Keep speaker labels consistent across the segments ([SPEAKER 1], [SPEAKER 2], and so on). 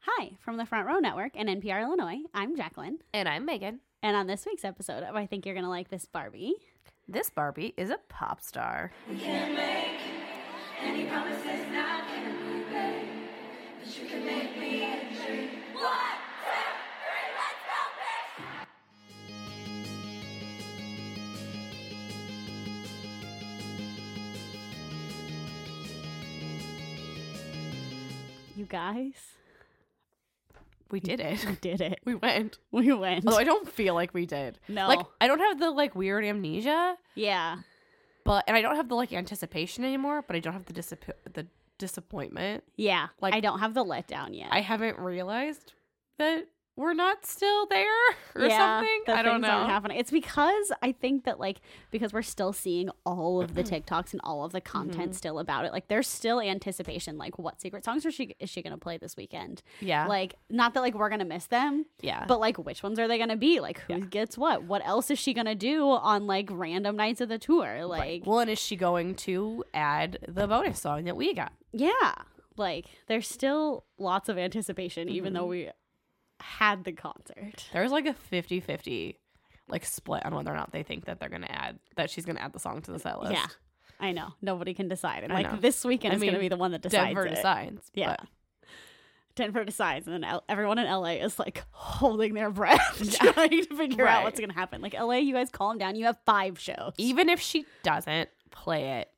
[SPEAKER 1] Hi, from the Front Row Network and NPR Illinois, I'm Jacqueline.
[SPEAKER 2] And I'm Megan.
[SPEAKER 1] And on this week's episode of I Think You're Gonna Like This Barbie,
[SPEAKER 2] This Barbie is a pop star.
[SPEAKER 3] You can't make any promises now, can we, babe? But you can make me a dream. One, two, three, let's go, bitch!
[SPEAKER 1] you guys
[SPEAKER 2] We did it.
[SPEAKER 1] we did it.
[SPEAKER 2] We went.
[SPEAKER 1] We went.
[SPEAKER 2] Although Oh, I don't feel like we did.
[SPEAKER 1] No.
[SPEAKER 2] Like I don't have the like weird amnesia,
[SPEAKER 1] yeah.
[SPEAKER 2] but and I don't have the like anticipation anymore, but I don't have the disapp- the disappointment.
[SPEAKER 1] Yeah. Like
[SPEAKER 2] Like-
[SPEAKER 1] I don't have the letdown yet.
[SPEAKER 2] I haven't realized that we're not still there or
[SPEAKER 1] yeah,
[SPEAKER 2] something.
[SPEAKER 1] the
[SPEAKER 2] I don't
[SPEAKER 1] things aren't
[SPEAKER 2] know.
[SPEAKER 1] happening. It's because I think that like because we're still seeing all of the TikToks and all of the
[SPEAKER 2] Mm-hmm.
[SPEAKER 1] content still about it. Like there's still anticipation. Like what secret songs are she is she gonna play this weekend?
[SPEAKER 2] Yeah.
[SPEAKER 1] Like not that like we're gonna miss them.
[SPEAKER 2] Yeah.
[SPEAKER 1] But like which ones are they gonna be? Like who gets what? What else is she gonna do on like random nights of the tour? Like
[SPEAKER 2] Right. well, and is she going to add the bonus song that we got?
[SPEAKER 1] yeah. Like there's still lots of anticipation even though
[SPEAKER 2] Mm-hmm.
[SPEAKER 1] we had the concert.
[SPEAKER 2] There's like a 50-50 like split on whether or not they think that they're going to add that she's going to add the song to the set list.
[SPEAKER 1] Yeah. I know. Nobody can decide. And
[SPEAKER 2] I
[SPEAKER 1] like
[SPEAKER 2] know.
[SPEAKER 1] this weekend
[SPEAKER 2] I
[SPEAKER 1] is going to
[SPEAKER 2] mean,
[SPEAKER 1] be the one that decides.
[SPEAKER 2] Denver
[SPEAKER 1] it.
[SPEAKER 2] decides.
[SPEAKER 1] Yeah.
[SPEAKER 2] but-
[SPEAKER 1] Denver decides. And then L- everyone in LA is like holding their breath trying to figure out
[SPEAKER 2] Right.
[SPEAKER 1] what's going to happen. Like, LA, you guys calm down. You have five shows.
[SPEAKER 2] even if she doesn't play it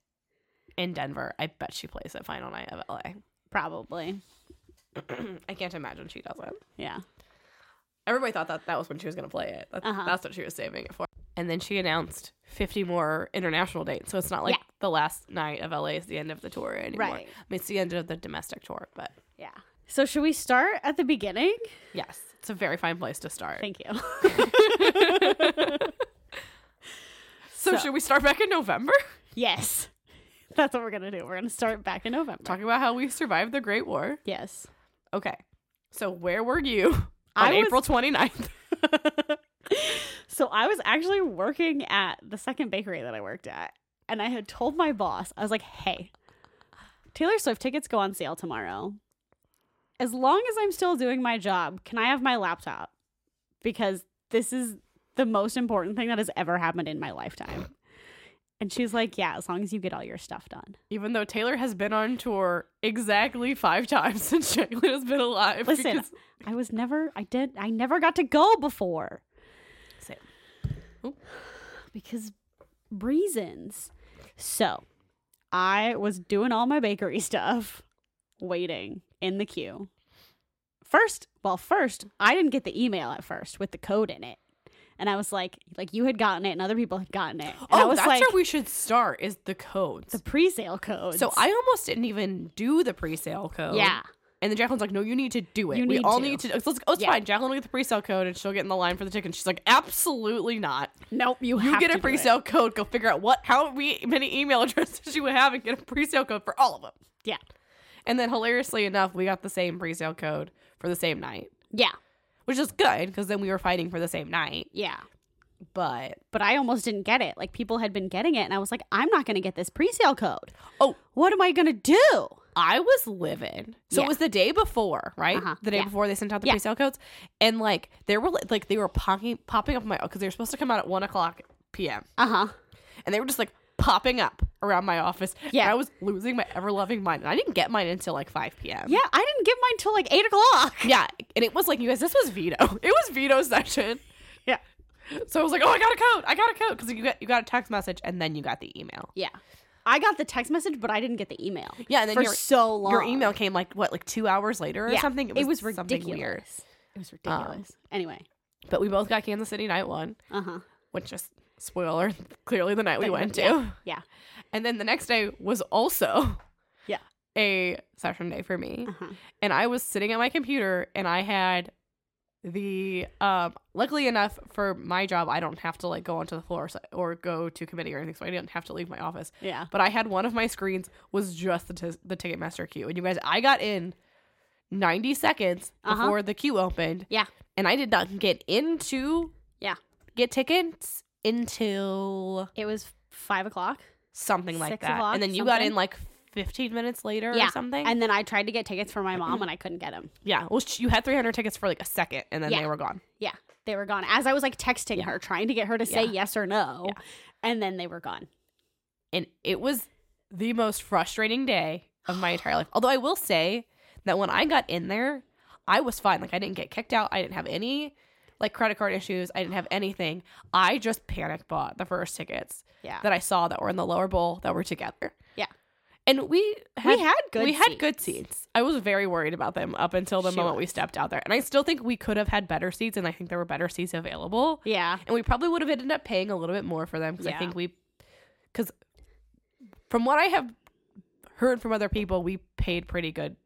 [SPEAKER 2] in Denver, I bet she plays it final night of LA.
[SPEAKER 1] Probably.
[SPEAKER 2] I can't imagine she doesn't.
[SPEAKER 1] Yeah.
[SPEAKER 2] Everybody thought that that was when she was going to play it. That's,
[SPEAKER 1] Uh-huh.
[SPEAKER 2] that's what she was saving it for. And then she announced 50 more international dates. So it's not like
[SPEAKER 1] Yeah.
[SPEAKER 2] the last night of LA is the end of the tour anymore.
[SPEAKER 1] Right.
[SPEAKER 2] I mean, it's the end of the domestic tour, but
[SPEAKER 1] Yeah. So, should we start at the beginning?
[SPEAKER 2] yes, it's a very fine place to start.
[SPEAKER 1] Thank you.
[SPEAKER 2] so, should we start back in November?
[SPEAKER 1] yes. That's what we're going to do. We're going to start back in November.
[SPEAKER 2] Talking about how we survived the Great War.
[SPEAKER 1] yes.
[SPEAKER 2] Okay. So where were you on
[SPEAKER 1] I was-
[SPEAKER 2] April 29th?
[SPEAKER 1] So I was actually working at the second bakery that I worked at, and I had told my boss, I was like, hey, Taylor Swift tickets go on sale tomorrow. As long as I'm still doing my job, can I have my laptop? Because this is the most important thing that has ever happened in my lifetime. And she's like, yeah, as long as you get all your stuff done.
[SPEAKER 2] even though Taylor has been on tour exactly five times since Jacqueline has been alive.
[SPEAKER 1] Listen,
[SPEAKER 2] because-
[SPEAKER 1] I was never, I did, I never got to go before uh, because reasons. So I was doing all my bakery stuff, waiting in the queue. First, well, first, I didn't get the email at first with the code in it. And I was like, like you had gotten it and other people had gotten it. And I
[SPEAKER 2] oh,
[SPEAKER 1] was
[SPEAKER 2] that's
[SPEAKER 1] like,
[SPEAKER 2] where we should start is the codes.
[SPEAKER 1] the pre sale code.
[SPEAKER 2] so I almost didn't even do the pre-sale code.
[SPEAKER 1] Yeah.
[SPEAKER 2] And then Jacqueline's like, "No, you need to do it.
[SPEAKER 1] You
[SPEAKER 2] we
[SPEAKER 1] need
[SPEAKER 2] all
[SPEAKER 1] to."
[SPEAKER 2] need to. It's, it's, it's
[SPEAKER 1] Yeah.
[SPEAKER 2] fine. Jacqueline will get the pre-sale code, and she'll get in the line for the ticket." And she's like, "Absolutely not.
[SPEAKER 1] Nope, you,
[SPEAKER 2] You
[SPEAKER 1] have
[SPEAKER 2] get
[SPEAKER 1] to
[SPEAKER 2] a
[SPEAKER 1] do it.
[SPEAKER 2] pre-sale code. Go figure out what how we, many email addresses you would have, and get a pre-sale code for all of them."
[SPEAKER 1] Yeah.
[SPEAKER 2] And then, hilariously enough, we got the same pre-sale code for the same night,
[SPEAKER 1] Yeah.
[SPEAKER 2] which is good because then we were fighting for the same night.
[SPEAKER 1] Yeah.
[SPEAKER 2] But
[SPEAKER 1] But I almost didn't get it. Like people had been getting it and I was like, I'm not going to get this pre sale code.
[SPEAKER 2] Oh.
[SPEAKER 1] What am I going to do?
[SPEAKER 2] I was livid. So
[SPEAKER 1] Yeah.
[SPEAKER 2] it was the day before, right?
[SPEAKER 1] Uh-huh.
[SPEAKER 2] The day
[SPEAKER 1] Yeah.
[SPEAKER 2] before they sent out the
[SPEAKER 1] Yeah.
[SPEAKER 2] pre-sale codes, and like there were like they were popping popping up my because they were supposed to come out at one o'clock p.m.
[SPEAKER 1] Uh huh.
[SPEAKER 2] and they were just like popping up around my office. And
[SPEAKER 1] Yeah.
[SPEAKER 2] I was losing my ever loving mind, and I didn't get mine until like five p.m.
[SPEAKER 1] Yeah, I didn't get mine till like eight o'clock.
[SPEAKER 2] yeah, and it was like you guys, this was veto. It was veto session.
[SPEAKER 1] Yeah.
[SPEAKER 2] So I was like, oh, I got a code, I got a code because you got you got a text message and then you got the email.
[SPEAKER 1] Yeah. I got the text message, but I didn't get the email.
[SPEAKER 2] Yeah, and then
[SPEAKER 1] for
[SPEAKER 2] your-
[SPEAKER 1] so long.
[SPEAKER 2] Your email came like what, like two hours later or
[SPEAKER 1] Yeah,
[SPEAKER 2] something.
[SPEAKER 1] It was,
[SPEAKER 2] something
[SPEAKER 1] ridiculous.
[SPEAKER 2] weird. Um,
[SPEAKER 1] It was ridiculous. anyway,
[SPEAKER 2] But we both got Kansas City night one,
[SPEAKER 1] uh huh.
[SPEAKER 2] which is spoiler, clearly the night we went to.
[SPEAKER 1] Yeah.
[SPEAKER 2] And then the next day was also
[SPEAKER 1] Yeah.
[SPEAKER 2] a session day for me.
[SPEAKER 1] Uh-huh.
[SPEAKER 2] And I was sitting at my computer and I had the um luckily enough for my job I don't have to like go onto the floor or, so- or go to committee or anything so I didn't have to leave my office.
[SPEAKER 1] Yeah.
[SPEAKER 2] But I had one of my screens was just the t- the Ticketmaster queue. And you guys, I got in 90 seconds
[SPEAKER 1] Uh-huh.
[SPEAKER 2] before the queue opened
[SPEAKER 1] Yeah.
[SPEAKER 2] and I did not get into
[SPEAKER 1] Yeah.
[SPEAKER 2] get tickets until
[SPEAKER 1] It was five o'clock.
[SPEAKER 2] something like
[SPEAKER 1] Six
[SPEAKER 2] that.
[SPEAKER 1] o'clock,
[SPEAKER 2] And then you got
[SPEAKER 1] something?
[SPEAKER 2] in like 15 minutes later
[SPEAKER 1] yeah.
[SPEAKER 2] or something.
[SPEAKER 1] And then I tried to get tickets for my mom and I couldn't get them.
[SPEAKER 2] yeah, well, sh- you had 300 tickets for like a second and then
[SPEAKER 1] Yeah.
[SPEAKER 2] they were gone.
[SPEAKER 1] Yeah, they were gone. As I was like texting
[SPEAKER 2] Yeah.
[SPEAKER 1] her, trying to get her to say
[SPEAKER 2] Yeah.
[SPEAKER 1] yes or no,
[SPEAKER 2] Yeah.
[SPEAKER 1] and then they were gone.
[SPEAKER 2] And it was the most frustrating day of my entire life. Although I will say that when I got in there, I was fine. Like I didn't get kicked out. I didn't have any like credit card issues. I didn't have anything. I just panic bought the first tickets
[SPEAKER 1] Yeah,
[SPEAKER 2] that I saw that were in the lower bowl that were together.
[SPEAKER 1] Yeah.
[SPEAKER 2] And we had
[SPEAKER 1] we had good.
[SPEAKER 2] we had good
[SPEAKER 1] seats.
[SPEAKER 2] seats. I was very worried about them up until the
[SPEAKER 1] She
[SPEAKER 2] moment we
[SPEAKER 1] was.
[SPEAKER 2] stepped out there. And I still think we could have had better seats and I think there were better seats available.
[SPEAKER 1] Yeah,
[SPEAKER 2] And we probably would have ended up paying a little bit more for them cuz I
[SPEAKER 1] Yeah.
[SPEAKER 2] think we cuz from what I have heard from other people, we paid pretty good.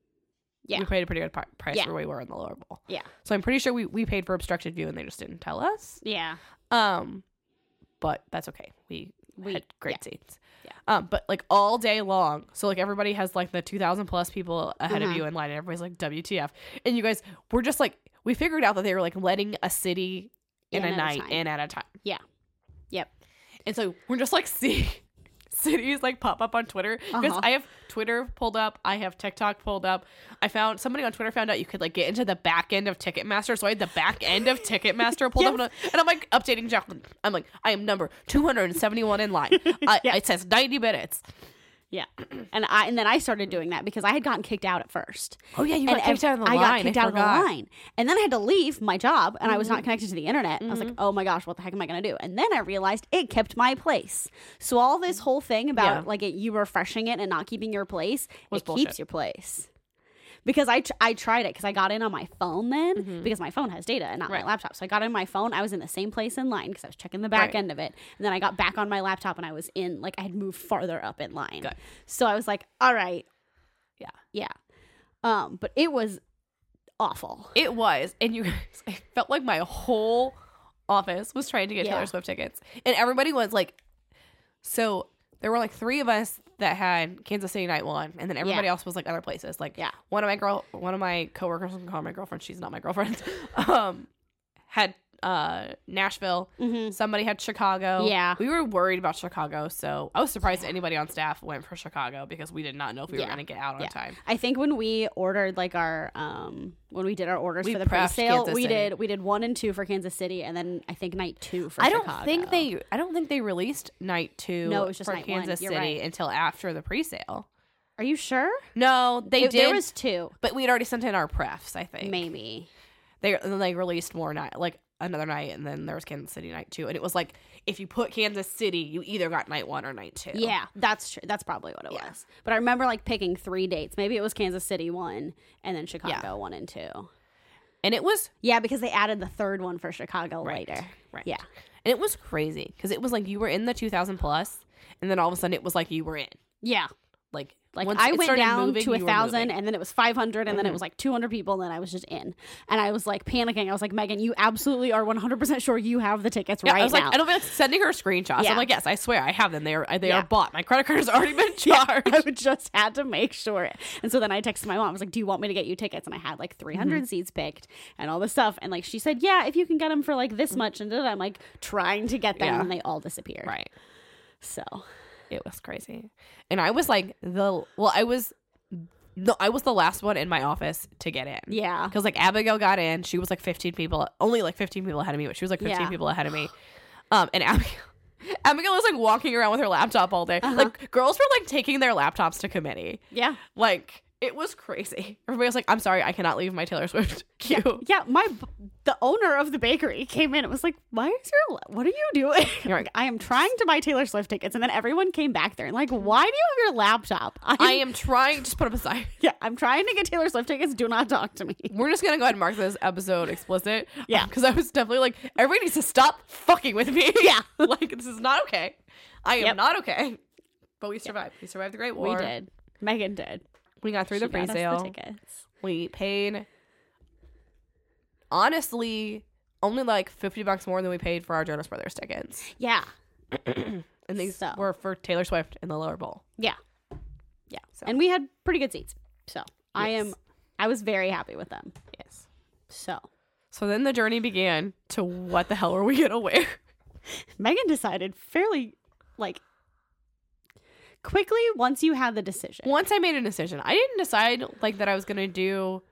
[SPEAKER 1] Yeah.
[SPEAKER 2] We paid a pretty good pri- price
[SPEAKER 1] Yeah.
[SPEAKER 2] for where we were in the lower bowl.
[SPEAKER 1] Yeah.
[SPEAKER 2] So I'm pretty sure we we paid for obstructed view and they just didn't tell us.
[SPEAKER 1] yeah.
[SPEAKER 2] Um, but that's okay. We,
[SPEAKER 1] We-
[SPEAKER 2] had great seats.
[SPEAKER 1] Yeah.
[SPEAKER 2] Um, but like all day long, so like everybody has like the two thousand plus people ahead of
[SPEAKER 1] Mhm.
[SPEAKER 2] you in line, and everybody's like WTF, and you guys were just like we figured out that they were like letting a city in,
[SPEAKER 1] In at
[SPEAKER 2] a
[SPEAKER 1] a
[SPEAKER 2] night
[SPEAKER 1] time.
[SPEAKER 2] in at a time.
[SPEAKER 1] Yeah. Yep.
[SPEAKER 2] And so we're just like seeing cities like pop up on Twitter because
[SPEAKER 1] Uh-huh.
[SPEAKER 2] I have Twitter pulled up, I have TikTok pulled up. I found somebody on Twitter found out you could like get into the back end of Ticketmaster, so I had the back end of Ticketmaster pulled up, and I- and I'm like updating Jacqueline. I'm like, I am number 271 in line. I,
[SPEAKER 1] Yeah.
[SPEAKER 2] It says 90 minutes.
[SPEAKER 1] Yeah. And I and then I
[SPEAKER 2] Mm-hmm.
[SPEAKER 1] started doing that because I had gotten kicked out at first.
[SPEAKER 2] Oh yeah, you
[SPEAKER 1] and ev- I Mm-hmm. got kicked out of the line. And then I had to leave my job and I was not connected to the internet. I was like, "Oh my gosh, what the heck am I going to do?" And then I realized it kept my place. So all this whole thing about
[SPEAKER 2] Yeah.
[SPEAKER 1] like it, you refreshing it and not keeping your place,
[SPEAKER 2] Was
[SPEAKER 1] it
[SPEAKER 2] bullshit.
[SPEAKER 1] keeps your place. Because I, tr- I tried it because I got in on my phone then because my phone has data and not
[SPEAKER 2] Mm-hmm. Right.
[SPEAKER 1] my laptop. So I got in my phone. I was in the same place in line because I was checking the back
[SPEAKER 2] Right.
[SPEAKER 1] end of it. And then I got back on my laptop and I was in, like, I had moved farther up in line.
[SPEAKER 2] Good.
[SPEAKER 1] So I was like, all right.
[SPEAKER 2] Yeah.
[SPEAKER 1] Yeah. Um, but it was awful.
[SPEAKER 2] It was, and you guys, I felt like my whole office was trying to get
[SPEAKER 1] Yeah.
[SPEAKER 2] Taylor Swift tickets, and everybody was like, so there were like three of us that had Kansas City night one, and then everybody
[SPEAKER 1] Yeah.
[SPEAKER 2] else was like other places. Like,
[SPEAKER 1] Yeah.
[SPEAKER 2] one of my girl, one of my coworkers, I'm gonna call her my girlfriend. She's not my girlfriend. um, had uh Nashville.
[SPEAKER 1] Mhm.
[SPEAKER 2] Somebody had Chicago.
[SPEAKER 1] Yeah.
[SPEAKER 2] we were worried about Chicago, so I was surprised anybody on staff went for Chicago because we did not know if we were
[SPEAKER 1] Yeah.
[SPEAKER 2] gonna get out on
[SPEAKER 1] Yeah.
[SPEAKER 2] time.
[SPEAKER 1] I think when we ordered like our um when we did our orders
[SPEAKER 2] We
[SPEAKER 1] for the
[SPEAKER 2] prepped
[SPEAKER 1] pre-sale,
[SPEAKER 2] Kansas
[SPEAKER 1] we
[SPEAKER 2] City.
[SPEAKER 1] did we did one and two for Kansas City, and then I think night two for.
[SPEAKER 2] I don't
[SPEAKER 1] Chicago.
[SPEAKER 2] think they. I don't think they released night two.
[SPEAKER 1] No, it was just
[SPEAKER 2] for
[SPEAKER 1] night one.
[SPEAKER 2] Kansas
[SPEAKER 1] You're
[SPEAKER 2] City
[SPEAKER 1] right.
[SPEAKER 2] until after the pre-sale.
[SPEAKER 1] Are you sure?
[SPEAKER 2] No, they
[SPEAKER 1] It-
[SPEAKER 2] did.
[SPEAKER 1] There was two,
[SPEAKER 2] but we'd already sent in our prefs. I think
[SPEAKER 1] maybe.
[SPEAKER 2] they and then they released more night, like another night, and then there was Kansas City night two, and it was like if you put Kansas City, you either got night one or night two.
[SPEAKER 1] Yeah, that's true. That's probably what it
[SPEAKER 2] Yeah.
[SPEAKER 1] was. But I remember like picking three dates. Maybe it was Kansas City one, and then Chicago one and two.
[SPEAKER 2] and it was
[SPEAKER 1] Yeah, because they added the third one for Chicago
[SPEAKER 2] right,
[SPEAKER 1] later.
[SPEAKER 2] right?
[SPEAKER 1] Yeah.
[SPEAKER 2] and it was crazy because it was like you were in the two thousand plus, and then all of a sudden it was like you were in.
[SPEAKER 1] Yeah.
[SPEAKER 2] Like
[SPEAKER 1] Like
[SPEAKER 2] once
[SPEAKER 1] I
[SPEAKER 2] it
[SPEAKER 1] went
[SPEAKER 2] started
[SPEAKER 1] down
[SPEAKER 2] moving, Mm-hmm.
[SPEAKER 1] to a
[SPEAKER 2] you were moving.
[SPEAKER 1] thousand, and then it was five hundred, and then it was like two hundred people, and then I was just in, and I was like panicking. I was like, Megan, you absolutely are one hundred percent sure you have the tickets
[SPEAKER 2] Yeah,
[SPEAKER 1] right
[SPEAKER 2] I was
[SPEAKER 1] now.
[SPEAKER 2] like, I don't be like sending her screenshots.
[SPEAKER 1] Yeah.
[SPEAKER 2] I'm like, yes, I swear I have them. They are they
[SPEAKER 1] Yeah.
[SPEAKER 2] are bought. My credit card has already been
[SPEAKER 1] Yeah,
[SPEAKER 2] charged.
[SPEAKER 1] I would just had to make sure. And so then I texted my mom. I was like, "Do you want me to get you tickets?" And I had like 300
[SPEAKER 2] Mm-hmm.
[SPEAKER 1] seats picked and all this stuff. And like she said, "Yeah, if you can get them for like this much." And then I'm like trying to get them,
[SPEAKER 2] Yeah.
[SPEAKER 1] and they all disappear.
[SPEAKER 2] Right.
[SPEAKER 1] So
[SPEAKER 2] It was crazy. And I was like the well, I was the I was the last one in my office to get in.
[SPEAKER 1] yeah,
[SPEAKER 2] Because like Abigail got in, she was like 15 people, only like 15 people ahead of me, but she was like 15
[SPEAKER 1] Yeah.
[SPEAKER 2] people ahead of me. Um, and Abigail, Abigail was like walking around with her laptop all day. Like girls were like taking their laptops to committee.
[SPEAKER 1] yeah,
[SPEAKER 2] Like it was crazy. Everybody was like, "I'm sorry, I cannot leave my Taylor Swift queue."
[SPEAKER 1] yeah. My the owner of the bakery came in. It was like, "Why is your what are you doing?"
[SPEAKER 2] You're like,
[SPEAKER 1] Like, I am trying to buy Taylor Swift tickets, and then everyone came back there and like, "Why do you have your laptop?"
[SPEAKER 2] Mm-hmm. I am trying. Just put up a sign.
[SPEAKER 1] yeah, I'm trying to get Taylor Swift tickets. Do not talk to me.
[SPEAKER 2] We're just gonna go ahead and mark this episode explicit.
[SPEAKER 1] Yeah.
[SPEAKER 2] because I was definitely like, everybody needs to stop fucking with me.
[SPEAKER 1] Yeah.
[SPEAKER 2] like this is not okay. I am
[SPEAKER 1] Yep.
[SPEAKER 2] not okay. But we survived. We survived the Great War.
[SPEAKER 1] we did. Megan did.
[SPEAKER 2] We got through the
[SPEAKER 1] She got us
[SPEAKER 2] pre-sale.
[SPEAKER 1] tickets.
[SPEAKER 2] we paid honestly only like fifty bucks more than we paid for our Jonas Brothers tickets,
[SPEAKER 1] Yeah,
[SPEAKER 2] and these
[SPEAKER 1] So.
[SPEAKER 2] were for Taylor Swift in the lower bowl.
[SPEAKER 1] yeah, yeah.
[SPEAKER 2] So.
[SPEAKER 1] And we had pretty good seats. So I am.
[SPEAKER 2] Yes.
[SPEAKER 1] I was very happy with them.
[SPEAKER 2] Yes.
[SPEAKER 1] So
[SPEAKER 2] So then the journey began to what the hell were we gonna wear?
[SPEAKER 1] Megan decided fairly like quickly once you had the decision.
[SPEAKER 2] Once I made a decision, I didn't decide like that I was gonna do.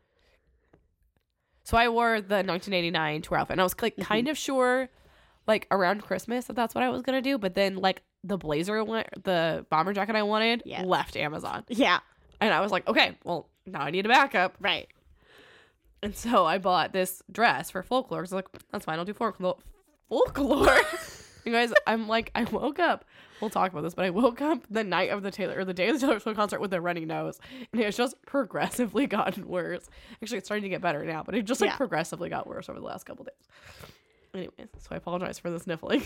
[SPEAKER 2] So I wore the 1989 tour outfit, and I was like kind of sure, like around Christmas, that that's what I was gonna do. But then like the blazer, wa- the bomber jacket I wanted,
[SPEAKER 1] Yeah.
[SPEAKER 2] left Amazon,
[SPEAKER 1] Yeah,
[SPEAKER 2] and I was like, okay, well now I need a backup.
[SPEAKER 1] right.
[SPEAKER 2] And so I bought this dress for folklore. 'cause I was like, that's fine. I'll do folklore. Folklore. you guys, I'm like, I woke up. We'll talk about this, but I woke up the night of the Taylor or the day of the Taylor Swift concert with a runny nose, and it's just progressively gotten worse. Actually, it's starting to get better now, but it just like
[SPEAKER 1] Yeah.
[SPEAKER 2] progressively got worse over the last couple days. Anyways, so I apologize for the sniffling.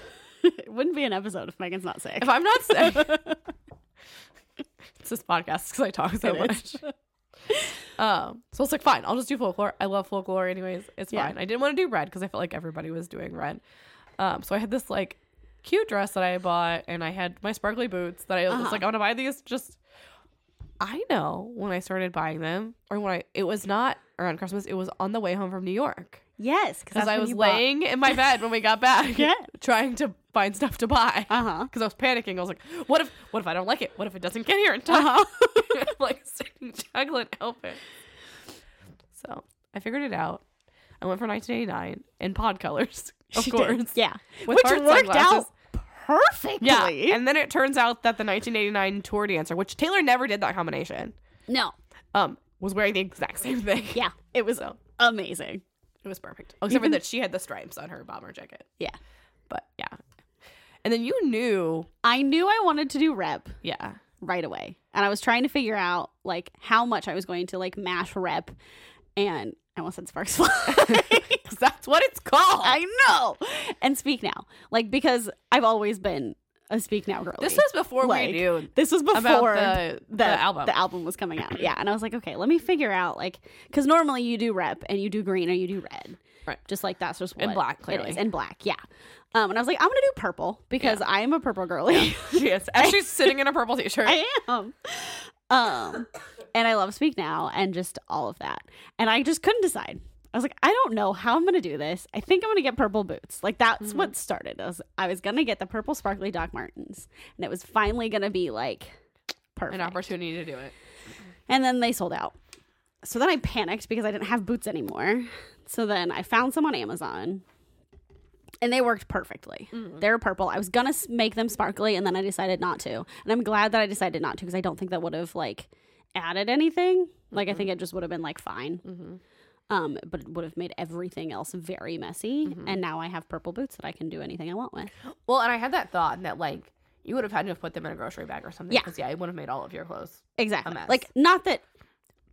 [SPEAKER 1] it wouldn't be an episode if Megan's not sick.
[SPEAKER 2] if I'm not sick, it's this podcast because I talk so
[SPEAKER 1] It
[SPEAKER 2] much. Um, so it's like, fine, I'll just do folklore. I love folklore, anyways. It's
[SPEAKER 1] Yeah.
[SPEAKER 2] fine. I didn't want to do red because I felt like everybody was doing red. Um, so I had this like cute dress that I bought, and I had my sparkly boots that I was
[SPEAKER 1] Uh-huh.
[SPEAKER 2] like, I'm gonna buy these. Just I know when I started buying them, or when I it was not around Christmas. It was on the way home from New York
[SPEAKER 1] yes,
[SPEAKER 2] because I was laying in my bed when we got back,
[SPEAKER 1] Yeah.
[SPEAKER 2] trying to find stuff to buy
[SPEAKER 1] Uh huh.
[SPEAKER 2] because I was panicking. I was like, "What if? What if I don't like it? What if it doesn't get here in time?"
[SPEAKER 1] Uh-huh.
[SPEAKER 2] I'm like sitting juggling outfit. So I figured it out. I went for 1989 in pod colors, of course.
[SPEAKER 1] Yeah,
[SPEAKER 2] With
[SPEAKER 1] which
[SPEAKER 2] hard
[SPEAKER 1] worked
[SPEAKER 2] sunglasses.
[SPEAKER 1] out perfectly.
[SPEAKER 2] Yeah, and then it turns out that the 1989 tour dancer, which Taylor never did that combination,
[SPEAKER 1] no.
[SPEAKER 2] um, was wearing the exact same thing.
[SPEAKER 1] Yeah, it was
[SPEAKER 2] So
[SPEAKER 1] amazing.
[SPEAKER 2] it was perfect, except for that she had the stripes on her bomber jacket.
[SPEAKER 1] Yeah,
[SPEAKER 2] But yeah, and then you knew,
[SPEAKER 1] I knew I wanted to do rep
[SPEAKER 2] yeah,
[SPEAKER 1] right away, and I was trying to figure out like how much I was going to like mash rep, and I almost said sparks fly.
[SPEAKER 2] 'cause that's what it's called.
[SPEAKER 1] I know. And speak now, like because I've always been a speak now girl.
[SPEAKER 2] this was before
[SPEAKER 1] like,
[SPEAKER 2] we knew
[SPEAKER 1] This was before
[SPEAKER 2] the-
[SPEAKER 1] the,
[SPEAKER 2] the album.
[SPEAKER 1] The album was coming out. Yeah, and I was like, okay, let me figure out like because normally you do rep and you do green or you do red,
[SPEAKER 2] Right.
[SPEAKER 1] Just like that's just what
[SPEAKER 2] And black,
[SPEAKER 1] it
[SPEAKER 2] clearly.
[SPEAKER 1] is. and black, yeah. Um, and I was like, I'm gonna do purple because I am a purple girly.
[SPEAKER 2] Yes, and she's sitting in a purple t-shirt.
[SPEAKER 1] I am. Um, and I love Speak Now and just all of that. And I just couldn't decide. I was like, I don't know how I'm gonna do this. I think I'm gonna get purple boots. Like that's what started. I was, I was gonna get the purple sparkly Doc Martens, and it was finally gonna be like perfect.
[SPEAKER 2] an opportunity to do it.
[SPEAKER 1] And then they sold out. So then I panicked because I didn't have boots anymore. So then I found some on Amazon and they worked perfectly. They were purple. I was going to make them sparkly and then I decided not to. And I'm glad that I decided not to because I don't think that would have like added anything. Like I think it just would have been like fine. Um, but it would have made everything else very messy. And now I have purple boots that I can do anything I want with.
[SPEAKER 2] Well, and I had that thought that like you would have had to have put them in a grocery bag or something.
[SPEAKER 1] Yeah.
[SPEAKER 2] because yeah, it would have made all of your clothes.
[SPEAKER 1] Exactly.
[SPEAKER 2] mess.
[SPEAKER 1] Like not that.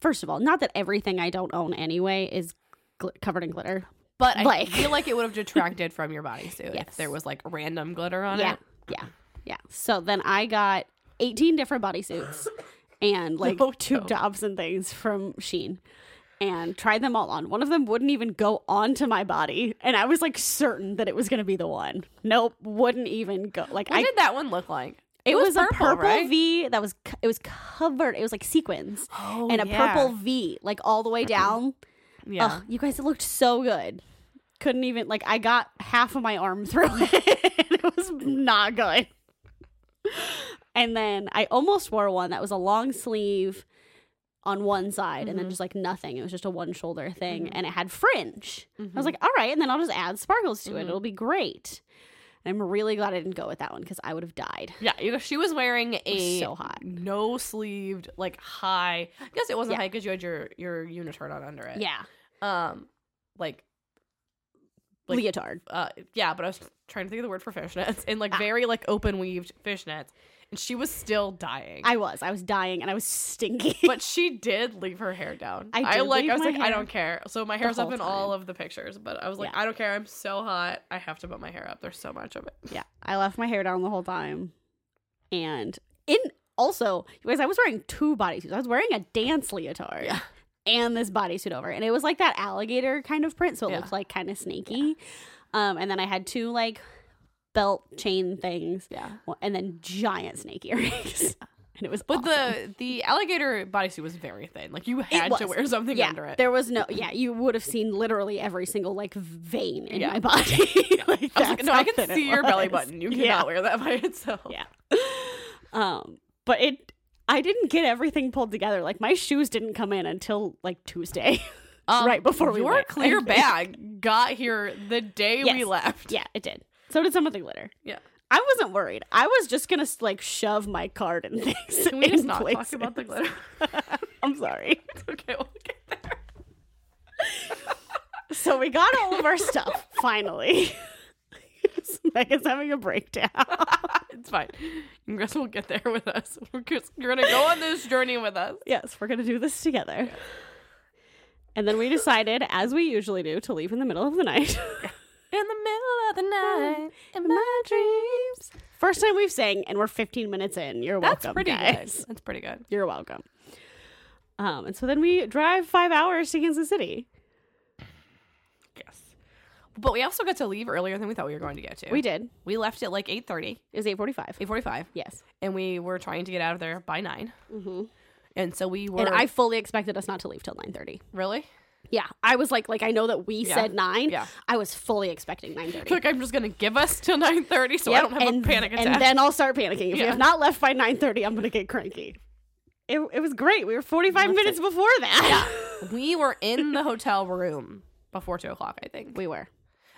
[SPEAKER 1] First of all, not that everything I don't own anyway is gl- covered in glitter.
[SPEAKER 2] But I
[SPEAKER 1] Like-
[SPEAKER 2] feel like it would have detracted from your bodysuit if
[SPEAKER 1] Yes.
[SPEAKER 2] there was like random glitter on
[SPEAKER 1] yeah,
[SPEAKER 2] it.
[SPEAKER 1] yeah, yeah. So then I got 18 different bodysuits and like
[SPEAKER 2] No
[SPEAKER 1] tube
[SPEAKER 2] joke.
[SPEAKER 1] tops and things from Sheen and tried them all on. One of them wouldn't even go onto my body. And I was like certain that it was going to be the one. Nope, wouldn't even go. Like,
[SPEAKER 2] What
[SPEAKER 1] I.
[SPEAKER 2] did that one look like?
[SPEAKER 1] It, was, a purple
[SPEAKER 2] right?
[SPEAKER 1] V that was co- it was covered. It was like sequins
[SPEAKER 2] Oh,
[SPEAKER 1] and a
[SPEAKER 2] yeah.
[SPEAKER 1] purple V like all the way down.
[SPEAKER 2] Yeah,
[SPEAKER 1] Ugh, you guys, it looked so good. Couldn't even like I got half of my arm through it. it was not good. And then I almost wore one that was a long sleeve on one side and
[SPEAKER 2] Mm-hmm.
[SPEAKER 1] then just like nothing. It was just a one shoulder thing and it had fringe.
[SPEAKER 2] Mm-hmm.
[SPEAKER 1] I was like, all right, and then I'll just add sparkles to it. It'll be great. And I'm really glad I didn't go with that one because I would have died.
[SPEAKER 2] yeah. You know, she was wearing a
[SPEAKER 1] so hot.
[SPEAKER 2] no sleeved like high. I guess it wasn't
[SPEAKER 1] Yeah.
[SPEAKER 2] high because you had your your unitard on under it.
[SPEAKER 1] Yeah.
[SPEAKER 2] Um, like Like-
[SPEAKER 1] Leotard.
[SPEAKER 2] uh yeah, but I was trying to think of the word for fishnets and like very like open weaved fishnets. And she was still dying.
[SPEAKER 1] I was. I was dying and I was stinky.
[SPEAKER 2] but she did leave her hair down.
[SPEAKER 1] I
[SPEAKER 2] I
[SPEAKER 1] did
[SPEAKER 2] like
[SPEAKER 1] leave
[SPEAKER 2] I was
[SPEAKER 1] my
[SPEAKER 2] like, I
[SPEAKER 1] hair
[SPEAKER 2] don't care. So my hair's up
[SPEAKER 1] whole
[SPEAKER 2] in all of the pictures, but I was like,
[SPEAKER 1] Yeah.
[SPEAKER 2] I don't care. I'm so hot. I have to put my hair up. There's so much of it.
[SPEAKER 1] Yeah, I left my hair down the whole time. And in also, you guys, I was wearing two bodysuits. I was wearing a dance leotard
[SPEAKER 2] Yeah.
[SPEAKER 1] and this bodysuit over. And it was like that alligator kind of print, so it
[SPEAKER 2] Yeah.
[SPEAKER 1] looked like kind of snaky. Um, and then I had two like belt chain things.
[SPEAKER 2] Yeah.
[SPEAKER 1] Well, And then giant snake earrings. And it was
[SPEAKER 2] But
[SPEAKER 1] awesome.
[SPEAKER 2] the the alligator bodysuit was very thin. Like you had to
[SPEAKER 1] was.
[SPEAKER 2] wear something
[SPEAKER 1] yeah,
[SPEAKER 2] under it.
[SPEAKER 1] there was no yeah. You would have seen literally every single like vein in
[SPEAKER 2] Yeah.
[SPEAKER 1] my body. like,
[SPEAKER 2] I was like,
[SPEAKER 1] that's
[SPEAKER 2] no, I
[SPEAKER 1] how
[SPEAKER 2] can
[SPEAKER 1] thin it
[SPEAKER 2] see your belly
[SPEAKER 1] was.
[SPEAKER 2] button. You cannot
[SPEAKER 1] Yeah.
[SPEAKER 2] wear that by itself.
[SPEAKER 1] Yeah. Um, but it, I didn't get everything pulled together. Like my shoes didn't come in until like Tuesday.
[SPEAKER 2] Um,
[SPEAKER 1] Right before we
[SPEAKER 2] your
[SPEAKER 1] went, I
[SPEAKER 2] clear
[SPEAKER 1] think.
[SPEAKER 2] bag got here the day we
[SPEAKER 1] Yes.
[SPEAKER 2] left.
[SPEAKER 1] yeah, it did. So did some of the glitter.
[SPEAKER 2] Yeah.
[SPEAKER 1] I wasn't worried. I was just gonna like shove my card and things.
[SPEAKER 2] Can we just
[SPEAKER 1] in
[SPEAKER 2] not
[SPEAKER 1] places.
[SPEAKER 2] talk about the glitter?
[SPEAKER 1] I'm sorry.
[SPEAKER 2] okay, we'll get there.
[SPEAKER 1] So we got all of our stuff finally. Megan's having a breakdown.
[SPEAKER 2] It's fine. You guys will get there with us. We're just, you're gonna go on this journey with us.
[SPEAKER 1] yes, we're gonna do this together. And then we decided, as we usually do, to leave in the middle of the night.
[SPEAKER 2] In the middle of the night, in my dreams.
[SPEAKER 1] First time we've sang, and we're 15 minutes in. You're
[SPEAKER 2] That's
[SPEAKER 1] welcome,
[SPEAKER 2] pretty
[SPEAKER 1] guys.
[SPEAKER 2] good. That's pretty good.
[SPEAKER 1] You're welcome. Um, and so then we drive five hours to Kansas City.
[SPEAKER 2] Yes. But we also got to leave earlier than we thought we were going to get to.
[SPEAKER 1] We did.
[SPEAKER 2] We left at like 8.30,
[SPEAKER 1] It was 8:45.
[SPEAKER 2] 8.45,
[SPEAKER 1] Yes.
[SPEAKER 2] and we were trying to get out of there by 9.
[SPEAKER 1] Mm-hmm.
[SPEAKER 2] And so we were...
[SPEAKER 1] And I fully expected us not to leave till 9:30.
[SPEAKER 2] Really?
[SPEAKER 1] Yeah, I was like, like I know that we
[SPEAKER 2] Yeah.
[SPEAKER 1] said nine.
[SPEAKER 2] Yeah.
[SPEAKER 1] I was fully expecting 9:30.
[SPEAKER 2] Like, I'm just going to give us till 9.30 so I
[SPEAKER 1] Yep,
[SPEAKER 2] don't have
[SPEAKER 1] and,
[SPEAKER 2] a panic attack.
[SPEAKER 1] And then I'll start panicking. If we
[SPEAKER 2] Yeah.
[SPEAKER 1] have not left by 9:30, I'm going to get cranky. It, it was great. We were 45 minutes before that.
[SPEAKER 2] we were in the hotel room before 2 o'clock, I think.
[SPEAKER 1] we were. Mm-hmm.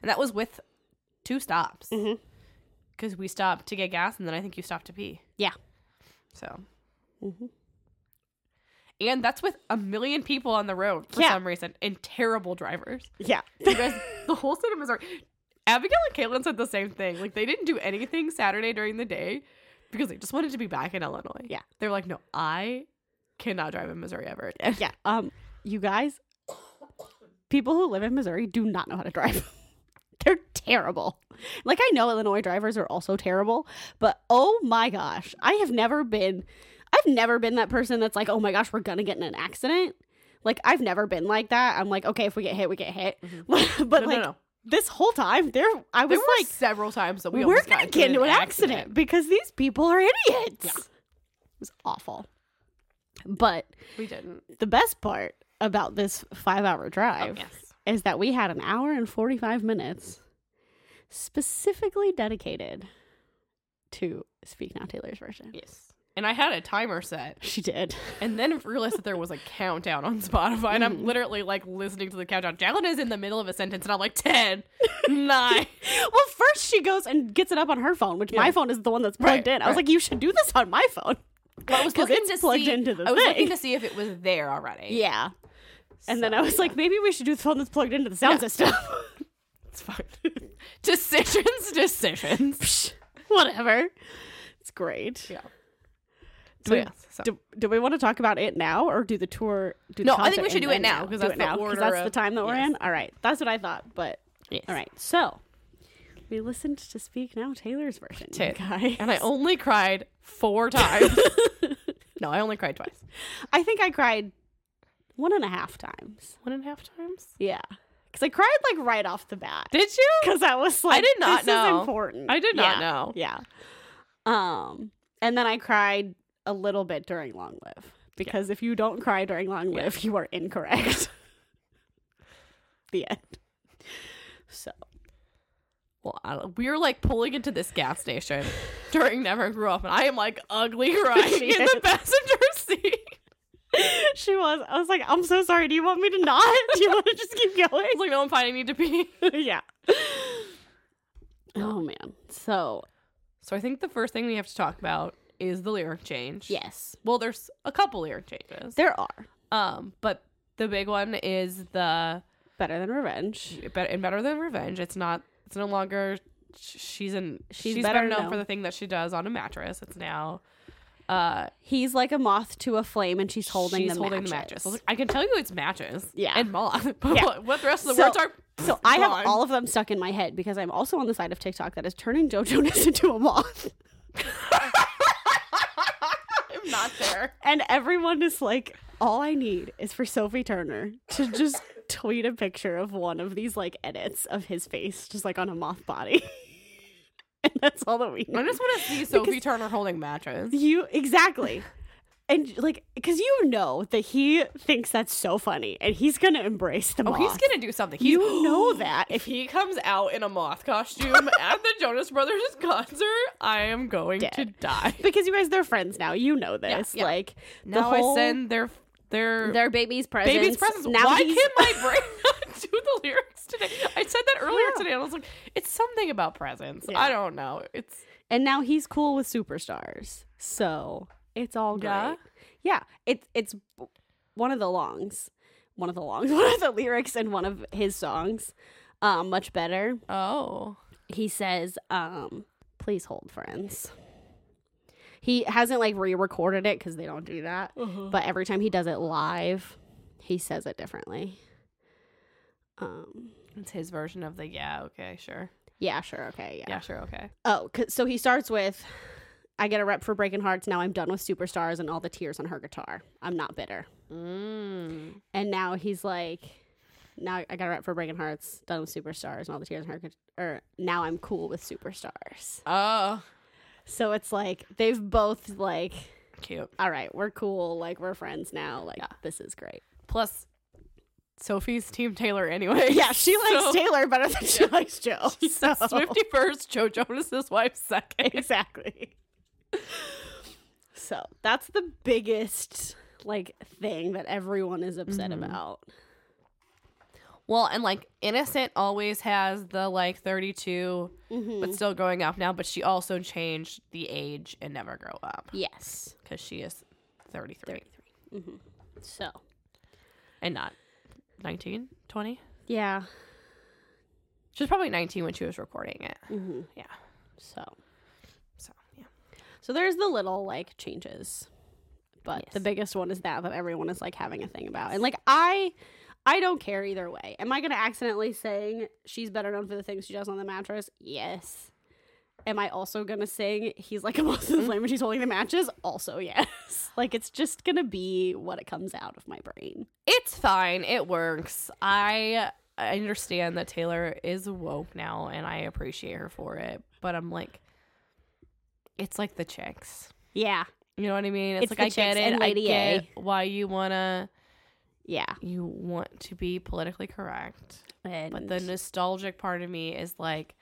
[SPEAKER 2] And that was with two stops. Because we stopped to get gas, and then I think you stopped to pee.
[SPEAKER 1] Yeah.
[SPEAKER 2] So.
[SPEAKER 1] Mm-hmm.
[SPEAKER 2] And that's with a million people on the road for
[SPEAKER 1] Yeah.
[SPEAKER 2] some reason and terrible drivers.
[SPEAKER 1] Yeah.
[SPEAKER 2] You guys, the whole state of Missouri. Abigail and Caitlin said the same thing. Like they didn't do anything Saturday during the day because they just wanted to be back in Illinois.
[SPEAKER 1] Yeah.
[SPEAKER 2] They're like, no, I cannot drive in Missouri ever again.
[SPEAKER 1] yeah. Um you guys people who live in Missouri do not know how to drive. They're terrible. Like I know Illinois drivers are also terrible, but oh my gosh, I have never been I've never been that person that's like, "Oh my gosh, we're going to get in an accident." Like I've never been like that. I'm like, "Okay, if we get hit, we get hit." but
[SPEAKER 2] Mm-hmm. No,
[SPEAKER 1] like
[SPEAKER 2] no, no.
[SPEAKER 1] this whole time there I
[SPEAKER 2] There
[SPEAKER 1] was
[SPEAKER 2] were
[SPEAKER 1] like,
[SPEAKER 2] several times that we
[SPEAKER 1] "We're
[SPEAKER 2] almost got
[SPEAKER 1] going to get into an accident. because these people are idiots."
[SPEAKER 2] Yeah.
[SPEAKER 1] It was awful. But
[SPEAKER 2] We didn't.
[SPEAKER 1] the best part about this five hour drive
[SPEAKER 2] Oh, yes.
[SPEAKER 1] is that we had an hour and 45 minutes specifically dedicated to Speak Now Taylor's version.
[SPEAKER 2] Yes. And I had a timer set.
[SPEAKER 1] She did.
[SPEAKER 2] And then realized that there was a countdown on Spotify, and
[SPEAKER 1] Mm-hmm.
[SPEAKER 2] I'm literally like listening to the countdown. Jalen is in the middle of a sentence, and I'm like, 10, 9.
[SPEAKER 1] Well, first she goes and gets it up on her phone, which my
[SPEAKER 2] Yeah.
[SPEAKER 1] phone is the one that's plugged
[SPEAKER 2] Right,
[SPEAKER 1] in. I was
[SPEAKER 2] right.
[SPEAKER 1] like, you should do this on my phone.
[SPEAKER 2] Well, I was
[SPEAKER 1] 'Cause
[SPEAKER 2] looking
[SPEAKER 1] it's
[SPEAKER 2] to
[SPEAKER 1] plugged
[SPEAKER 2] see,
[SPEAKER 1] into the
[SPEAKER 2] I was
[SPEAKER 1] thing.
[SPEAKER 2] looking to see if it was there already.
[SPEAKER 1] Yeah. And then I was like, maybe we should do the phone that's plugged into the sound system.
[SPEAKER 2] It's fine. decisions, decisions.
[SPEAKER 1] Whatever. It's great.
[SPEAKER 2] yeah.
[SPEAKER 1] Do we-
[SPEAKER 2] yes, so-
[SPEAKER 1] do, do we want to talk about it now or do the tour? Do the
[SPEAKER 2] No, I think
[SPEAKER 1] concert
[SPEAKER 2] we should
[SPEAKER 1] and
[SPEAKER 2] do it
[SPEAKER 1] then
[SPEAKER 2] now, 'cause
[SPEAKER 1] Do
[SPEAKER 2] that's
[SPEAKER 1] it
[SPEAKER 2] the
[SPEAKER 1] now, 'cause
[SPEAKER 2] order
[SPEAKER 1] that's the
[SPEAKER 2] of-
[SPEAKER 1] time that we're
[SPEAKER 2] yes.
[SPEAKER 1] in. All right, that's what I thought. But all right, so we listened to "Speak Now" Taylor's version, you
[SPEAKER 2] Tit.
[SPEAKER 1] guys.
[SPEAKER 2] And I only cried four times. no, I only cried twice.
[SPEAKER 1] I think I cried one and a half times.
[SPEAKER 2] One and a half times.
[SPEAKER 1] Yeah, because I cried like right off the bat.
[SPEAKER 2] Did you?
[SPEAKER 1] Because I was like,
[SPEAKER 2] did not
[SPEAKER 1] this
[SPEAKER 2] know.
[SPEAKER 1] Is important.
[SPEAKER 2] I did
[SPEAKER 1] Yeah,
[SPEAKER 2] not know.
[SPEAKER 1] Yeah. Um, and then I cried a little bit during "Long Live" because if you don't cry during "Long
[SPEAKER 2] Yeah.
[SPEAKER 1] Live," you are incorrect. the end. So
[SPEAKER 2] Well, I don't, we were like pulling into this gas station during Never Grew Up, and I am like ugly crying
[SPEAKER 1] She
[SPEAKER 2] in
[SPEAKER 1] is.
[SPEAKER 2] the passenger seat.
[SPEAKER 1] she was. I was like, I'm so sorry. Do you want me to not? Do you want to just keep going?
[SPEAKER 2] It's like, no, I'm fine. I need to pee.
[SPEAKER 1] yeah. Oh man. So
[SPEAKER 2] So I think the first thing we have to talk about is the lyric change.
[SPEAKER 1] yes,
[SPEAKER 2] Well, there's a couple lyric changes.
[SPEAKER 1] there are
[SPEAKER 2] Um, but the big one is the
[SPEAKER 1] better than revenge.
[SPEAKER 2] be- and better than revenge. It's not. It's no longer. sh- She's in.
[SPEAKER 1] She's
[SPEAKER 2] She's,
[SPEAKER 1] better
[SPEAKER 2] better, known
[SPEAKER 1] known.
[SPEAKER 2] for the thing that she does on a mattress. It's now. Uh,
[SPEAKER 1] He's like a moth to a flame, and she's holding
[SPEAKER 2] she's
[SPEAKER 1] the
[SPEAKER 2] holding
[SPEAKER 1] matches.
[SPEAKER 2] the mattress. I, was like, I can tell you it's matches.
[SPEAKER 1] Yeah.
[SPEAKER 2] And moth. But
[SPEAKER 1] Yeah.
[SPEAKER 2] what, what the rest of the
[SPEAKER 1] So-
[SPEAKER 2] words are?
[SPEAKER 1] so I have
[SPEAKER 2] gone.
[SPEAKER 1] all of them stuck in my head because I'm also on the side of TikTok that is turning Joe Jonas into a moth,
[SPEAKER 2] I'm not there.
[SPEAKER 1] and everyone is like, "All I need is for Sophie Turner to just tweet a picture of one of these like edits of his face, just like on a moth body." And that's all that we need.
[SPEAKER 2] I just want to see Sophie Turner holding matches.
[SPEAKER 1] You exactly. and like because you know that he thinks that's so funny and he's gonna embrace the
[SPEAKER 2] Oh,
[SPEAKER 1] moth.
[SPEAKER 2] he's gonna do something. He's,
[SPEAKER 1] you know that
[SPEAKER 2] if
[SPEAKER 1] if
[SPEAKER 2] he comes out in a moth costume at the Jonas Brothers concert, I am going to
[SPEAKER 1] Dead.
[SPEAKER 2] die.
[SPEAKER 1] because you guys they're friends now you know this
[SPEAKER 2] yeah.
[SPEAKER 1] like
[SPEAKER 2] Now
[SPEAKER 1] whole-
[SPEAKER 2] I send their their
[SPEAKER 1] their baby's presents
[SPEAKER 2] baby's presents.
[SPEAKER 1] now
[SPEAKER 2] Why
[SPEAKER 1] he's-
[SPEAKER 2] can't my brain not do the lyrics today? I said that earlier
[SPEAKER 1] Yeah.
[SPEAKER 2] today, and I was like, it's something about presents.
[SPEAKER 1] Yeah.
[SPEAKER 2] I don't know. It's
[SPEAKER 1] and now he's cool with superstars so it's all great
[SPEAKER 2] Yeah?
[SPEAKER 1] yeah, it's it's one of the longs one of the longs one of the lyrics in one of his songs um much better
[SPEAKER 2] oh
[SPEAKER 1] he says, um, please hold friends. He hasn't like re-recorded it because they don't do that.
[SPEAKER 2] Uh-huh.
[SPEAKER 1] But every time he does it live, he says it differently. Um,
[SPEAKER 2] it's his version of the yeah okay sure
[SPEAKER 1] yeah, sure, okay, yeah.
[SPEAKER 2] yeah, sure okay
[SPEAKER 1] Oh, 'cause- so he starts with, "I get a rep for breaking hearts. Now I'm done with superstars and all the tears on her guitar. I'm not bitter."
[SPEAKER 2] mm.
[SPEAKER 1] And now he's like, "Now I got a rep for breaking hearts. Done with superstars and all the tears on her guitar. Or now I'm cool with superstars."
[SPEAKER 2] oh
[SPEAKER 1] So it's like they've both like,
[SPEAKER 2] cute
[SPEAKER 1] all right, we're cool, like we're friends now, like
[SPEAKER 2] Yeah.
[SPEAKER 1] this is great.
[SPEAKER 2] plus Sophie's team Taylor anyway
[SPEAKER 1] Yeah, she likes
[SPEAKER 2] So-
[SPEAKER 1] Taylor better than she likes Joe. So
[SPEAKER 2] Swifty first Joe Jonas's wife second
[SPEAKER 1] exactly. so that's the biggest like thing that everyone is upset about.
[SPEAKER 2] well and like innocent always has the like 32
[SPEAKER 1] Mhm.
[SPEAKER 2] but still growing up now but she also changed the age and never grow up
[SPEAKER 1] Yes,
[SPEAKER 2] because she is 33
[SPEAKER 1] 33. hmm So
[SPEAKER 2] and not 19 20
[SPEAKER 1] yeah,
[SPEAKER 2] she was probably 19 when she was recording it
[SPEAKER 1] hmm
[SPEAKER 2] yeah
[SPEAKER 1] so
[SPEAKER 2] so yeah
[SPEAKER 1] so there's the little like changes, but the
[SPEAKER 2] Yes.
[SPEAKER 1] biggest one is that that everyone is like having a thing about, and like I. I don't care either way. Am I going to accidentally sing she's better known for the things she does on the mattress? Yes. Am I also going to sing he's like a moth
[SPEAKER 2] Mm-hmm.
[SPEAKER 1] in the flame when she's holding the matches? Also, yes. Like it's just going to be what it comes out of my brain.
[SPEAKER 2] it's fine it works i i understand that taylor is woke now and i appreciate her for it but i'm like it's like the chicks
[SPEAKER 1] Yeah.
[SPEAKER 2] you know what i mean it's,
[SPEAKER 1] It's
[SPEAKER 2] like
[SPEAKER 1] the
[SPEAKER 2] i get
[SPEAKER 1] chicks
[SPEAKER 2] it
[SPEAKER 1] and
[SPEAKER 2] i
[SPEAKER 1] Lady
[SPEAKER 2] get
[SPEAKER 1] A.
[SPEAKER 2] why you wanna
[SPEAKER 1] Yeah.
[SPEAKER 2] you want to be politically correct
[SPEAKER 1] And
[SPEAKER 2] but the nostalgic part of me is like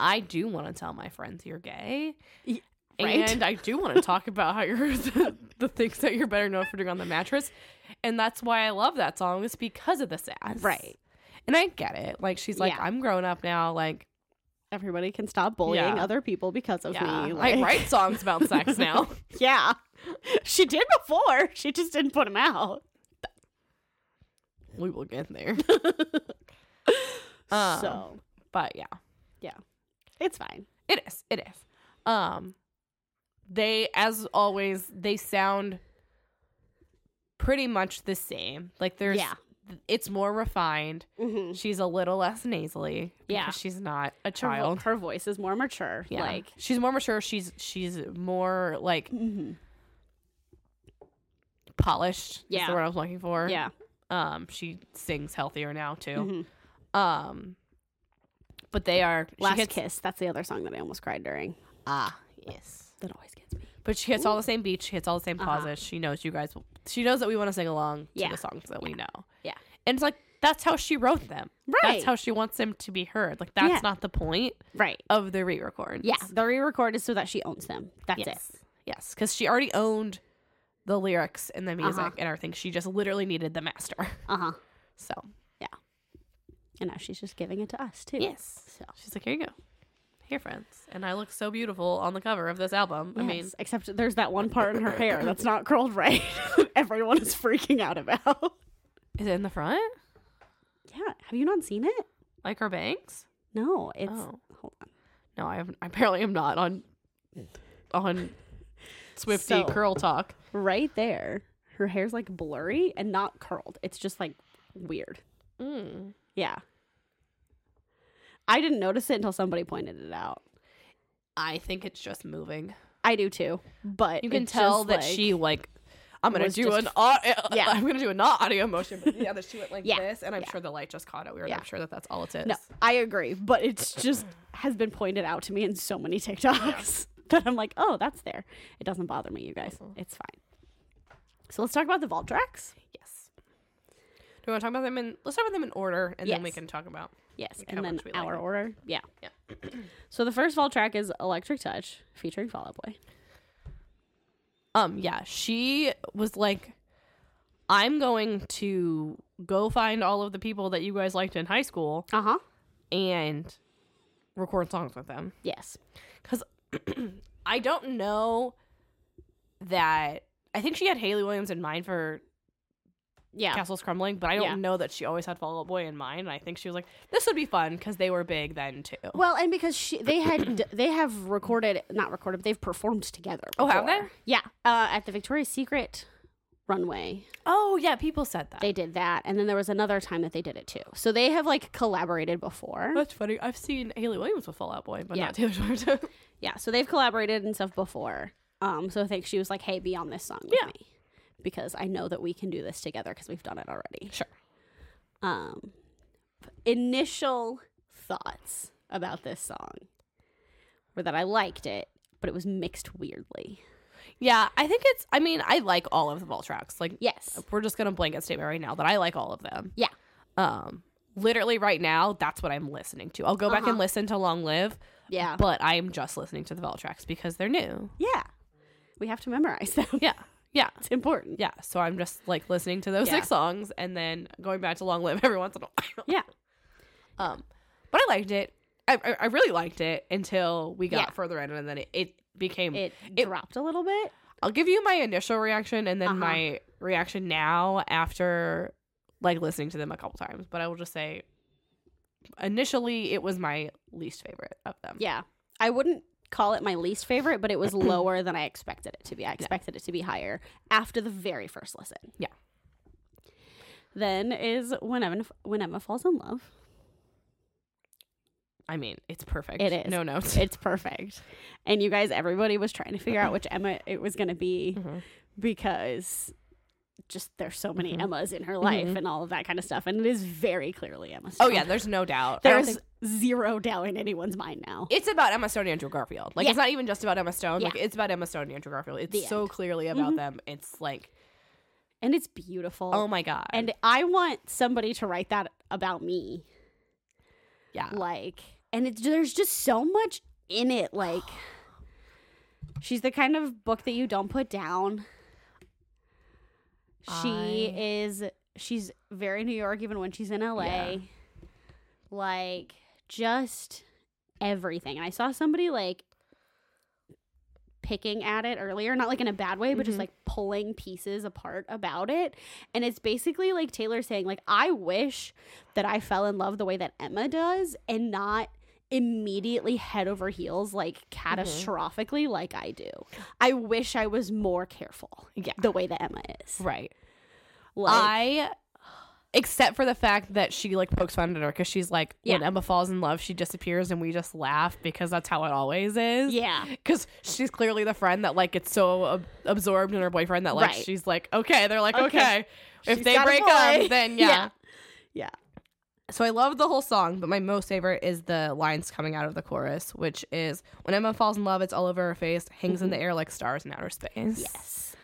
[SPEAKER 2] i do want to tell my friends you're gay
[SPEAKER 1] Y- right?
[SPEAKER 2] and i do want to talk about how you're the, the things that you're better known for doing on the mattress and that's why i love that song is because of the sass
[SPEAKER 1] Right.
[SPEAKER 2] and i get it like she's like
[SPEAKER 1] Yeah.
[SPEAKER 2] i'm grown up now like
[SPEAKER 1] everybody can stop bullying
[SPEAKER 2] Yeah.
[SPEAKER 1] other people because of
[SPEAKER 2] yeah,
[SPEAKER 1] me.
[SPEAKER 2] i write songs about sex now
[SPEAKER 1] Yeah. She did before. She just didn't put him out.
[SPEAKER 2] we will get there Um,
[SPEAKER 1] so
[SPEAKER 2] but yeah
[SPEAKER 1] it's fine.
[SPEAKER 2] It is. It is. Um they as always they sound pretty much the same. Like there's
[SPEAKER 1] Yeah.
[SPEAKER 2] it's more refined.
[SPEAKER 1] Mm-hmm.
[SPEAKER 2] She's a little less nasally.
[SPEAKER 1] Yeah.
[SPEAKER 2] because She's not a
[SPEAKER 1] Her, vo-
[SPEAKER 2] child.
[SPEAKER 1] her voice is more mature.
[SPEAKER 2] yeah.
[SPEAKER 1] Like,
[SPEAKER 2] she's more mature. She's she's more like
[SPEAKER 1] Mm-hmm.
[SPEAKER 2] polished. Is
[SPEAKER 1] Yeah.
[SPEAKER 2] the word I was looking for.
[SPEAKER 1] yeah.
[SPEAKER 2] Um she sings healthier now too.
[SPEAKER 1] Mhm.
[SPEAKER 2] Um but they are she
[SPEAKER 1] Last
[SPEAKER 2] hits-
[SPEAKER 1] Kiss. That's the other song that I almost cried during.
[SPEAKER 2] Ah, yes.
[SPEAKER 1] That always gets me.
[SPEAKER 2] But she hits all the same beats. She hits all the same
[SPEAKER 1] Uh-huh.
[SPEAKER 2] pauses. She knows you guys. will- She knows that we want to sing along
[SPEAKER 1] Yeah.
[SPEAKER 2] to the songs that we know.
[SPEAKER 1] Yeah.
[SPEAKER 2] and it's like that's how she wrote them.
[SPEAKER 1] Right.
[SPEAKER 2] That's how she wants them to be heard. Like that's
[SPEAKER 1] Yeah.
[SPEAKER 2] not the point
[SPEAKER 1] Right.
[SPEAKER 2] of the re-record.
[SPEAKER 1] Yeah. The re record is so that she owns them. That's
[SPEAKER 2] yes, yes, because she already owned the lyrics and the music
[SPEAKER 1] Uh-huh.
[SPEAKER 2] and everything. She just literally needed the master.
[SPEAKER 1] it. Uh huh.
[SPEAKER 2] So
[SPEAKER 1] And now she's just giving it to us, too.
[SPEAKER 2] yes,
[SPEAKER 1] So.
[SPEAKER 2] she's like, here you go, here, friends, and I look so beautiful on the cover of this album. I mean,
[SPEAKER 1] Yes, except there's that one part in her hair that's not curled right. Everyone is freaking out about.
[SPEAKER 2] is it in the front
[SPEAKER 1] Yeah. Have you not seen it?
[SPEAKER 2] like her bangs?
[SPEAKER 1] No. It's.
[SPEAKER 2] Oh.
[SPEAKER 1] Hold on.
[SPEAKER 2] No, I, have, I apparently am not on on Swifty
[SPEAKER 1] So-
[SPEAKER 2] curl talk.
[SPEAKER 1] Right there. Her hair's like blurry and not curled. It's just like weird.
[SPEAKER 2] Mm.
[SPEAKER 1] Yeah. I didn't notice it until somebody pointed it out.
[SPEAKER 2] I think it's just moving.
[SPEAKER 1] I do too, but
[SPEAKER 2] You can
[SPEAKER 1] it's
[SPEAKER 2] tell
[SPEAKER 1] just,
[SPEAKER 2] that
[SPEAKER 1] like-
[SPEAKER 2] she like. I'm gonna
[SPEAKER 1] was
[SPEAKER 2] do
[SPEAKER 1] just-
[SPEAKER 2] an audio.
[SPEAKER 1] Yeah.
[SPEAKER 2] I'm gonna do a not audio motion, but yeah, that she went like
[SPEAKER 1] Yeah.
[SPEAKER 2] this, and I'm
[SPEAKER 1] Yeah.
[SPEAKER 2] sure the light just caught it weird.
[SPEAKER 1] Yeah.
[SPEAKER 2] I'm sure that that's all it is.
[SPEAKER 1] No, I agree, but it's just has been pointed out to me in so many TikToks that I'm like, oh, that's there. It doesn't bother me, you guys. It's fine. So let's talk about the vault tracks.
[SPEAKER 2] Yes. Do we want to talk about them in? Let's talk about them in order, and then we
[SPEAKER 1] Yes.
[SPEAKER 2] can talk about.
[SPEAKER 1] Yes,
[SPEAKER 2] Like how
[SPEAKER 1] and then
[SPEAKER 2] much we like
[SPEAKER 1] our
[SPEAKER 2] them.
[SPEAKER 1] order. Yeah.
[SPEAKER 2] Yeah.
[SPEAKER 1] so the first vault track is Electric Touch featuring Fall Out Boy.
[SPEAKER 2] Um. Yeah. She was like, "I'm going to go find all of the people that you guys liked in high school
[SPEAKER 1] Uh huh.
[SPEAKER 2] and record songs with them."
[SPEAKER 1] Yes.
[SPEAKER 2] because I don't know that I think she had Haley Williams in mind for
[SPEAKER 1] Yeah.
[SPEAKER 2] Castles Crumbling, but I don't
[SPEAKER 1] Yeah.
[SPEAKER 2] know that she always had Fall Out Boy in mind. And I think she was like, this would be fun because they were big then too.
[SPEAKER 1] Well, and because she, they had d- they have recorded not recorded, but they've performed together.
[SPEAKER 2] Oh, have
[SPEAKER 1] before. Yeah, uh, at the Victoria's Secret runway,
[SPEAKER 2] Oh yeah, people said that.
[SPEAKER 1] they did that, and then there was another time that they did it too. So they have like collaborated before.
[SPEAKER 2] That's funny. I've seen Haley Williams with Fall Out Boy, but
[SPEAKER 1] Yeah.
[SPEAKER 2] not Taylor Swift.
[SPEAKER 1] Yeah, so they've collaborated and stuff before. Um, so I think she was like, "Hey, be on this song with
[SPEAKER 2] Yeah.
[SPEAKER 1] me," because I know that we can do this together because we've done it already.
[SPEAKER 2] sure.
[SPEAKER 1] Um, initial thoughts about this song were that I liked it, but it was mixed weirdly.
[SPEAKER 2] Yeah, I think it's. I mean, I like all of the ball tracks. Like,
[SPEAKER 1] Yes.
[SPEAKER 2] we're just gonna blanket statement right now that I like all of them.
[SPEAKER 1] Oh. Yeah.
[SPEAKER 2] Um, literally right now, that's what I'm listening to. I'll go back and
[SPEAKER 1] Uh-huh.
[SPEAKER 2] listen to Long Live,
[SPEAKER 1] Yeah.
[SPEAKER 2] but I'm just listening to the Vel tracks because they're new.
[SPEAKER 1] Yeah. We have to memorize them.
[SPEAKER 2] Yeah. Yeah.
[SPEAKER 1] It's important.
[SPEAKER 2] Yeah. So I'm just like listening to those
[SPEAKER 1] Yeah.
[SPEAKER 2] six songs and then going back to Long Live every once in a while.
[SPEAKER 1] Yeah.
[SPEAKER 2] Um, but I liked it. I, I, I really liked it until we got
[SPEAKER 1] Yeah.
[SPEAKER 2] further in and then it, it became.
[SPEAKER 1] It,
[SPEAKER 2] Um, It-
[SPEAKER 1] dropped a little bit.
[SPEAKER 2] I'll give you my initial reaction and then
[SPEAKER 1] Uh-huh.
[SPEAKER 2] my reaction now after like listening to them a couple times. But I will just say initially it was my least favorite of them.
[SPEAKER 1] Yeah. I wouldn't call it my least favorite, but it was lower than I expected it to be. I expected it to be higher after the very first listen.
[SPEAKER 2] Yeah.
[SPEAKER 1] Then is when Emma, when Emma falls in love.
[SPEAKER 2] I mean, it's perfect.
[SPEAKER 1] It is.
[SPEAKER 2] No notes.
[SPEAKER 1] It's perfect. And you guys, everybody was trying to figure out which Emma it was going to be
[SPEAKER 2] Mhm.
[SPEAKER 1] because just there's so many
[SPEAKER 2] Mhm.
[SPEAKER 1] Emmas in her life
[SPEAKER 2] Mhm.
[SPEAKER 1] and all of that kind of stuff. And it is very clearly Emma.
[SPEAKER 2] Oh
[SPEAKER 1] Stone.
[SPEAKER 2] yeah, there's no doubt. I don't
[SPEAKER 1] There's
[SPEAKER 2] think-
[SPEAKER 1] zero doubt in anyone's mind now.
[SPEAKER 2] it's about Emma Stone and Andrew Garfield. Like
[SPEAKER 1] Yeah.
[SPEAKER 2] it's not even just about Emma Stone.
[SPEAKER 1] Yeah.
[SPEAKER 2] Like it's about Emma Stone and Andrew Garfield. It's
[SPEAKER 1] The
[SPEAKER 2] so
[SPEAKER 1] end. Mm-hmm.
[SPEAKER 2] clearly about them. It's like
[SPEAKER 1] And it's beautiful.
[SPEAKER 2] oh my god.
[SPEAKER 1] and I want somebody to write that about me.
[SPEAKER 2] yeah,
[SPEAKER 1] Like, and it's there's just so much in it. Like, she's the kind of book that you don't put down. She
[SPEAKER 2] I-
[SPEAKER 1] is. She's very New York, even when she's in LA.
[SPEAKER 2] Yeah.
[SPEAKER 1] Like, just everything. And I saw somebody like picking at it earlier, not like in a bad way, but just
[SPEAKER 2] Mhm.
[SPEAKER 1] like pulling pieces apart about it. And it's basically like Taylor saying, like, I wish that I fell in love the way that Emma does and not immediately head over heels like
[SPEAKER 2] Mm-hmm.
[SPEAKER 1] catastrophically like I do. I wish I was more careful
[SPEAKER 2] yeah,
[SPEAKER 1] the way that Emma is.
[SPEAKER 2] right.
[SPEAKER 1] Like
[SPEAKER 2] I except for the fact that she like pokes fun at her because she's like when
[SPEAKER 1] Yeah.
[SPEAKER 2] Emma falls in love, she disappears and we just laugh because that's how it always is.
[SPEAKER 1] Yeah.
[SPEAKER 2] Because she's clearly the friend that like gets so ab- absorbed in her boyfriend that like
[SPEAKER 1] Right.
[SPEAKER 2] she's like okay, they're like okay,
[SPEAKER 1] Okay.
[SPEAKER 2] if
[SPEAKER 1] She's
[SPEAKER 2] they
[SPEAKER 1] got a
[SPEAKER 2] break
[SPEAKER 1] boy.
[SPEAKER 2] up then yeah.
[SPEAKER 1] Yeah. Yeah.
[SPEAKER 2] So I love the whole song, but my most favorite is the lines coming out of the chorus, which is when Emma falls in love, it's all over her face, hangs in the air like stars in outer space.
[SPEAKER 1] Mm-hmm. Yes.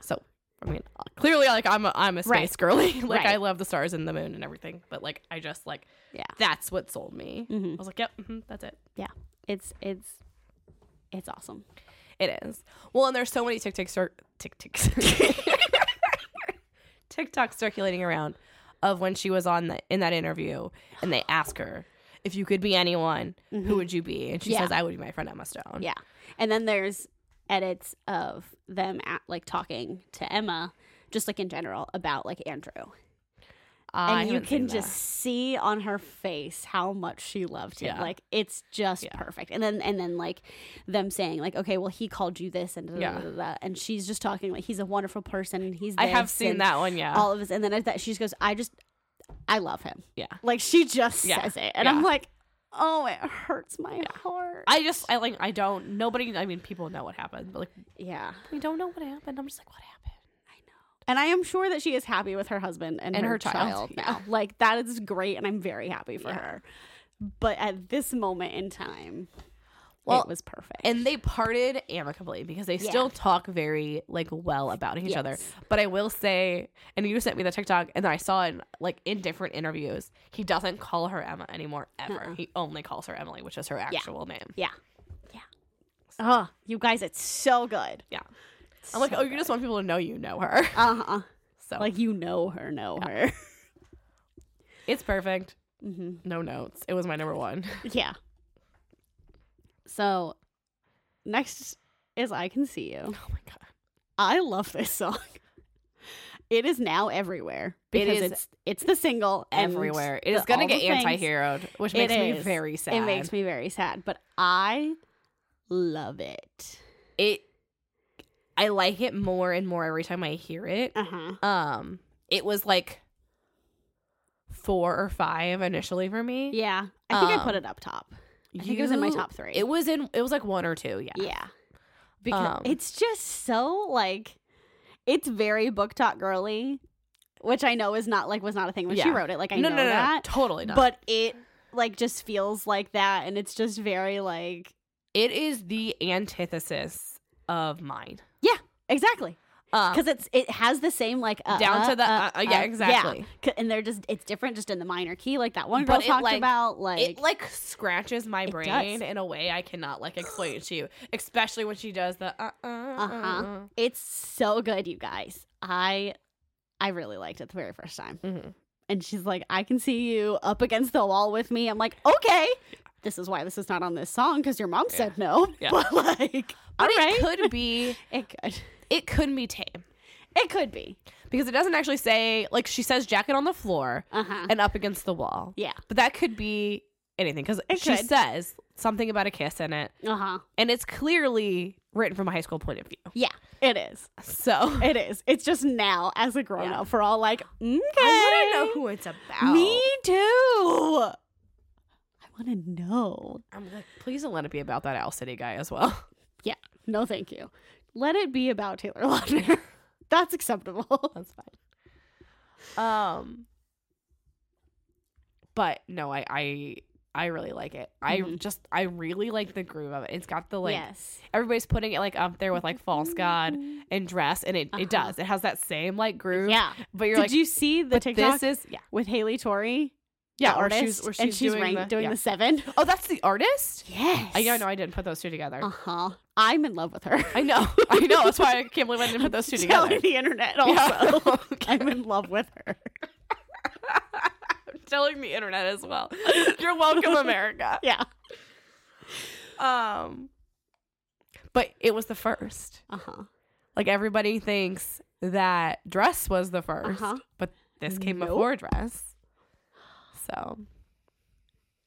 [SPEAKER 2] So I mean, clearly, like I'm a I'm a space
[SPEAKER 1] Right.
[SPEAKER 2] girly. like I
[SPEAKER 1] Right.
[SPEAKER 2] love the stars and the moon and everything. But like I just like
[SPEAKER 1] Yeah.
[SPEAKER 2] that's what sold me.
[SPEAKER 1] Mhm.
[SPEAKER 2] I was like, yep, mhm, that's it.
[SPEAKER 1] Yeah. It's it's it's awesome.
[SPEAKER 2] It is. Well, and there's so many TikTok cir- TikToks TikTok circulating around of when she was on the in that interview and they ask her if you could be anyone, who would you be? And she
[SPEAKER 1] Yeah.
[SPEAKER 2] says, I would be my friend Emma Stone.
[SPEAKER 1] Yeah. And then there's edits of them at like talking to Emma just like in general about like Andrew.
[SPEAKER 2] I
[SPEAKER 1] And you
[SPEAKER 2] haven't seen
[SPEAKER 1] can
[SPEAKER 2] that.
[SPEAKER 1] just see on her face how much she loved him.
[SPEAKER 2] Yeah.
[SPEAKER 1] Like it's just
[SPEAKER 2] Yeah.
[SPEAKER 1] perfect. And then and then like them saying like okay, well he called you this and da, da,
[SPEAKER 2] Yeah.
[SPEAKER 1] da, da, da. and she's just talking like he's a wonderful person and he's
[SPEAKER 2] I have
[SPEAKER 1] this
[SPEAKER 2] seen
[SPEAKER 1] and
[SPEAKER 2] that one. Yeah.
[SPEAKER 1] all of this and then at that she just goes I just I love him.
[SPEAKER 2] yeah.
[SPEAKER 1] Like she just
[SPEAKER 2] Yeah.
[SPEAKER 1] says it and
[SPEAKER 2] Yeah.
[SPEAKER 1] I'm like oh it hurts my heart.
[SPEAKER 2] I just I like I don't nobody I mean people know what happened, but like
[SPEAKER 1] yeah.
[SPEAKER 2] we don't know what happened. I'm just like, what happened?
[SPEAKER 1] And I am sure that she is happy with her husband and,
[SPEAKER 2] And
[SPEAKER 1] her,
[SPEAKER 2] her child,
[SPEAKER 1] child,
[SPEAKER 2] yeah.
[SPEAKER 1] now. Like that is great and I'm very happy for
[SPEAKER 2] Yeah.
[SPEAKER 1] her. But at this moment in time,
[SPEAKER 2] Well,
[SPEAKER 1] it was perfect.
[SPEAKER 2] and they parted amicably because they
[SPEAKER 1] Yeah.
[SPEAKER 2] still talk very like well about each other.
[SPEAKER 1] Yes.
[SPEAKER 2] But I will say, and you sent me the TikTok, and I saw in like in different interviews, he doesn't call her Emma anymore ever.
[SPEAKER 1] Uh-uh.
[SPEAKER 2] He only calls her Emily, which is her actual name.
[SPEAKER 1] yeah, yeah. Oh, you guys, it's so good.
[SPEAKER 2] Yeah. I'm like, oh, you just want people to know you know her.
[SPEAKER 1] uh huh.
[SPEAKER 2] So
[SPEAKER 1] Like you know her, know her.
[SPEAKER 2] it's perfect.
[SPEAKER 1] hmm
[SPEAKER 2] No notes. It was my number one.
[SPEAKER 1] Yeah. So, next is "I Can See You."
[SPEAKER 2] Oh my god.
[SPEAKER 1] I love this song. It is now everywhere
[SPEAKER 2] It
[SPEAKER 1] because
[SPEAKER 2] is
[SPEAKER 1] it's it's the single and
[SPEAKER 2] Everywhere. It
[SPEAKER 1] the-
[SPEAKER 2] is gonna
[SPEAKER 1] all the
[SPEAKER 2] get
[SPEAKER 1] things.
[SPEAKER 2] anti-heroed, which
[SPEAKER 1] It
[SPEAKER 2] makes me
[SPEAKER 1] is.
[SPEAKER 2] very sad.
[SPEAKER 1] It makes me very sad, but I love it.
[SPEAKER 2] it I like it more and more every time I hear it.
[SPEAKER 1] Uh huh.
[SPEAKER 2] Um it was like four or five initially for me.
[SPEAKER 1] Yeah, I think I put
[SPEAKER 2] Um,
[SPEAKER 1] it up top. I think it was in my
[SPEAKER 2] You-
[SPEAKER 1] top three.
[SPEAKER 2] It was in it was like one or two, yeah.
[SPEAKER 1] Yeah. Because
[SPEAKER 2] Um,
[SPEAKER 1] it's just so like it's very book talk girly, which I know is not like was not a thing when she
[SPEAKER 2] Yeah.
[SPEAKER 1] wrote it. Like I
[SPEAKER 2] no,
[SPEAKER 1] know
[SPEAKER 2] no, no, no,
[SPEAKER 1] that.
[SPEAKER 2] totally not.
[SPEAKER 1] But it like just feels like that and it's just very like
[SPEAKER 2] it is the antithesis of mine.
[SPEAKER 1] Exactly.
[SPEAKER 2] Um,
[SPEAKER 1] Because it's it has the same like uh,
[SPEAKER 2] down
[SPEAKER 1] uh,
[SPEAKER 2] to the uh, uh, yeah, exactly.
[SPEAKER 1] C- And they're just it's different just in the minor key, like that one girl
[SPEAKER 2] But it,
[SPEAKER 1] talked
[SPEAKER 2] like-
[SPEAKER 1] about like
[SPEAKER 2] it like scratches my
[SPEAKER 1] It
[SPEAKER 2] brain
[SPEAKER 1] does.
[SPEAKER 2] in a way I cannot like explain it to you, especially when she does the uh uh
[SPEAKER 1] Uh-huh. it's so good, you guys. I I really liked it the very first time.
[SPEAKER 2] Mhm.
[SPEAKER 1] And she's like, I can see you up against the wall with me. I'm like, okay. This is why this is not on this song because your mom said no.
[SPEAKER 2] Yeah.
[SPEAKER 1] But like,
[SPEAKER 2] But
[SPEAKER 1] all right.
[SPEAKER 2] it could be
[SPEAKER 1] it could.
[SPEAKER 2] it could be tame
[SPEAKER 1] It could be.
[SPEAKER 2] because it doesn't actually say like she says jacket on the floor
[SPEAKER 1] Uh huh.
[SPEAKER 2] and up against the wall.
[SPEAKER 1] Yeah.
[SPEAKER 2] But that could be anything because she
[SPEAKER 1] could.
[SPEAKER 2] says something about a kiss in it,
[SPEAKER 1] Uh huh.
[SPEAKER 2] and it's clearly written from a high school point of view.
[SPEAKER 1] Yeah. It is.
[SPEAKER 2] So
[SPEAKER 1] It is. It's just now as a grown up, we're all like, okay.
[SPEAKER 2] I want to know who it's about.
[SPEAKER 1] Me too. I want to know.
[SPEAKER 2] I'm like, please don't let it be about that Owl City guy as well.
[SPEAKER 1] Yeah. No, thank you. Let it be about Taylor Lautner. That's acceptable.
[SPEAKER 2] That's fine. Um, but no, I I I really like it. I
[SPEAKER 1] Mhm.
[SPEAKER 2] just I really like the groove of it. It's got the like
[SPEAKER 1] yes.
[SPEAKER 2] everybody's putting it like up there with like False God and Dress, and it it
[SPEAKER 1] Uh-huh.
[SPEAKER 2] does. It has that same like groove.
[SPEAKER 1] Yeah.
[SPEAKER 2] but you're
[SPEAKER 1] Did
[SPEAKER 2] like
[SPEAKER 1] you see the
[SPEAKER 2] but
[SPEAKER 1] TikTok
[SPEAKER 2] this is yeah
[SPEAKER 1] with Haley Torrey?
[SPEAKER 2] yeah
[SPEAKER 1] the
[SPEAKER 2] or
[SPEAKER 1] artist,
[SPEAKER 2] she's, or she's
[SPEAKER 1] and she's
[SPEAKER 2] doing,
[SPEAKER 1] ranked
[SPEAKER 2] the,
[SPEAKER 1] doing
[SPEAKER 2] yeah.
[SPEAKER 1] the seven.
[SPEAKER 2] Oh, that's the artist. Oh.
[SPEAKER 1] Yes.
[SPEAKER 2] I yeah, no, I didn't put those two together.
[SPEAKER 1] Uh huh. I'm in love with her.
[SPEAKER 2] I know, I know. That's why I can't believe I didn't put those two together.
[SPEAKER 1] Telling the internet
[SPEAKER 2] Yeah.
[SPEAKER 1] also.
[SPEAKER 2] Okay.
[SPEAKER 1] I'm in love with her.
[SPEAKER 2] I'm telling the internet as well. You're welcome, America.
[SPEAKER 1] Yeah.
[SPEAKER 2] Um, but it was the first.
[SPEAKER 1] Uh huh.
[SPEAKER 2] Like everybody thinks that dress was the 1st
[SPEAKER 1] Uh-huh.
[SPEAKER 2] but this came
[SPEAKER 1] Nope.
[SPEAKER 2] before dress. So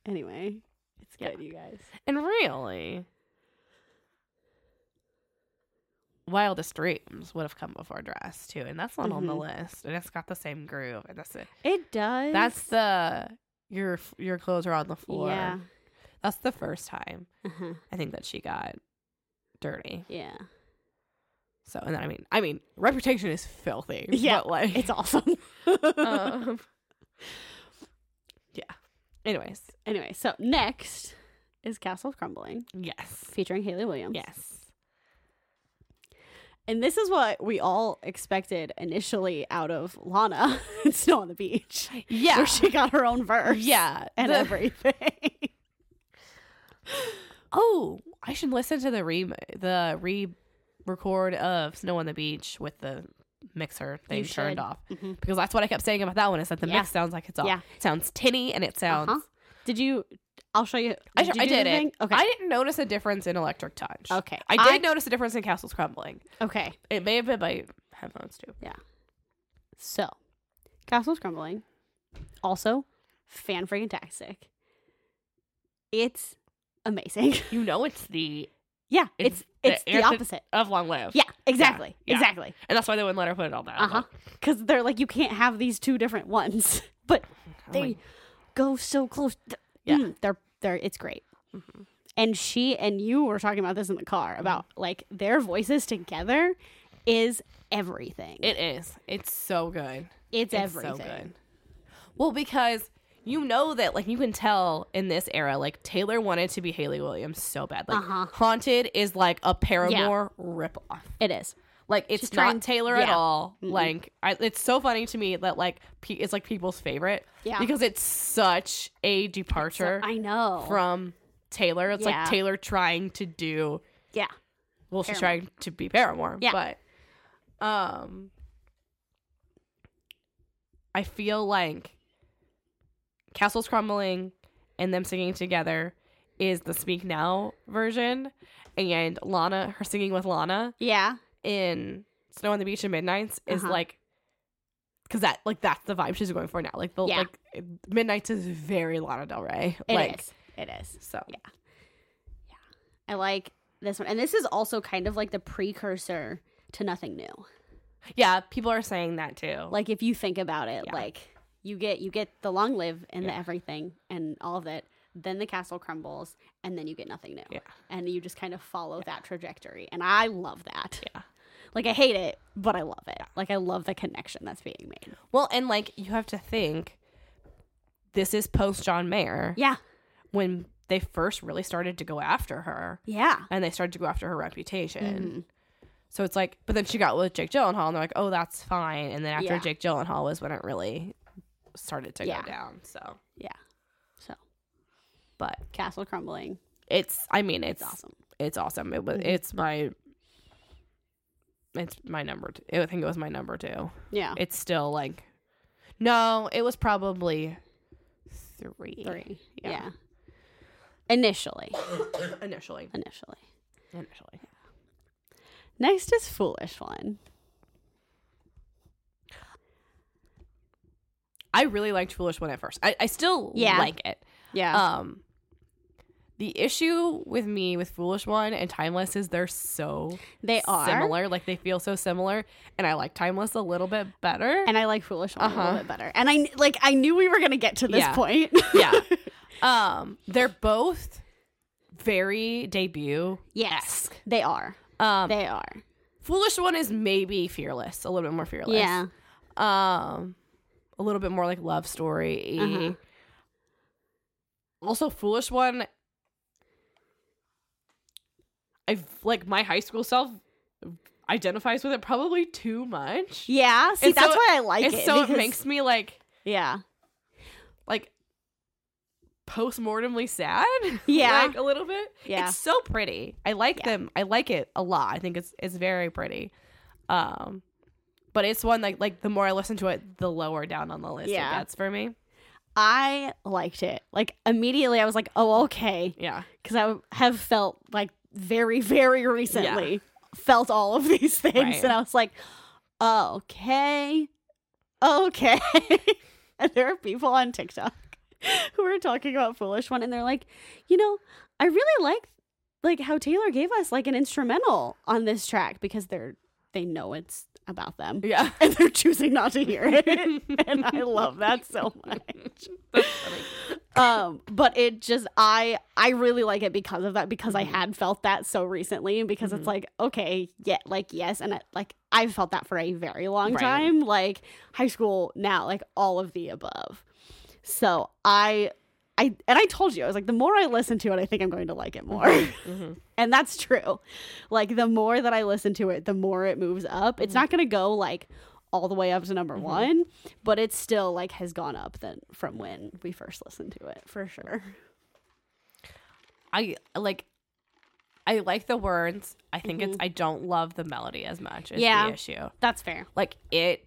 [SPEAKER 1] Anyway, it's
[SPEAKER 2] Yeah.
[SPEAKER 1] good, you guys.
[SPEAKER 2] and really, wildest dreams would have come before dress too, and that's not on the
[SPEAKER 1] Mm-hmm.
[SPEAKER 2] list. And it's got the same groove, and that's it.
[SPEAKER 1] It does.
[SPEAKER 2] That's the your f- your clothes are on the floor.
[SPEAKER 1] yeah.
[SPEAKER 2] That's the first time
[SPEAKER 1] Uh-huh.
[SPEAKER 2] I think that she got dirty.
[SPEAKER 1] Yeah.
[SPEAKER 2] So and then I mean I mean reputation is filthy.
[SPEAKER 1] Yeah, Uh-huh.
[SPEAKER 2] but like
[SPEAKER 1] It's awesome.
[SPEAKER 2] um, yeah. Anyways,
[SPEAKER 1] anyway, so next is Castle Crumbling
[SPEAKER 2] yes,
[SPEAKER 1] featuring Haley Williams.
[SPEAKER 2] yes,
[SPEAKER 1] And this is what we all expected initially out of Lana in Snow on the Beach.
[SPEAKER 2] yeah,
[SPEAKER 1] Where she got her own verse.
[SPEAKER 2] yeah.
[SPEAKER 1] And
[SPEAKER 2] The-
[SPEAKER 1] everything.
[SPEAKER 2] oh, I should listen to the re the re record of Snow on the Beach with the mixer thing turned
[SPEAKER 1] should.
[SPEAKER 2] off
[SPEAKER 1] Mhm.
[SPEAKER 2] because that's what I kept saying about that one is that the
[SPEAKER 1] Yeah.
[SPEAKER 2] mix sounds like it's off.
[SPEAKER 1] Yeah.
[SPEAKER 2] sounds tinny and it sounds.
[SPEAKER 1] Uh-huh. Did you? I'll show you.
[SPEAKER 2] I, sh- I
[SPEAKER 1] you do
[SPEAKER 2] did
[SPEAKER 1] the
[SPEAKER 2] it.
[SPEAKER 1] thing? Okay.
[SPEAKER 2] I didn't notice a difference in electric touch.
[SPEAKER 1] Okay.
[SPEAKER 2] I did
[SPEAKER 1] I-
[SPEAKER 2] notice a difference in castles crumbling.
[SPEAKER 1] okay.
[SPEAKER 2] It may have been my headphones too.
[SPEAKER 1] So, Castle's Crumbling. Also, fan freaking tastic. It's amazing.
[SPEAKER 2] You know, it's the
[SPEAKER 1] yeah. It's
[SPEAKER 2] It's the
[SPEAKER 1] it's the,
[SPEAKER 2] anthem-
[SPEAKER 1] opposite.
[SPEAKER 2] of long live.
[SPEAKER 1] Yeah. Exactly.
[SPEAKER 2] yeah.
[SPEAKER 1] Exactly.
[SPEAKER 2] and that's why they wouldn't let her put it all down.
[SPEAKER 1] Uh huh. Because they're like, you can't have these two different ones, but they go so close. Th-
[SPEAKER 2] Oh Yeah. Mm-hmm.
[SPEAKER 1] mm, they're they're it's great. And she and you were talking about this in the car about like their voices together is everything.
[SPEAKER 2] it is. It's so good.
[SPEAKER 1] it's,
[SPEAKER 2] It's
[SPEAKER 1] everything.
[SPEAKER 2] so good. Well, because you know that like you can tell in this era like Taylor wanted to be Haley Williams so bad. Like
[SPEAKER 1] Uh-huh.
[SPEAKER 2] Haunted is like a Paramore ripoff.
[SPEAKER 1] It is.
[SPEAKER 2] Like it's
[SPEAKER 1] She's
[SPEAKER 2] not
[SPEAKER 1] trying-
[SPEAKER 2] Taylor at
[SPEAKER 1] yeah.
[SPEAKER 2] all. Like I, it's so funny to me that like pe- it's like people's favorite.
[SPEAKER 1] Yeah.
[SPEAKER 2] Because it's such a
[SPEAKER 1] So
[SPEAKER 2] departure
[SPEAKER 1] I know.
[SPEAKER 2] from Taylor. It's
[SPEAKER 1] Yeah.
[SPEAKER 2] like Taylor trying to do
[SPEAKER 1] yeah.
[SPEAKER 2] well, she's trying to be Paramore.
[SPEAKER 1] Yeah.
[SPEAKER 2] But um I feel like Castles Crumbling and them singing together is the Speak Now version. And Lana, her singing with Lana
[SPEAKER 1] Yeah.
[SPEAKER 2] in Snow on the Beach and Midnight's is
[SPEAKER 1] Uh-huh.
[SPEAKER 2] like because that like that's the vibe she's going for now. Like the
[SPEAKER 1] Yeah.
[SPEAKER 2] like Midnight's is very Lana Del Rey.
[SPEAKER 1] It is.
[SPEAKER 2] like
[SPEAKER 1] It is.
[SPEAKER 2] so
[SPEAKER 1] Yeah. I like this one. And this is also kind of like the precursor to nothing new.
[SPEAKER 2] yeah, people are saying that too.
[SPEAKER 1] Like if you think about it,
[SPEAKER 2] Yeah.
[SPEAKER 1] like you get you get the long live and the
[SPEAKER 2] Yeah.
[SPEAKER 1] everything and all of it, then the castle crumbles and then you get nothing new.
[SPEAKER 2] Yeah.
[SPEAKER 1] And you just kind of follow that trajectory. And I love that.
[SPEAKER 2] Yeah.
[SPEAKER 1] Like I hate it, but I love it. Like I love the connection that's being made.
[SPEAKER 2] Well, and like you have to think this is post John Mayer
[SPEAKER 1] Yeah.
[SPEAKER 2] when they first really started to go after her
[SPEAKER 1] Yeah.
[SPEAKER 2] and they started to go after her reputation.
[SPEAKER 1] Mm-hmm.
[SPEAKER 2] So it's like, but then she got with Jake Gyllenhaal and they're like, oh, that's fine. And then after
[SPEAKER 1] Yeah.
[SPEAKER 2] Jake Gyllenhaal was when it really started to
[SPEAKER 1] Yeah.
[SPEAKER 2] go down. So,
[SPEAKER 1] Yeah. So
[SPEAKER 2] but
[SPEAKER 1] castle crumbling.
[SPEAKER 2] it's, I mean, it's,
[SPEAKER 1] It's awesome. Mm-hmm.
[SPEAKER 2] It's awesome. It was, it's my, it's my number. Two. I think it was my number two.
[SPEAKER 1] Yeah.
[SPEAKER 2] It's still like, no, it was probably three.
[SPEAKER 1] Three.
[SPEAKER 2] Yeah.
[SPEAKER 1] yeah. Initially.
[SPEAKER 2] initially.
[SPEAKER 1] Initially.
[SPEAKER 2] Initially.
[SPEAKER 1] Next is Foolish One.
[SPEAKER 2] I really liked Foolish One at first. I, I still
[SPEAKER 1] Yeah.
[SPEAKER 2] like it.
[SPEAKER 1] Yeah.
[SPEAKER 2] Um the issue with me with Foolish One and Timeless is they're so
[SPEAKER 1] they are.
[SPEAKER 2] similar. Like they feel so similar. And I like Timeless a little bit better.
[SPEAKER 1] And I like Foolish One a
[SPEAKER 2] Uh-huh.
[SPEAKER 1] little bit better. And I kn- like I knew we were gonna get to this
[SPEAKER 2] Yeah.
[SPEAKER 1] point.
[SPEAKER 2] yeah. Um they're both very debut.
[SPEAKER 1] yes. They are.
[SPEAKER 2] Um
[SPEAKER 1] They are.
[SPEAKER 2] Foolish One is maybe fearless, a little bit more fearless.
[SPEAKER 1] Yeah.
[SPEAKER 2] um a little bit more like love story
[SPEAKER 1] Uh-huh.
[SPEAKER 2] also foolish one i've like my high school self identifies with it probably too much
[SPEAKER 1] Yeah. See,
[SPEAKER 2] And so
[SPEAKER 1] that's
[SPEAKER 2] it-
[SPEAKER 1] why I like
[SPEAKER 2] and
[SPEAKER 1] it.
[SPEAKER 2] so it
[SPEAKER 1] because-
[SPEAKER 2] makes me like
[SPEAKER 1] Yeah.
[SPEAKER 2] like post-mortemly sad
[SPEAKER 1] Yeah.
[SPEAKER 2] like a little bit
[SPEAKER 1] Yeah.
[SPEAKER 2] it's so pretty i like
[SPEAKER 1] Yeah.
[SPEAKER 2] them i like it a lot i think it's it's very pretty um but it's one like like the more i listen to it the lower down on the list
[SPEAKER 1] Yeah.
[SPEAKER 2] it gets for me
[SPEAKER 1] I liked it. Like immediately I was like, oh okay.
[SPEAKER 2] yeah
[SPEAKER 1] Because I have felt like very, very recently felt all of these things.
[SPEAKER 2] Right.
[SPEAKER 1] And I was like, okay. Okay. and there are people on TikTok who are talking about Foolish One and they're like, you know, I really like like how Taylor gave us like an instrumental on this track because they're they know it's about them.
[SPEAKER 2] yeah
[SPEAKER 1] And they're choosing not to hear it. and I love that so much um but it just i i really like it because of that because i had felt that so recently and because it's like okay yeah like yes and I, like i've felt that for a very long
[SPEAKER 2] Right.
[SPEAKER 1] time like high school now like all of the above so i i and i told you i was like the more i listen to it i think i'm going to like it more
[SPEAKER 2] Mm-hmm.
[SPEAKER 1] and that's true like the more that i listen to it the more it moves up
[SPEAKER 2] Mm-hmm.
[SPEAKER 1] it's not going to go like all the way up to number one but it still like has gone up than from when we first listened to it for sure
[SPEAKER 2] i like i like the words i think it's i don't love the melody as much is
[SPEAKER 1] Mm-hmm. Yeah.
[SPEAKER 2] the issue
[SPEAKER 1] that's fair
[SPEAKER 2] like it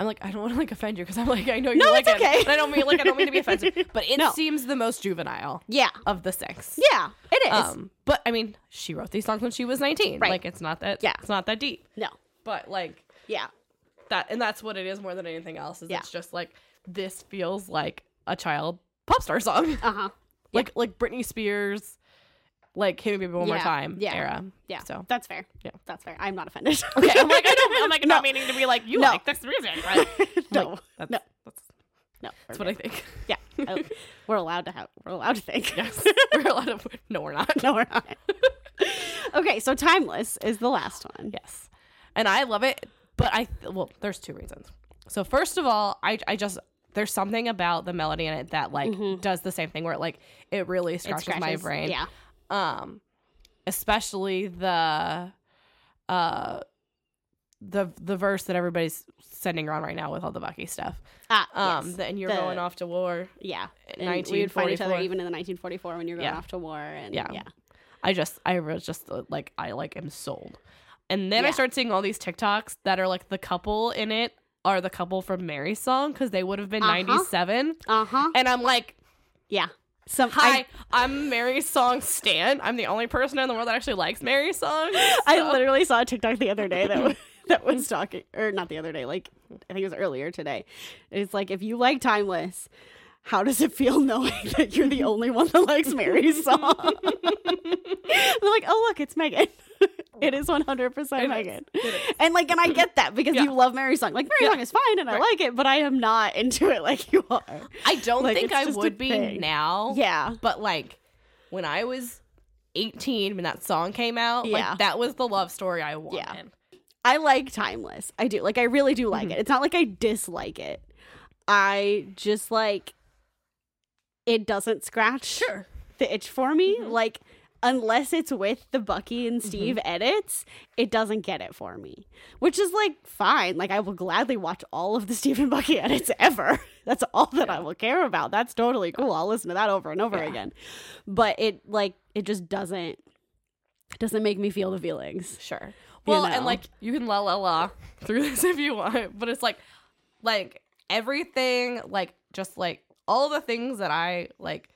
[SPEAKER 2] I'm like I don't want to like offend you because I'm like I know you
[SPEAKER 1] No,
[SPEAKER 2] like
[SPEAKER 1] it's
[SPEAKER 2] it.
[SPEAKER 1] okay.
[SPEAKER 2] And I don't mean like I don't mean to be offensive, but it
[SPEAKER 1] No.
[SPEAKER 2] seems the most juvenile
[SPEAKER 1] yeah
[SPEAKER 2] of the six.
[SPEAKER 1] yeah it is
[SPEAKER 2] Um, but I mean, she wrote these songs when she was 19.
[SPEAKER 1] Right.
[SPEAKER 2] Like it's not that
[SPEAKER 1] Yeah.
[SPEAKER 2] it's not that deep.
[SPEAKER 1] no
[SPEAKER 2] But like
[SPEAKER 1] yeah
[SPEAKER 2] that and that's what it is more than anything else is
[SPEAKER 1] Yeah.
[SPEAKER 2] it's just like this feels like a child pop star song.
[SPEAKER 1] uh-huh
[SPEAKER 2] Like like Britney Spears like Hit Me Baby One More
[SPEAKER 1] Yeah.
[SPEAKER 2] Time
[SPEAKER 1] Yeah.
[SPEAKER 2] era.
[SPEAKER 1] yeah
[SPEAKER 2] So
[SPEAKER 1] that's fair
[SPEAKER 2] Yeah.
[SPEAKER 1] that's fair i'm not offended
[SPEAKER 2] Okay, I'm like I don't I'm like
[SPEAKER 1] No.
[SPEAKER 2] not meaning to be like you
[SPEAKER 1] No.
[SPEAKER 2] like this music. Right?
[SPEAKER 1] no
[SPEAKER 2] That's,
[SPEAKER 1] No.
[SPEAKER 2] that's
[SPEAKER 1] no
[SPEAKER 2] That's what I think.
[SPEAKER 1] yeah I- we're allowed to have we're allowed to think
[SPEAKER 2] Yes. we're a lot of no, we're not.
[SPEAKER 1] no we're not okay so timeless is the last one
[SPEAKER 2] Yes. And I love it, but I well, there's two reasons. So first of all, I I just there's something about the melody in it that like does the same thing where it like it really
[SPEAKER 1] Mm-hmm. It
[SPEAKER 2] scratches, my brain.
[SPEAKER 1] Yeah.
[SPEAKER 2] Um especially the uh the the verse that everybody's sending around right now with all the Bucky stuff.
[SPEAKER 1] Ah,
[SPEAKER 2] Um
[SPEAKER 1] yes.
[SPEAKER 2] the, and you're
[SPEAKER 1] The-
[SPEAKER 2] going off to war.
[SPEAKER 1] Yeah.
[SPEAKER 2] in
[SPEAKER 1] And we would find each other
[SPEAKER 2] 1944.
[SPEAKER 1] even in the 1944 when you're going
[SPEAKER 2] Yeah.
[SPEAKER 1] off to war. And yeah.
[SPEAKER 2] Yeah. I just I was just uh, like I like am sold. And then I
[SPEAKER 1] Yeah.
[SPEAKER 2] start seeing all these TikToks that are like the couple in it are the couple from Mary's song because they would have been
[SPEAKER 1] Uh-huh.
[SPEAKER 2] 97.
[SPEAKER 1] Uh huh.
[SPEAKER 2] And I'm like,
[SPEAKER 1] Yeah. Some
[SPEAKER 2] hi,
[SPEAKER 1] I,
[SPEAKER 2] I, am Mary's song stan. I'm the only person in the world that actually likes Mary's song.
[SPEAKER 1] I literally saw a TikTok the other day that was, that was talking, or not the other day, like I think it was earlier today. It's like if you like Timeless, how does it feel knowing that you're the only one that likes Mary's song? They're like, oh look, it's Megan. it is 100 percent Megan. And like, and I get that because
[SPEAKER 2] Yeah.
[SPEAKER 1] you love Mary's song. Like Mary's
[SPEAKER 2] Yeah.
[SPEAKER 1] song is fine, and I
[SPEAKER 2] Right.
[SPEAKER 1] like it, but I am not into it like you are.
[SPEAKER 2] I don't
[SPEAKER 1] Like,
[SPEAKER 2] think
[SPEAKER 1] it's
[SPEAKER 2] I
[SPEAKER 1] just a
[SPEAKER 2] would be
[SPEAKER 1] thing.
[SPEAKER 2] now.
[SPEAKER 1] Yeah.
[SPEAKER 2] But like when I was 18, when that song came out,
[SPEAKER 1] Yeah.
[SPEAKER 2] like that was the love story I wanted.
[SPEAKER 1] I like timeless. I do. Like I really do like it. It's not like I dislike it. I just like it doesn't scratch the itch for me. Like unless it's with the Bucky and Steve edits, it doesn't get it for me. Which is like fine. Like I will gladly watch all of the Steve and Bucky edits ever. That's all that I will care about. That's totally cool. I'll listen to that over and over again. But it like it just doesn't it doesn't make me feel the feelings.
[SPEAKER 2] Sure. Well,
[SPEAKER 1] know.
[SPEAKER 2] and like you can la la la through this if you want, but it's like like everything like just like all the things that I like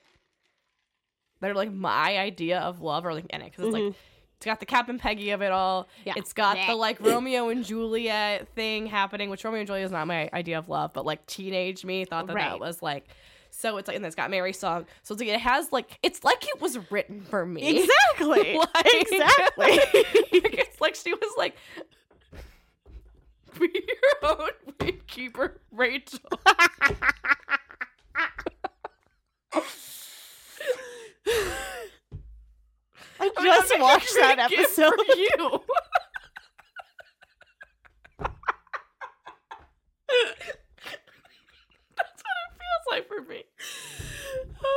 [SPEAKER 2] that are like my idea of love are like in it because it's like it's got the Cap and Peggy of it all.
[SPEAKER 1] Mm-hmm. Yeah.
[SPEAKER 2] It's got
[SPEAKER 1] Blech.
[SPEAKER 2] the like Romeo and Juliet thing happening, which Romeo and Juliet is not my idea of love, but like teenage me thought that
[SPEAKER 1] Right.
[SPEAKER 2] that was like. So it's like, and it's got Mary's song. So it's like, it has like, it's like it was written for me.
[SPEAKER 1] Exactly.
[SPEAKER 2] Like-
[SPEAKER 1] exactly.
[SPEAKER 2] Like, it's like she was like, be your own gatekeeper, Rachel.
[SPEAKER 1] I
[SPEAKER 2] I mean,
[SPEAKER 1] just
[SPEAKER 2] that'd be a
[SPEAKER 1] watched that
[SPEAKER 2] great gift
[SPEAKER 1] episode.
[SPEAKER 2] for you. That's what it feels like for me.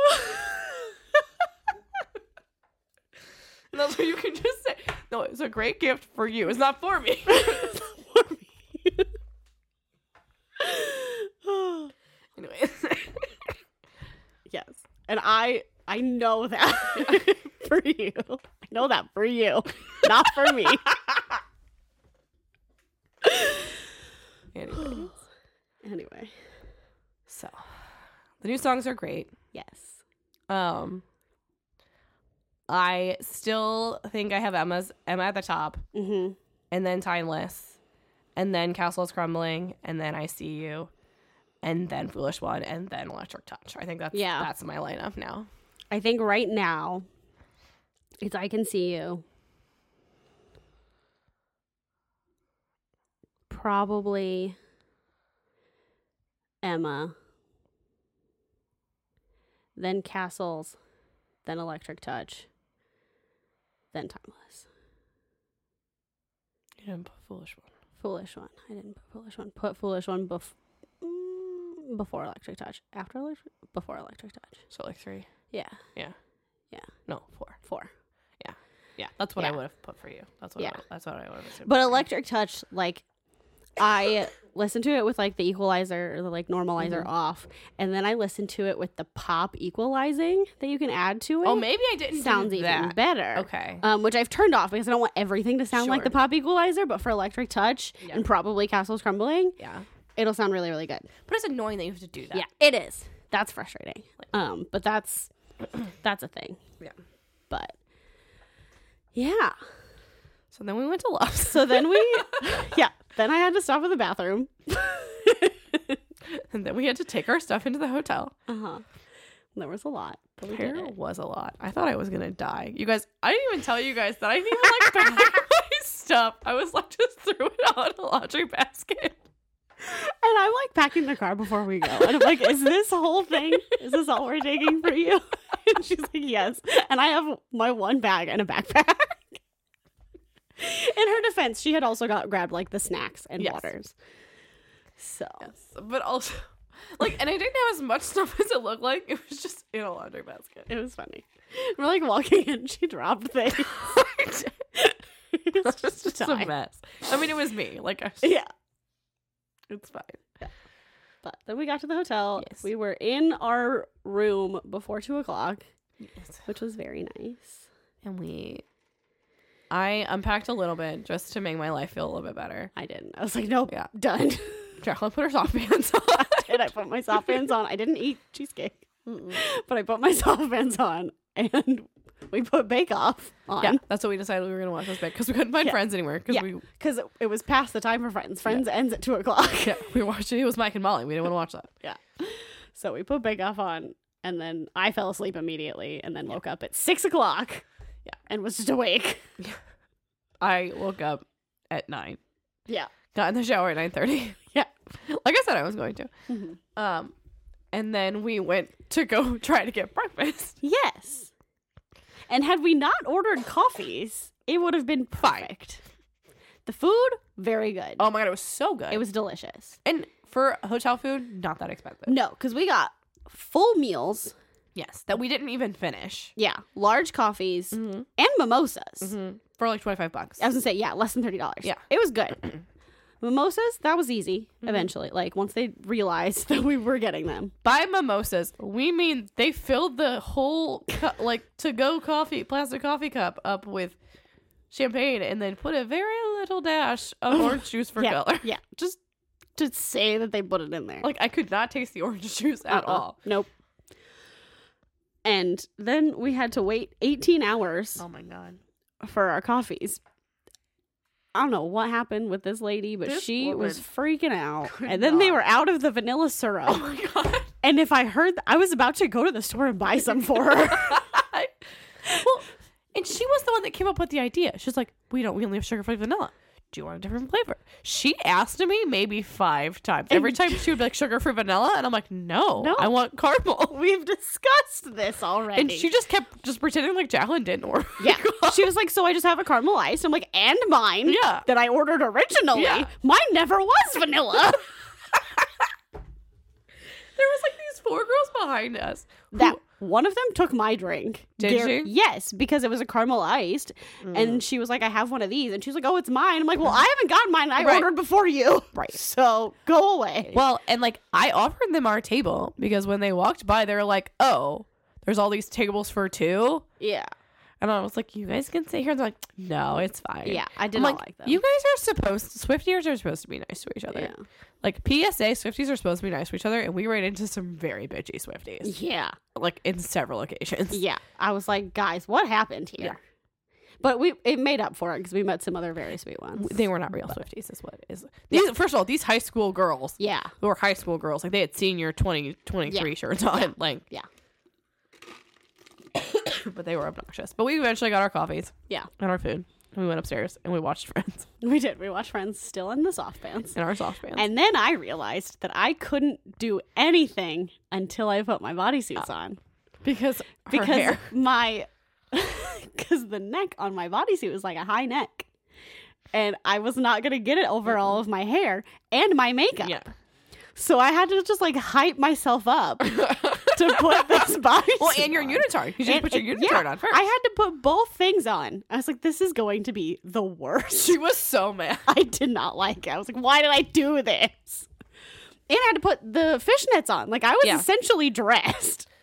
[SPEAKER 2] And that's what you can just say. No, it's a great gift for you. It's not for me. anyway,
[SPEAKER 1] yes. And I I know that for you. I know that for you. Not for me.
[SPEAKER 2] anyway,
[SPEAKER 1] anyway.
[SPEAKER 2] so the new songs are great.
[SPEAKER 1] Yes.
[SPEAKER 2] Um, I still think I have Emma's Emma at the top,
[SPEAKER 1] Mm-hmm.
[SPEAKER 2] and then Timeless, and then Castle is Crumbling, and then I See You, and then Foolish One, and then Electric Touch. I think that's
[SPEAKER 1] Yeah.
[SPEAKER 2] that's my lineup now.
[SPEAKER 1] I think right now it's I can see you. Probably Emma. Then Castles, then Electric Touch, then Timeless.
[SPEAKER 2] You didn't put Foolish One.
[SPEAKER 1] Foolish one. I didn't put foolish one. Put foolish one bef- mm, before Electric Touch. After Electric before Electric Touch.
[SPEAKER 2] So like three.
[SPEAKER 1] Yeah.
[SPEAKER 2] No, four.
[SPEAKER 1] Four.
[SPEAKER 2] Yeah, that's what I
[SPEAKER 1] Yeah.
[SPEAKER 2] would have put for you. That's what.
[SPEAKER 1] Yeah.
[SPEAKER 2] I would, that's what I would have assumed.
[SPEAKER 1] But Electric Touch, like, I listened to it with like the equalizer or the like normalizer
[SPEAKER 2] Mm-hmm.
[SPEAKER 1] off, and then I listened to it with the pop equalizing that you can add to it.
[SPEAKER 2] oh, maybe I didn't. do
[SPEAKER 1] sounds even
[SPEAKER 2] that.
[SPEAKER 1] better.
[SPEAKER 2] Okay.
[SPEAKER 1] Um, which I've turned off because I don't want everything to sound like
[SPEAKER 2] Sure.
[SPEAKER 1] the pop equalizer, but for Electric Touch
[SPEAKER 2] Yeah.
[SPEAKER 1] and probably Castles Crumbling,
[SPEAKER 2] yeah,
[SPEAKER 1] it'll sound really, really good.
[SPEAKER 2] but it's annoying that you have to do that.
[SPEAKER 1] Yeah, it is. That's frustrating. Um, but that's that's a thing.
[SPEAKER 2] Yeah.
[SPEAKER 1] But yeah.
[SPEAKER 2] So then we went to Love.
[SPEAKER 1] So then we yeah, then I had to stop at the bathroom.
[SPEAKER 2] and then we had to take our stuff into the hotel.
[SPEAKER 1] Uh-huh. There was a lot. But we did
[SPEAKER 2] There
[SPEAKER 1] it.
[SPEAKER 2] was a lot. I thought I was gonna die. You guys, I didn't even tell you guys that I didn't even like pack my stuff. I was like just threw it out in a laundry basket.
[SPEAKER 1] And I'm like packing the car before we go. And I'm like, is this whole thing? Is this all we're taking for you? And she's like, yes. And I have my one bag and a backpack. In her defense, she had also got grabbed like the snacks and
[SPEAKER 2] Yes.
[SPEAKER 1] waters. So
[SPEAKER 2] But also, Like, and I didn't have as much stuff as it looked like. It was just in a laundry basket.
[SPEAKER 1] It was funny. We're like walking in, she dropped things. it's
[SPEAKER 2] It's
[SPEAKER 1] just a
[SPEAKER 2] just a
[SPEAKER 1] tie.
[SPEAKER 2] mess. I mean, it was me. Like, I was,
[SPEAKER 1] Yeah.
[SPEAKER 2] it's fine.
[SPEAKER 1] But then we got to the hotel.
[SPEAKER 2] Yes.
[SPEAKER 1] We were in our room before two o'clock,
[SPEAKER 2] Yes.
[SPEAKER 1] which was very nice.
[SPEAKER 2] And we, I unpacked a little bit just to make my life feel a little bit better.
[SPEAKER 1] I didn't. I was like, nope,
[SPEAKER 2] Yeah.
[SPEAKER 1] done.
[SPEAKER 2] Jacqueline put her soft pants on.
[SPEAKER 1] and I put my soft pants on. I didn't eat cheesecake, but I put my soft pants on and we put Bake Off on.
[SPEAKER 2] Yeah, that's what we decided we were gonna watch this bit because we couldn't find
[SPEAKER 1] Yeah.
[SPEAKER 2] friends anywhere because
[SPEAKER 1] Yeah.
[SPEAKER 2] we
[SPEAKER 1] Because it was past the time for Friends. Friends ends at two o'clock.
[SPEAKER 2] yeah we watched it. It was Mike and Molly. We didn't want to watch that.
[SPEAKER 1] So we put Bake Off on, and then I fell asleep immediately, and then woke up at six o'clock.
[SPEAKER 2] Yeah.
[SPEAKER 1] and was just awake.
[SPEAKER 2] I woke up at nine,
[SPEAKER 1] Yeah,
[SPEAKER 2] got in the shower at nine thirty.
[SPEAKER 1] yeah.
[SPEAKER 2] Like I said, I was going to.
[SPEAKER 1] Mhm.
[SPEAKER 2] Um, and then we went to go try to get breakfast.
[SPEAKER 1] Yes. And had we not ordered coffees, it would have been perfect. The food, very good.
[SPEAKER 2] Oh my god, it was so good.
[SPEAKER 1] It was delicious.
[SPEAKER 2] and for hotel food, not that expensive.
[SPEAKER 1] No, because we got full meals.
[SPEAKER 2] Yes, that we didn't even finish.
[SPEAKER 1] Yeah, large coffees and mimosas.
[SPEAKER 2] for like 25 bucks.
[SPEAKER 1] I was gonna say, yeah, less than thirty dollars.
[SPEAKER 2] Yeah.
[SPEAKER 1] it was good. mimosas, that was easy. Eventually, like once they realized that we were getting them.
[SPEAKER 2] By mimosas, we mean they filled the whole cu- like to go coffee plastic coffee cup up with champagne and then put a very little dash of orange juice for
[SPEAKER 1] yeah,
[SPEAKER 2] color.
[SPEAKER 1] Yeah, just to say that they put it in there
[SPEAKER 2] Like I could not taste the orange juice at
[SPEAKER 1] Uh-uh.
[SPEAKER 2] all.
[SPEAKER 1] Nope. And then we had to wait 18 hours
[SPEAKER 2] my god.
[SPEAKER 1] for our coffees. I don't know what happened with this lady, but
[SPEAKER 2] This
[SPEAKER 1] she was freaking out.
[SPEAKER 2] could
[SPEAKER 1] And then they
[SPEAKER 2] not.
[SPEAKER 1] were out of the vanilla syrup.
[SPEAKER 2] Oh my god.
[SPEAKER 1] And if I heard, I was about to go to the store and buy some for her.
[SPEAKER 2] well, and she was the one that came up with the idea. She's like, "We don't. We only have sugar free vanilla. Do you want a different flavor?" She asked me maybe five times. Every time she would be like, "Sugar free vanilla," and I'm like, "No,
[SPEAKER 1] No.
[SPEAKER 2] I want caramel."
[SPEAKER 1] We've discussed this already.
[SPEAKER 2] And she just kept just pretending like Jacqueline didn't order.
[SPEAKER 1] yeah, she was like, "So I just have a caramel ice." I'm like, "And mine,
[SPEAKER 2] Yeah.
[SPEAKER 1] that I ordered originally.
[SPEAKER 2] Yeah.
[SPEAKER 1] Mine never was vanilla."
[SPEAKER 2] there was like these four girls behind us. who-
[SPEAKER 1] that one of them took my drink.
[SPEAKER 2] Did she? Mm.
[SPEAKER 1] Yes, because it was a caramel iced, and she was like, "I have one of these," and she's like, "Oh, it's mine." I'm like, "Well, I haven't gotten mine. I
[SPEAKER 2] Right.
[SPEAKER 1] ordered before you,
[SPEAKER 2] Right.
[SPEAKER 1] So go away."
[SPEAKER 2] well, and like I offered them our table because when they walked by, they were like, "Oh, there's all these tables for two.
[SPEAKER 1] yeah,
[SPEAKER 2] And I was like, you guys can sit here. And they're like, no, it's fine.
[SPEAKER 1] Yeah, I did
[SPEAKER 2] I'm
[SPEAKER 1] not like them.
[SPEAKER 2] You guys are supposed Swifties are supposed to be nice to each other.
[SPEAKER 1] Yeah.
[SPEAKER 2] Like PSA, Swifties are supposed to be nice to each other, and we ran into some very bitchy Swifties.
[SPEAKER 1] yeah,
[SPEAKER 2] Like in several occasions.
[SPEAKER 1] yeah. I was like, "Guys, what happened here?" But we it made up for it because we met some other very sweet ones.
[SPEAKER 2] They were not real Swifties, is what it is. These, First of all, these high school girls
[SPEAKER 1] yeah,
[SPEAKER 2] who were high school girls, like they had senior 20, 23 shirts on. Like,
[SPEAKER 1] yeah,
[SPEAKER 2] but they were obnoxious. But we eventually got our coffees
[SPEAKER 1] yeah.
[SPEAKER 2] and our food. And we went upstairs and we watched Friends
[SPEAKER 1] We did. We watched Friends still in the soft pants.
[SPEAKER 2] in our soft pants.
[SPEAKER 1] And then I realized that I couldn't do anything until I put my
[SPEAKER 2] Uh,
[SPEAKER 1] bodysuits on.
[SPEAKER 2] because her
[SPEAKER 1] because
[SPEAKER 2] hair.
[SPEAKER 1] my because the neck on my bodysuit was like a high neck and i was not going to get it over all of my hair and my makeup
[SPEAKER 2] yeah.
[SPEAKER 1] so i had to just like hype myself up to put this bodysuit
[SPEAKER 2] Well, and your
[SPEAKER 1] on.
[SPEAKER 2] unitard. You should
[SPEAKER 1] And-
[SPEAKER 2] put your
[SPEAKER 1] and- yeah,
[SPEAKER 2] unitard on first.
[SPEAKER 1] i had to put both things on i was like this is going to be the worst
[SPEAKER 2] She was so mad.
[SPEAKER 1] i did not like it i was like why did i do this and i had to put the fishnets on like i was
[SPEAKER 2] Yeah.
[SPEAKER 1] essentially dressed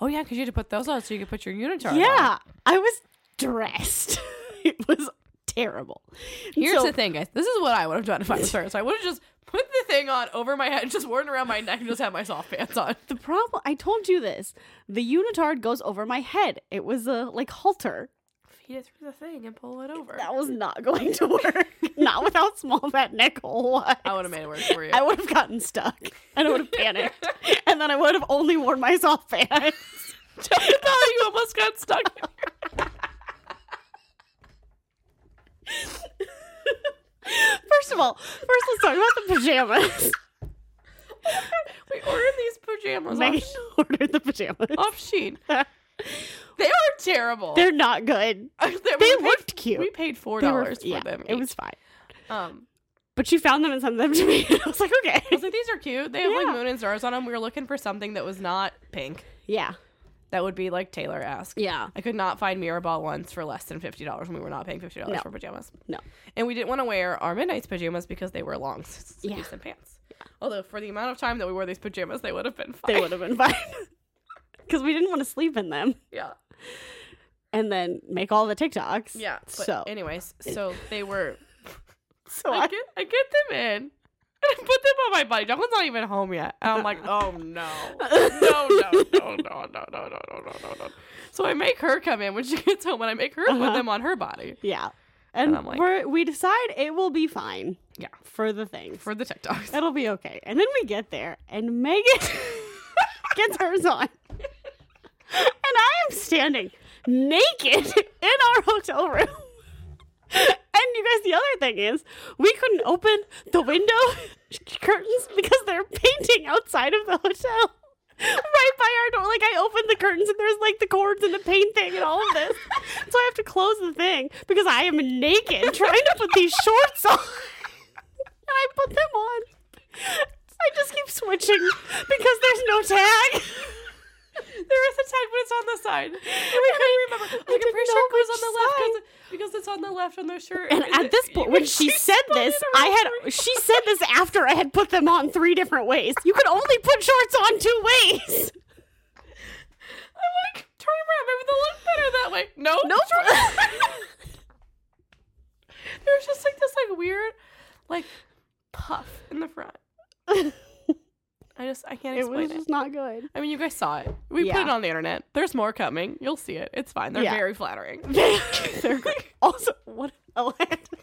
[SPEAKER 2] Oh yeah, because you had to put those on so you could put your unitard. on.
[SPEAKER 1] Yeah, I was dressed. it was terrible.
[SPEAKER 2] Here's
[SPEAKER 1] So-
[SPEAKER 2] the thing, guys. This is what I would have done if I was her. So I would have just put the thing on over my head, just worn around my neck, and just had my soft pants on.
[SPEAKER 1] The problem I told you this. The unitard goes over my head. It was a like halter.
[SPEAKER 2] Feed it through the thing and pull it over.
[SPEAKER 1] That was not going to work. not without small that neck hole was.
[SPEAKER 2] I would have made it work for you.
[SPEAKER 1] I would have gotten stuck and I would have panicked. and then I would have only worn my soft pants.
[SPEAKER 2] oh, you almost got stuck.
[SPEAKER 1] First of all, first let's talk about the pajamas.
[SPEAKER 2] we ordered these pajamas
[SPEAKER 1] Megan
[SPEAKER 2] off,
[SPEAKER 1] ordered the pajamas.
[SPEAKER 2] off Sheen. They are terrible.
[SPEAKER 1] They're not good.
[SPEAKER 2] they
[SPEAKER 1] They
[SPEAKER 2] we paid-
[SPEAKER 1] looked cute.
[SPEAKER 2] We paid four
[SPEAKER 1] They were-
[SPEAKER 2] dollars for
[SPEAKER 1] yeah,
[SPEAKER 2] them.
[SPEAKER 1] It
[SPEAKER 2] each.
[SPEAKER 1] was fine.
[SPEAKER 2] um,
[SPEAKER 1] but she found them and sent them to me. I was like, okay.
[SPEAKER 2] I was like, these are cute. They have
[SPEAKER 1] Yeah.
[SPEAKER 2] like moon and stars on them. We were looking for something that was not pink.
[SPEAKER 1] Yeah.
[SPEAKER 2] That would be like Taylor esque.
[SPEAKER 1] Yeah.
[SPEAKER 2] I could not find Mirrorball once for less than fifty dollars, and we were not paying fifty dollars
[SPEAKER 1] No.
[SPEAKER 2] for pajamas.
[SPEAKER 1] No.
[SPEAKER 2] And we didn't want to wear our midnight's pajamas because they were long sleeves
[SPEAKER 1] Yeah.
[SPEAKER 2] and pants. Although for the amount of time that we wore these pajamas, they would have been fine.
[SPEAKER 1] They would have been fine. Because we didn't want to sleep in them
[SPEAKER 2] Yeah.
[SPEAKER 1] and then make all the TikToks.
[SPEAKER 2] Yeah. But
[SPEAKER 1] so
[SPEAKER 2] anyways, so they were.
[SPEAKER 1] so
[SPEAKER 2] I
[SPEAKER 1] I,
[SPEAKER 2] get I get them in. And I put them on my body. Duncan's not even home yet. And I'm like, oh no. No, no, no, no, no, no, no, no, no, no, no. So I make her come in when she gets home and I make her put
[SPEAKER 1] Uh-huh.
[SPEAKER 2] them on her body
[SPEAKER 1] yeah. And,
[SPEAKER 2] I'm like-
[SPEAKER 1] we're, we decide it will be fine.
[SPEAKER 2] Yeah.
[SPEAKER 1] For the things.
[SPEAKER 2] for the TikToks.
[SPEAKER 1] It'll be okay. And then we get there and Megan gets hers on. And I am standing naked in our hotel room. And you guys, the other thing is, we couldn't open the window curtains because they're painting outside of the hotel. Right by our door. Like, I opened the curtains and there's like the cords and the paint thing and all of this. So I have to close the thing because I am naked trying to put these shorts on and I put them on. I just keep switching because there's no tag.
[SPEAKER 2] There is a tag, but it's on the side. We couldn't remember. I'm like, I'm pretty sure it goes on the left because, because it's on the left on their shirt.
[SPEAKER 1] And at this point, when she said this, I had she said this after I had put them on three different ways. You could only put shorts on two ways.
[SPEAKER 2] I'm like, turn around. Maybe they'll look better that way. No, no. There's just like this like weird, like puff in the front. I just I can't
[SPEAKER 1] it
[SPEAKER 2] explain
[SPEAKER 1] was
[SPEAKER 2] it.
[SPEAKER 1] just not good.
[SPEAKER 2] I mean, you guys saw it. We
[SPEAKER 1] Yeah.
[SPEAKER 2] put it on the internet. There's more coming. You'll see it. It's fine. They're
[SPEAKER 1] Yeah.
[SPEAKER 2] very flattering.
[SPEAKER 1] They're great. also what oh, I had to-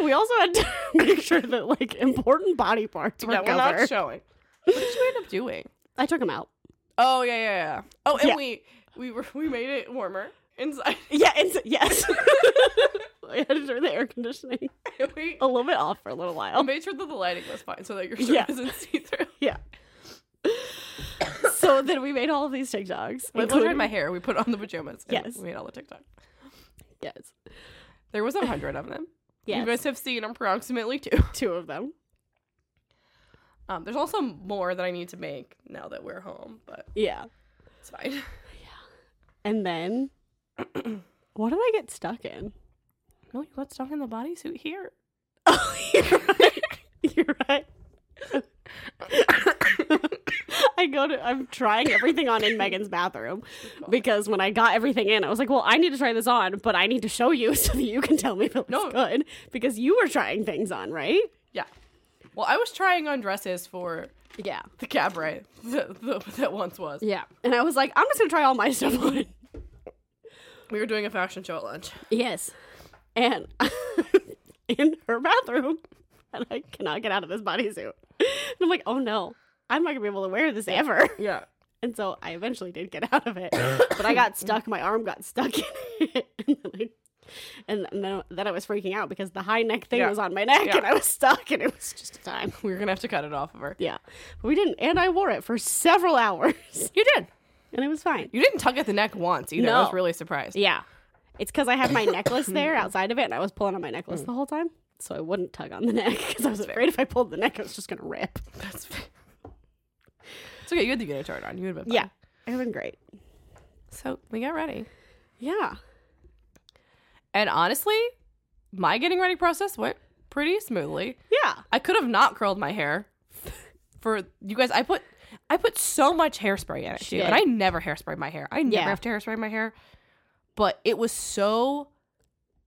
[SPEAKER 1] we also had to make sure that like important body parts were
[SPEAKER 2] that we're not
[SPEAKER 1] covered.
[SPEAKER 2] showing. What did you end up doing?
[SPEAKER 1] I took them out.
[SPEAKER 2] Oh yeah, yeah, yeah. Oh, and
[SPEAKER 1] Yeah.
[SPEAKER 2] we we were we made it warmer inside.
[SPEAKER 1] Yeah, and so- yes. I had to turn the air conditioning
[SPEAKER 2] we
[SPEAKER 1] a little bit off for a little while.
[SPEAKER 2] made sure that the lighting was fine so that your shirt
[SPEAKER 1] Oh. Yeah.
[SPEAKER 2] doesn't see through.
[SPEAKER 1] Yeah. so then we made all of these TikToks.
[SPEAKER 2] We
[SPEAKER 1] including-
[SPEAKER 2] in my hair. We put on the pajamas. and
[SPEAKER 1] Yes.
[SPEAKER 2] we made all the TikTok.
[SPEAKER 1] Yes.
[SPEAKER 2] There was a hundred of them.
[SPEAKER 1] Yes.
[SPEAKER 2] You guys have seen approximately two.
[SPEAKER 1] two of them.
[SPEAKER 2] Um, there's also more that I need to make now that we're home, but
[SPEAKER 1] Yeah.
[SPEAKER 2] it's fine.
[SPEAKER 1] And then what did I get stuck in?
[SPEAKER 2] No, you got stuck in the bodysuit here.
[SPEAKER 1] Oh, you're right. You're right. I go to I'm trying everything on in Megan's bathroom because when I got everything in, I was like, "Well, I need to try this on, but I need to show you so that you can tell me if it looks
[SPEAKER 2] No.
[SPEAKER 1] good." Because you were trying things on, right?
[SPEAKER 2] Yeah. Well, I was trying on dresses for
[SPEAKER 1] Yeah,
[SPEAKER 2] the cabaret that, that, that once was.
[SPEAKER 1] yeah. And I was like, "I'm just gonna try all my stuff on."
[SPEAKER 2] We were doing a fashion show at lunch.
[SPEAKER 1] Yes, and in her bathroom, and I cannot get out of this bodysuit. And I'm like, "Oh no, I'm not gonna be able to wear this ever."
[SPEAKER 2] Yeah.
[SPEAKER 1] And so I eventually did get out of it, but I got stuck. My arm got stuck in it. And then, I, and then, then I was freaking out because the high neck thing
[SPEAKER 2] Yeah.
[SPEAKER 1] was on my neck
[SPEAKER 2] Yeah.
[SPEAKER 1] and I was stuck and it was just a time.
[SPEAKER 2] We were going to have to cut it off of her.
[SPEAKER 1] Yeah. But we didn't. And I wore it for several hours
[SPEAKER 2] You did.
[SPEAKER 1] and it was fine.
[SPEAKER 2] You didn't tug at the neck once either. I was
[SPEAKER 1] No.
[SPEAKER 2] really surprised.
[SPEAKER 1] Yeah. It's because I had my necklace there outside of it and I was pulling on my
[SPEAKER 2] Mm.
[SPEAKER 1] necklace the whole time. So I wouldn't tug on the neck because I was afraid if I pulled the neck, it was just going to rip.
[SPEAKER 2] That's It's okay. You had the unitard on. You would have been fine.
[SPEAKER 1] Yeah. It would been great.
[SPEAKER 2] So we got ready.
[SPEAKER 1] Yeah.
[SPEAKER 2] And honestly, my getting ready process went pretty smoothly.
[SPEAKER 1] Yeah.
[SPEAKER 2] I could have not curled my hair for you guys. I put I put so much hairspray in it too,
[SPEAKER 1] did.
[SPEAKER 2] and I never hairspray my hair. I never
[SPEAKER 1] Yeah.
[SPEAKER 2] have to hairspray my hair, but it was so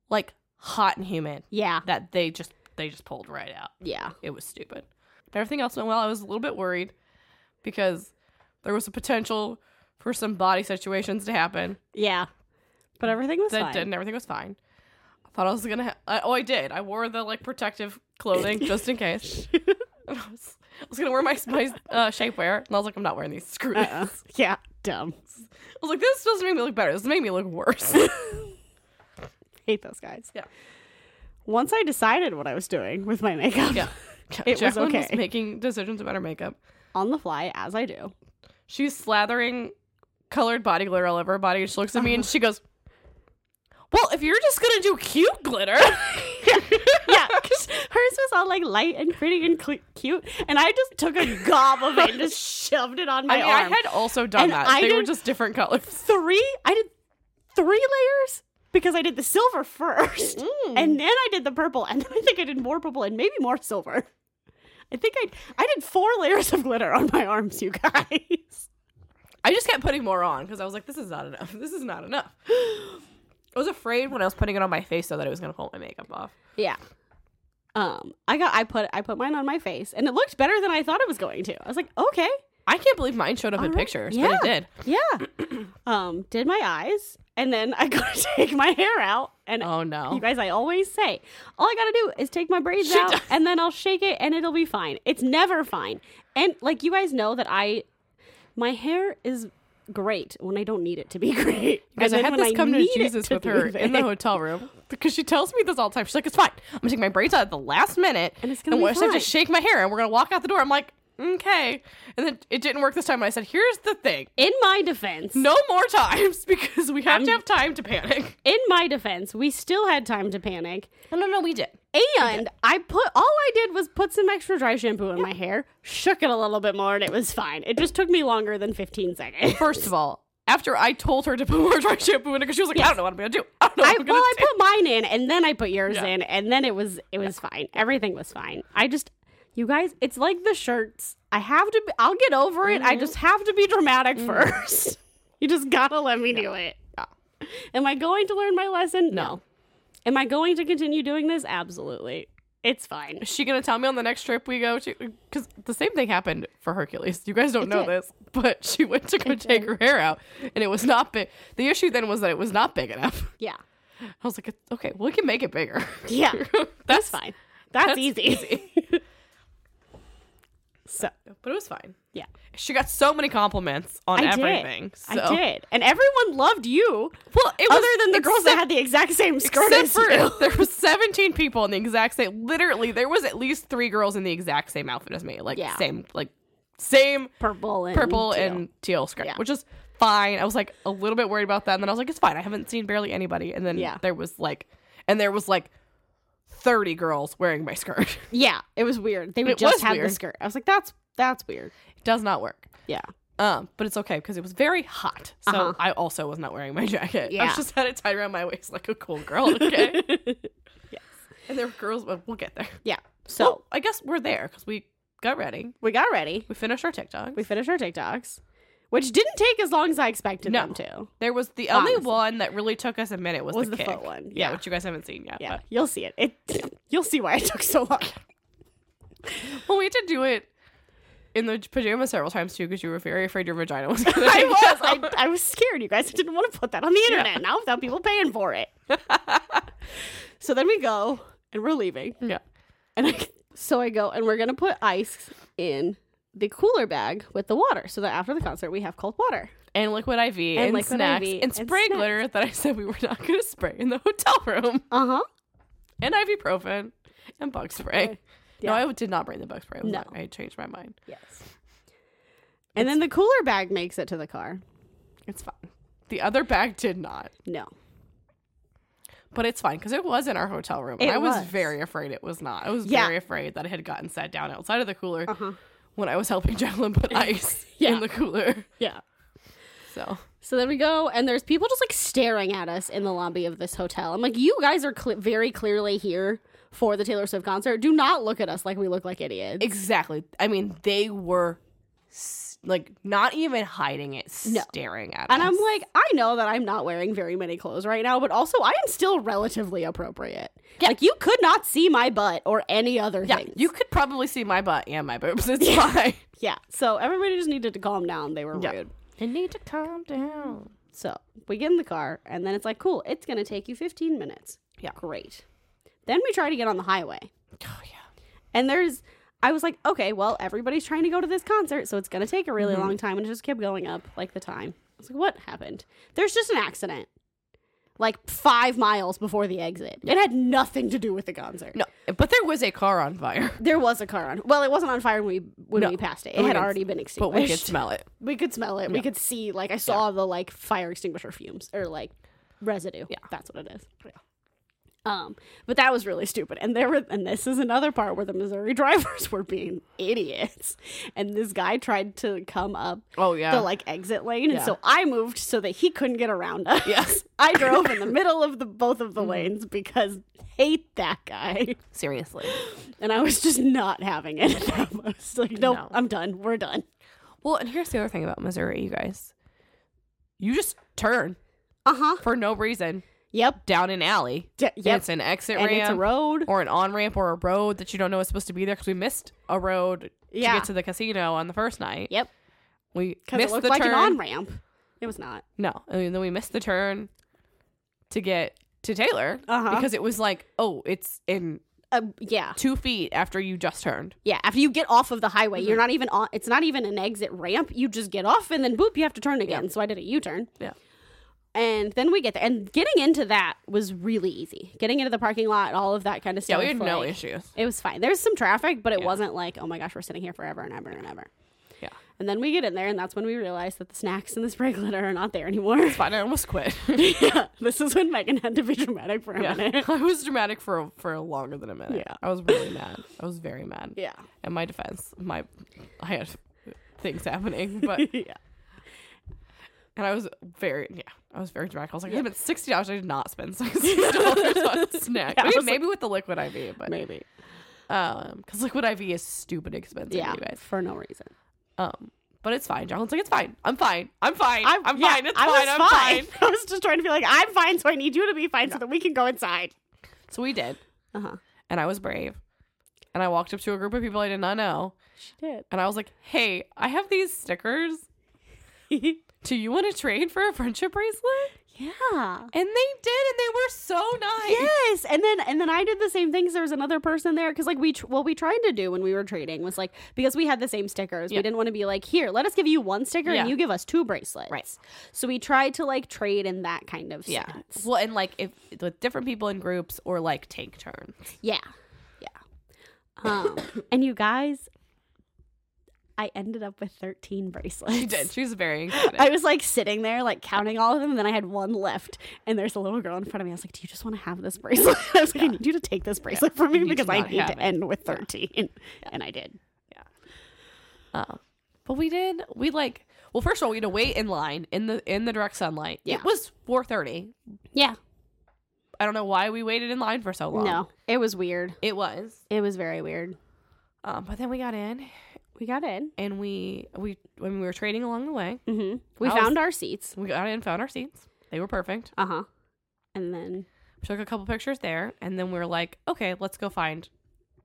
[SPEAKER 2] like hot and humid
[SPEAKER 1] Yeah.
[SPEAKER 2] that they just they just pulled right out.
[SPEAKER 1] Yeah.
[SPEAKER 2] It was stupid. But everything else went well. I was a little bit worried because there was a potential for some body situations to happen
[SPEAKER 1] Yeah. But everything was
[SPEAKER 2] that
[SPEAKER 1] fine.
[SPEAKER 2] didn't. Everything was fine. I thought I was gonna. Ha- I, oh, I did. I wore the like protective clothing just in case. And I, was, I was gonna wear my my uh, shapewear, and I was like, I'm not wearing these. Screw this.
[SPEAKER 1] Uh-uh. Yeah. Dumb.
[SPEAKER 2] I was like, this doesn't make me look better. This made me look worse.
[SPEAKER 1] Hate those guys.
[SPEAKER 2] Yeah.
[SPEAKER 1] Once I decided what I was doing with my makeup
[SPEAKER 2] yeah,
[SPEAKER 1] It was
[SPEAKER 2] Jacqueline
[SPEAKER 1] okay.
[SPEAKER 2] making decisions about her makeup.
[SPEAKER 1] on the fly, as I do,
[SPEAKER 2] She's slathering colored body glitter all over her
[SPEAKER 1] Uh-huh.
[SPEAKER 2] body, and she looks at me and she goes, "Well, if you're just gonna do cute glitter."
[SPEAKER 1] yeah, 'cause hers was all like light and pretty and cl- cute, and I just took a gob of it and just shoved it on my
[SPEAKER 2] I mean,
[SPEAKER 1] arm.
[SPEAKER 2] I had also done
[SPEAKER 1] And
[SPEAKER 2] that.
[SPEAKER 1] I
[SPEAKER 2] they were
[SPEAKER 1] did-
[SPEAKER 2] just different colors.
[SPEAKER 1] three. I did three layers because I did the silver first, and then I did the purple, and then I think I did more purple and maybe more silver. I think I I did four layers of glitter on my arms, you guys.
[SPEAKER 2] I just kept putting more on because I was like, this is not enough. This is not enough. I was afraid when I was putting it on my face though that it was gonna pull my makeup off.
[SPEAKER 1] Yeah. Um, I got I put I put mine on my face, and it looked better than I thought it was going to. I was like, okay,
[SPEAKER 2] I can't believe mine showed up in
[SPEAKER 1] Alright,
[SPEAKER 2] pictures,
[SPEAKER 1] Uh-huh. yeah.
[SPEAKER 2] but it did.
[SPEAKER 1] yeah. um, did my eyes, and then I gotta take my hair out, and
[SPEAKER 2] Oh no.
[SPEAKER 1] You guys, I always say, all I gotta do is take my braids
[SPEAKER 2] She
[SPEAKER 1] out
[SPEAKER 2] does.
[SPEAKER 1] and then I'll shake it and it'll be fine. It's never fine. And like you guys know that I my hair is great when I don't need it to be great.
[SPEAKER 2] Guys, I
[SPEAKER 1] And then
[SPEAKER 2] had
[SPEAKER 1] when
[SPEAKER 2] this come to
[SPEAKER 1] need it
[SPEAKER 2] Jesus
[SPEAKER 1] to
[SPEAKER 2] with
[SPEAKER 1] be
[SPEAKER 2] her in the
[SPEAKER 1] great-
[SPEAKER 2] hotel room because she tells me this all the time. She's like, "It's fine. I'm gonna take my braids out at the last minute,
[SPEAKER 1] And it's gonna be
[SPEAKER 2] we're just gonna have to
[SPEAKER 1] fine."
[SPEAKER 2] shake my hair, and we're gonna walk out the door." I'm like, "Okay," and then it didn't work this time. And I said, "Here's the thing:
[SPEAKER 1] In my defense,
[SPEAKER 2] no more times because we have to
[SPEAKER 1] I'm-
[SPEAKER 2] have time to panic."
[SPEAKER 1] in my defense, we still had time to panic.
[SPEAKER 2] No, no, no, we did.
[SPEAKER 1] And I put all I did was put some extra dry shampoo in my hair, shook it a little bit more, and it was fine. It just took me longer than 15 seconds.
[SPEAKER 2] First of all, after I told her to put more dry shampoo in it, because she was like, "I don't know what I'm gonna do." I don't know. What
[SPEAKER 1] I,
[SPEAKER 2] I, am gonna
[SPEAKER 1] well, I
[SPEAKER 2] do.
[SPEAKER 1] put mine in, and then I put yours
[SPEAKER 2] Yeah.
[SPEAKER 1] in, and then it was it was fine. Everything was fine. I just, you guys, it's like the shirts. I have to. Be, I'll get over it. I just have to be dramatic first. you just gotta let me do it. Am I going to learn my lesson? No. Am I going to continue doing this? Absolutely. It's fine.
[SPEAKER 2] Is she gonna tell me on the next trip we go to? Because the same thing happened for Hercules. You guys don't know
[SPEAKER 1] did.
[SPEAKER 2] this, but she went to go take her hair out, and it was not big. The issue then was that it was not big enough.
[SPEAKER 1] Yeah.
[SPEAKER 2] I was like, "It's- okay, we can make it bigger.
[SPEAKER 1] Yeah.
[SPEAKER 2] That's
[SPEAKER 1] fine. That's,
[SPEAKER 2] That's
[SPEAKER 1] easy. so
[SPEAKER 2] But it was fine.
[SPEAKER 1] yeah.
[SPEAKER 2] She got so many compliments on
[SPEAKER 1] I
[SPEAKER 2] everything.
[SPEAKER 1] did.
[SPEAKER 2] So.
[SPEAKER 1] I did. And everyone loved you.
[SPEAKER 2] Well, it was
[SPEAKER 1] Other than the girls that
[SPEAKER 2] except-
[SPEAKER 1] had the exact same skirt
[SPEAKER 2] Except
[SPEAKER 1] as
[SPEAKER 2] for
[SPEAKER 1] you.
[SPEAKER 2] there were 17 people in the exact same. Literally, there was at least three girls in the exact same outfit as me. Like
[SPEAKER 1] Yeah.
[SPEAKER 2] same, like same
[SPEAKER 1] purple and
[SPEAKER 2] purple
[SPEAKER 1] teal.
[SPEAKER 2] and teal skirt,
[SPEAKER 1] Yeah.
[SPEAKER 2] which is fine. I was like a little bit worried about that, and then I was like, it's fine. I haven't seen barely anybody, and then
[SPEAKER 1] Yeah.
[SPEAKER 2] there was like, and there was like 30 girls wearing my skirt.
[SPEAKER 1] yeah, it was weird. They would
[SPEAKER 2] It
[SPEAKER 1] just
[SPEAKER 2] was
[SPEAKER 1] have
[SPEAKER 2] weird.
[SPEAKER 1] the skirt. I was like, that's that's weird.
[SPEAKER 2] it does not work.
[SPEAKER 1] Yeah,
[SPEAKER 2] Um, but it's okay because it was very hot, so
[SPEAKER 1] Uh-huh.
[SPEAKER 2] I also was not wearing my jacket.
[SPEAKER 1] Yeah.
[SPEAKER 2] I just had it tied around my waist like a cool girl. Okay. yes. And there were girls, but we'll get there.
[SPEAKER 1] yeah. So
[SPEAKER 2] So I guess we're there because we got ready.
[SPEAKER 1] we got ready.
[SPEAKER 2] We finished our TikTok.
[SPEAKER 1] We finished our TikToks, which didn't take as long as I expected
[SPEAKER 2] No.
[SPEAKER 1] them to.
[SPEAKER 2] There was the only
[SPEAKER 1] Honestly.
[SPEAKER 2] one that really took us a minute was,
[SPEAKER 1] Was the
[SPEAKER 2] kick.
[SPEAKER 1] foot one, yeah.
[SPEAKER 2] Yeah. which you guys haven't seen yet.
[SPEAKER 1] Yeah, you'll see it. It you'll see why it took so long.
[SPEAKER 2] But. Well, we had to do it in the pajamas several times too because you were very afraid your vagina was going to.
[SPEAKER 1] I was I, I was scared, you guys. I didn't want to put that on the internet
[SPEAKER 2] Yeah.
[SPEAKER 1] now without people paying for it. so then we go and we're leaving,
[SPEAKER 2] yeah.
[SPEAKER 1] and I, so I go and we're gonna put ice in the cooler bag with the water, so that after the concert we have cold water.
[SPEAKER 2] And liquid IV and,
[SPEAKER 1] liquid
[SPEAKER 2] snacks
[SPEAKER 1] IV
[SPEAKER 2] and
[SPEAKER 1] and
[SPEAKER 2] spray
[SPEAKER 1] snacks.
[SPEAKER 2] glitter that I said we were not going to spray in the hotel room.
[SPEAKER 1] Uh huh.
[SPEAKER 2] and ibuprofen and bug spray. No,
[SPEAKER 1] Yeah.
[SPEAKER 2] I did not bring the bug spray. I was
[SPEAKER 1] No.
[SPEAKER 2] not- I changed my mind.
[SPEAKER 1] Yes. And then the cooler bag makes it to the car.
[SPEAKER 2] It's fine. The other bag did not,
[SPEAKER 1] No.
[SPEAKER 2] but it's fine because it was in our hotel room.
[SPEAKER 1] It
[SPEAKER 2] I was,
[SPEAKER 1] was.
[SPEAKER 2] very afraid it was not. I was
[SPEAKER 1] Yeah.
[SPEAKER 2] very afraid that it had gotten set down outside of the cooler when I was helping Jacqueline put ice
[SPEAKER 1] Yeah.
[SPEAKER 2] in the cooler.
[SPEAKER 1] Yeah.
[SPEAKER 2] So
[SPEAKER 1] So then we go, and there's people just like staring at us in the lobby of this hotel. I'm like, you guys are cl- very clearly here for the Taylor Swift concert. Do not look at us like we look like idiots.
[SPEAKER 2] exactly. I mean, they were s- like not even hiding it, staring at
[SPEAKER 1] and
[SPEAKER 2] us.
[SPEAKER 1] I'm like, I know that I'm not wearing very many clothes right now, but also I am still relatively appropriate. Like, you could not see my butt or any other
[SPEAKER 2] yeah,
[SPEAKER 1] thing.
[SPEAKER 2] you could probably see my butt and my boobs. It's fine.
[SPEAKER 1] yeah. So everybody just needed to calm down. They were rude.
[SPEAKER 2] I need to calm down.
[SPEAKER 1] So we get in the car, and then it's like, cool, it's going to take you 15 minutes.
[SPEAKER 2] Yeah.
[SPEAKER 1] Great. Then we try to get on the highway,
[SPEAKER 2] Oh yeah.
[SPEAKER 1] and there's, I was like, okay, well, everybody's trying to go to this concert, so it's going to take a
[SPEAKER 2] Mm-hmm.
[SPEAKER 1] really long time. And it just kept going up like the time. I was like, what happened? There's just an accident, like five miles before the exit. It had nothing to do with the concert.
[SPEAKER 2] No, but there was a car on fire,
[SPEAKER 1] There was a car on. Well, it wasn't on fire when we when
[SPEAKER 2] No.
[SPEAKER 1] we passed it. It
[SPEAKER 2] We
[SPEAKER 1] had
[SPEAKER 2] didn't-
[SPEAKER 1] already been
[SPEAKER 2] but
[SPEAKER 1] extinguished.
[SPEAKER 2] we could smell it.
[SPEAKER 1] We could smell it. We could see. Like I saw the like fire extinguisher fumes or like residue. Yeah, that's what it is. Um, but that was really stupid. And there were, and this is another part where the Missouri drivers were being idiots. And this guy tried to come up
[SPEAKER 2] Oh yeah.
[SPEAKER 1] the like exit lane, and
[SPEAKER 2] Yeah.
[SPEAKER 1] so I moved so that he couldn't get around us.
[SPEAKER 2] Yes.
[SPEAKER 1] I drove in the middle of the both of
[SPEAKER 2] Mm-hmm.
[SPEAKER 1] the lanes because hate that guy.
[SPEAKER 2] Seriously.
[SPEAKER 1] And I was just not having it. I was like, nope,
[SPEAKER 2] No.
[SPEAKER 1] I'm done. We're done.
[SPEAKER 2] Well, and here's the other thing about Missouri, you guys. You just turn
[SPEAKER 1] Uh huh.
[SPEAKER 2] for no reason
[SPEAKER 1] Yep.
[SPEAKER 2] down an alley.
[SPEAKER 1] D-
[SPEAKER 2] And
[SPEAKER 1] yep.
[SPEAKER 2] It's an exit
[SPEAKER 1] and
[SPEAKER 2] ramp
[SPEAKER 1] it's a road.
[SPEAKER 2] or an on ramp or a road that you don't know is supposed to be there because we missed a road
[SPEAKER 1] Yeah.
[SPEAKER 2] to get to the casino on the first night.
[SPEAKER 1] Yep.
[SPEAKER 2] We
[SPEAKER 1] Because it
[SPEAKER 2] missed
[SPEAKER 1] looked
[SPEAKER 2] the
[SPEAKER 1] like
[SPEAKER 2] turn.
[SPEAKER 1] an on ramp. It was not.
[SPEAKER 2] no, and then we missed the turn to get to Taylor
[SPEAKER 1] Uh-huh.
[SPEAKER 2] because it was like, oh, it's in
[SPEAKER 1] Uh, yeah.
[SPEAKER 2] two feet after you just turned.
[SPEAKER 1] Yeah. After you get off of the highway, you're not even on, it's not even an exit ramp. You just get off and then boop, you have to turn again. So I did a U turn.
[SPEAKER 2] Yeah.
[SPEAKER 1] And then we get there. And getting into that was really easy. Getting into the parking lot, all of that kind of
[SPEAKER 2] Yeah,
[SPEAKER 1] stuff.
[SPEAKER 2] we had no
[SPEAKER 1] like,
[SPEAKER 2] issues.
[SPEAKER 1] It was fine. There was some traffic, but it
[SPEAKER 2] Yeah.
[SPEAKER 1] wasn't like, oh my gosh, we're sitting here forever and ever and ever.
[SPEAKER 2] Yeah.
[SPEAKER 1] And then we get in there, and that's when we realize that the snacks and the spray glitter are not there anymore.
[SPEAKER 2] But I almost quit.
[SPEAKER 1] yeah. This is when Megan had to be dramatic for a minute.
[SPEAKER 2] yeah. I was dramatic for for longer than a minute.
[SPEAKER 1] Yeah.
[SPEAKER 2] I was really mad. I was very mad.
[SPEAKER 1] Yeah.
[SPEAKER 2] In my defense, my I had things happening, but
[SPEAKER 1] yeah.
[SPEAKER 2] and I was very yeah, I was very dramatic. I was like, I spent sixty dollars. I did not spend sixty dollars on a snack.
[SPEAKER 1] Yeah, I
[SPEAKER 2] I mean,
[SPEAKER 1] was like-
[SPEAKER 2] maybe with the liquid IV, but
[SPEAKER 1] Maybe.
[SPEAKER 2] um, because liquid IV is stupid expensive,
[SPEAKER 1] Yeah.
[SPEAKER 2] you guys.
[SPEAKER 1] For no reason.
[SPEAKER 2] Um, but it's fine. Jocelyn's like, it's fine. I'm fine. I'm fine.
[SPEAKER 1] I-
[SPEAKER 2] I'm, I'm
[SPEAKER 1] yeah,
[SPEAKER 2] fine. It's
[SPEAKER 1] I
[SPEAKER 2] fine.
[SPEAKER 1] was
[SPEAKER 2] I'm
[SPEAKER 1] fine.
[SPEAKER 2] fine.
[SPEAKER 1] I was just trying to be like, I'm fine, so I need you to be fine so that we can go inside.
[SPEAKER 2] So we did,
[SPEAKER 1] Uh huh.
[SPEAKER 2] and I was brave, and I walked up to a group of people I did not know,
[SPEAKER 1] She did.
[SPEAKER 2] and I was like, hey, I have these stickers. Do you want to trade for a friendship bracelet?
[SPEAKER 1] yeah.
[SPEAKER 2] And they did, and they were so nice.
[SPEAKER 1] Yes, and then and then I did the same thing. 'cause There was another person there because like we tr- what we tried to do when we were trading was like because we had the same stickers,
[SPEAKER 2] Yeah.
[SPEAKER 1] we didn't want to be like here, let us give you one sticker
[SPEAKER 2] Yeah.
[SPEAKER 1] and you give us two bracelets.
[SPEAKER 2] Right.
[SPEAKER 1] So we tried to like trade in that kind of
[SPEAKER 2] Yeah.
[SPEAKER 1] sense.
[SPEAKER 2] Well, and like if with different people in groups or like take turns.
[SPEAKER 1] Yeah. Yeah. Um, and you guys, I ended up with thirteen bracelets.
[SPEAKER 2] She did. She was very excited.
[SPEAKER 1] I was like sitting there, like counting all of them, and then I had one left. And there's a little girl in front of me. I was like, "Do you just want to have this bracelet?" I was like, "I need you to take this bracelet from me
[SPEAKER 2] need to
[SPEAKER 1] because I
[SPEAKER 2] not
[SPEAKER 1] need
[SPEAKER 2] have
[SPEAKER 1] to
[SPEAKER 2] it."
[SPEAKER 1] end with 13." And I did.
[SPEAKER 2] Uh, but we did. We like. Well, first of all, we had to wait in line in the in the direct sunlight.
[SPEAKER 1] Yeah.
[SPEAKER 2] It was four thirty.
[SPEAKER 1] Yeah.
[SPEAKER 2] I don't know why we waited in line for so long.
[SPEAKER 1] No, it was weird.
[SPEAKER 2] it was.
[SPEAKER 1] It was very weird.
[SPEAKER 2] Um, but then we got in
[SPEAKER 1] We got in.
[SPEAKER 2] and we we when we were trading along the way,
[SPEAKER 1] Mm-hmm. We
[SPEAKER 2] I was-
[SPEAKER 1] found our seats.
[SPEAKER 2] we got in, found our seats. They were perfect.
[SPEAKER 1] Uh huh. And then
[SPEAKER 2] Took a couple pictures there, and then we were like, okay, let's go find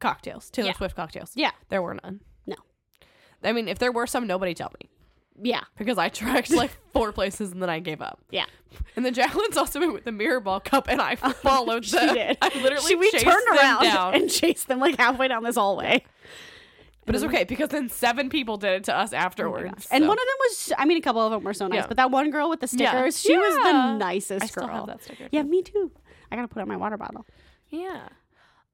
[SPEAKER 2] cocktails, Taylor
[SPEAKER 1] Yeah.
[SPEAKER 2] Swift cocktails.
[SPEAKER 1] yeah,
[SPEAKER 2] There were none.
[SPEAKER 1] No.
[SPEAKER 2] I mean, if there were some, nobody tell me
[SPEAKER 1] yeah,
[SPEAKER 2] because I tracked like four places and then I gave up.
[SPEAKER 1] yeah.
[SPEAKER 2] And then Jacqueline's also in with the mirror ball cup, and I followed
[SPEAKER 1] She
[SPEAKER 2] them.
[SPEAKER 1] did.
[SPEAKER 2] I literally
[SPEAKER 1] She, we
[SPEAKER 2] chased
[SPEAKER 1] turned
[SPEAKER 2] them
[SPEAKER 1] around
[SPEAKER 2] down.
[SPEAKER 1] and chased them like halfway down this hallway.
[SPEAKER 2] but it's okay because then seven people did it to us afterwards.
[SPEAKER 1] And
[SPEAKER 2] so.
[SPEAKER 1] one of them was, I mean, a couple of them were so nice,
[SPEAKER 2] Yeah.
[SPEAKER 1] but that one girl with the
[SPEAKER 2] Yeah.
[SPEAKER 1] stickers, she was
[SPEAKER 2] Yeah.
[SPEAKER 1] the nicest
[SPEAKER 2] I still
[SPEAKER 1] girl.
[SPEAKER 2] have that sticker.
[SPEAKER 1] Yeah, me too. I gotta put on my water bottle.
[SPEAKER 2] yeah.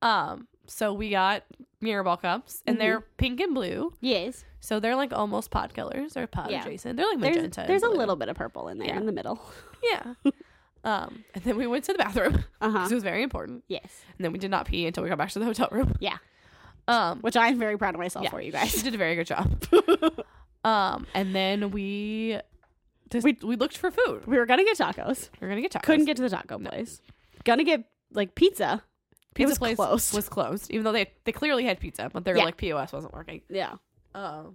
[SPEAKER 2] Um. So we got mirror ball cups,
[SPEAKER 1] Mm-hmm.
[SPEAKER 2] and they're pink and blue.
[SPEAKER 1] Yes,
[SPEAKER 2] So they're like almost pod colors or pod
[SPEAKER 1] Yeah.
[SPEAKER 2] adjacent. They're like
[SPEAKER 1] there's
[SPEAKER 2] magenta. and
[SPEAKER 1] there's a
[SPEAKER 2] blue.
[SPEAKER 1] little bit of purple in there
[SPEAKER 2] Yeah.
[SPEAKER 1] in the middle.
[SPEAKER 2] Yeah. um. And then we went to the bathroom
[SPEAKER 1] Uh huh.
[SPEAKER 2] because it was very important.
[SPEAKER 1] yes.
[SPEAKER 2] And then we did not pee until we got back to the hotel room.
[SPEAKER 1] Yeah.
[SPEAKER 2] Um.
[SPEAKER 1] Which I'm very proud of myself
[SPEAKER 2] yeah,
[SPEAKER 1] for, you
[SPEAKER 2] She
[SPEAKER 1] guys.
[SPEAKER 2] did a very good job. um, and then we just, we,
[SPEAKER 1] We-
[SPEAKER 2] we looked for food.
[SPEAKER 1] we were gonna get tacos.
[SPEAKER 2] We are gonna get tacos.
[SPEAKER 1] Couldn't get to the taco place. Gonna get like pizza. it
[SPEAKER 2] pizza
[SPEAKER 1] was
[SPEAKER 2] place
[SPEAKER 1] close.
[SPEAKER 2] was closed, even though they they clearly had pizza, but their
[SPEAKER 1] Yeah.
[SPEAKER 2] like POS wasn't working.
[SPEAKER 1] yeah.
[SPEAKER 2] Oh.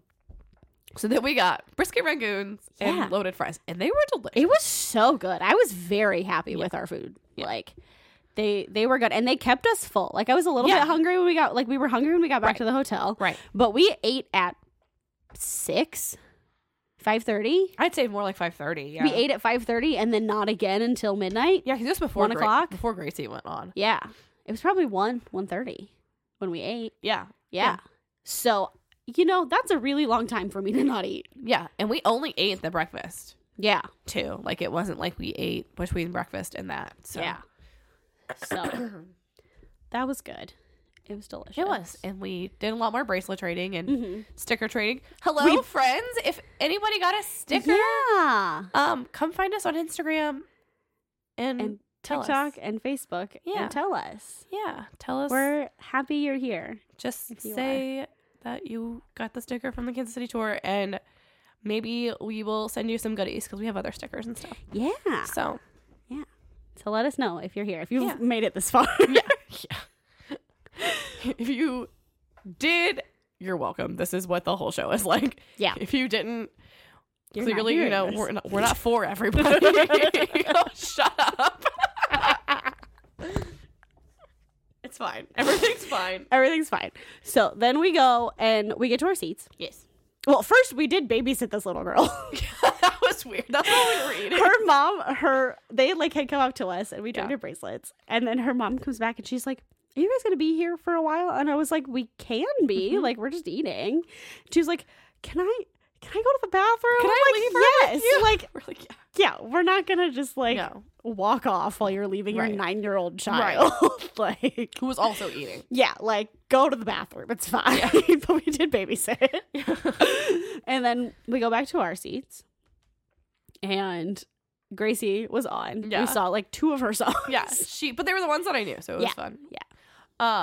[SPEAKER 2] So then we got brisket rangoons
[SPEAKER 1] Yeah.
[SPEAKER 2] and loaded fries, and they were delicious.
[SPEAKER 1] It was so good. I was very happy with our food.
[SPEAKER 2] Yeah.
[SPEAKER 1] Like they they were good and they kept us full. Like I was a little
[SPEAKER 2] Yeah.
[SPEAKER 1] bit hungry when we got like we were hungry when we got back
[SPEAKER 2] Right.
[SPEAKER 1] to the hotel.
[SPEAKER 2] Right.
[SPEAKER 1] But we ate at 6 5:30.
[SPEAKER 2] I'd say more like five thirty. Yeah,
[SPEAKER 1] We ate at 5:30 and then not again until midnight.
[SPEAKER 2] Yeah, because this was before
[SPEAKER 1] One
[SPEAKER 2] Gra-
[SPEAKER 1] o'clock?
[SPEAKER 2] before Gracie went on.
[SPEAKER 1] Yeah. It was probably 1 1:30 when we ate.
[SPEAKER 2] Yeah,
[SPEAKER 1] Yeah.
[SPEAKER 2] Yeah.
[SPEAKER 1] So, you know, that's a really long time for me to not eat.
[SPEAKER 2] yeah, and we only ate the breakfast
[SPEAKER 1] Yeah.
[SPEAKER 2] too. Like it wasn't like we ate between breakfast and that. So.
[SPEAKER 1] Yeah. So that was good. It was delicious.
[SPEAKER 2] It was. And we did a lot more bracelet trading and
[SPEAKER 1] Mhm.
[SPEAKER 2] sticker trading. Hello,
[SPEAKER 1] We-
[SPEAKER 2] friends. If anybody got a sticker,
[SPEAKER 1] Yeah.
[SPEAKER 2] um, come find us on Instagram and,
[SPEAKER 1] And
[SPEAKER 2] Tell
[SPEAKER 1] TikTok
[SPEAKER 2] us.
[SPEAKER 1] and Facebook
[SPEAKER 2] Yeah.
[SPEAKER 1] and tell us.
[SPEAKER 2] Yeah. Tell us.
[SPEAKER 1] We're happy you're here.
[SPEAKER 2] just
[SPEAKER 1] if you are.
[SPEAKER 2] say that you got the sticker from the Kansas City tour, and maybe we will send you some goodies because we have other stickers and stuff.
[SPEAKER 1] Yeah.
[SPEAKER 2] So
[SPEAKER 1] So let us know if you're here, if you've
[SPEAKER 2] Yeah.
[SPEAKER 1] made it this far.
[SPEAKER 2] if you did, you're welcome. This is what the whole show is like.
[SPEAKER 1] Yeah.
[SPEAKER 2] If you didn't,
[SPEAKER 1] You're not
[SPEAKER 2] clearly, you
[SPEAKER 1] hearing
[SPEAKER 2] know,
[SPEAKER 1] this.
[SPEAKER 2] we're not, we're not for everybody. Oh, shut up. it's fine. Everything's fine.
[SPEAKER 1] Everything's fine. So then we go and we get to our seats.
[SPEAKER 2] Yes.
[SPEAKER 1] Well, first we did babysit this little girl.
[SPEAKER 2] that was weird. That's all we were eating.
[SPEAKER 1] her mom, her they like had come up to us and we joined
[SPEAKER 2] Yeah.
[SPEAKER 1] her bracelets. And then her mom comes back and she's like, Are you guys gonna be here for a while? And I was like, We can be.
[SPEAKER 2] Mm-hmm.
[SPEAKER 1] Like, we're just eating. She was like, Can I can I go to the bathroom?
[SPEAKER 2] Can
[SPEAKER 1] I'm
[SPEAKER 2] I
[SPEAKER 1] like,
[SPEAKER 2] leave her
[SPEAKER 1] yes.
[SPEAKER 2] with you?
[SPEAKER 1] Like,
[SPEAKER 2] We're like, yeah.
[SPEAKER 1] yeah, we're not gonna just like
[SPEAKER 2] No.
[SPEAKER 1] walk off while you're leaving
[SPEAKER 2] Right.
[SPEAKER 1] your nine year old
[SPEAKER 2] Right.
[SPEAKER 1] child. like
[SPEAKER 2] Who was also eating.
[SPEAKER 1] yeah, like go to the bathroom. It's fine. but we did babysit. and then we go back to our seats. And Gracie was on.
[SPEAKER 2] Yeah.
[SPEAKER 1] We saw like two of her songs.
[SPEAKER 2] Yeah, she. But they were the ones that I knew, so it was
[SPEAKER 1] Yeah,
[SPEAKER 2] fun.
[SPEAKER 1] yeah.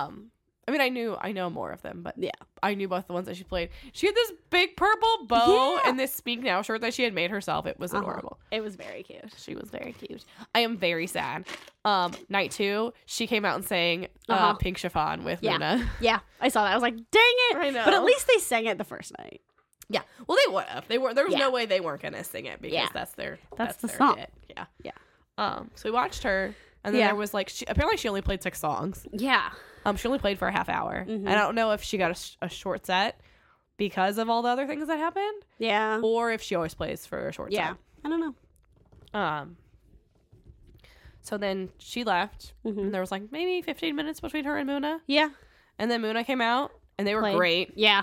[SPEAKER 2] Um, I mean, I knew, I know more of them, but
[SPEAKER 1] Yeah.
[SPEAKER 2] I knew both the ones that she played. She had this big purple bow
[SPEAKER 1] Yeah.
[SPEAKER 2] and this Speak Now shirt that she had made herself. It was
[SPEAKER 1] Uh-huh.
[SPEAKER 2] adorable.
[SPEAKER 1] It was very cute.
[SPEAKER 2] She was very cute. I am very sad. Um, night two, she came out and sang uh
[SPEAKER 1] Uh-huh.
[SPEAKER 2] Pink Chiffon with
[SPEAKER 1] Yeah.
[SPEAKER 2] Luna.
[SPEAKER 1] Yeah, I saw that. I was like, dang it.
[SPEAKER 2] I know.
[SPEAKER 1] But at least they sang it the first night.
[SPEAKER 2] Yeah. Well, they would have. They were. There was
[SPEAKER 1] Yeah.
[SPEAKER 2] no way they weren't gonna sing it because
[SPEAKER 1] Yeah.
[SPEAKER 2] that's their.
[SPEAKER 1] That's the
[SPEAKER 2] their
[SPEAKER 1] song.
[SPEAKER 2] hit. Yeah.
[SPEAKER 1] Yeah.
[SPEAKER 2] Um. So we watched her, and then
[SPEAKER 1] Yeah.
[SPEAKER 2] there was like she apparently she only played six songs.
[SPEAKER 1] Yeah.
[SPEAKER 2] Um, she only played for a half hour.
[SPEAKER 1] Mhm.
[SPEAKER 2] I don't know if she got a, sh- a short set because of all the other things that happened,
[SPEAKER 1] Yeah.
[SPEAKER 2] or if she always plays for a short
[SPEAKER 1] Yeah. I don't know.
[SPEAKER 2] set. Um. So then she left,
[SPEAKER 1] Mm-hmm.
[SPEAKER 2] and there was like maybe 15 minutes between her and Muna,
[SPEAKER 1] Yeah.
[SPEAKER 2] and then Muna came out, and they were
[SPEAKER 1] Played.
[SPEAKER 2] great.
[SPEAKER 1] Yeah.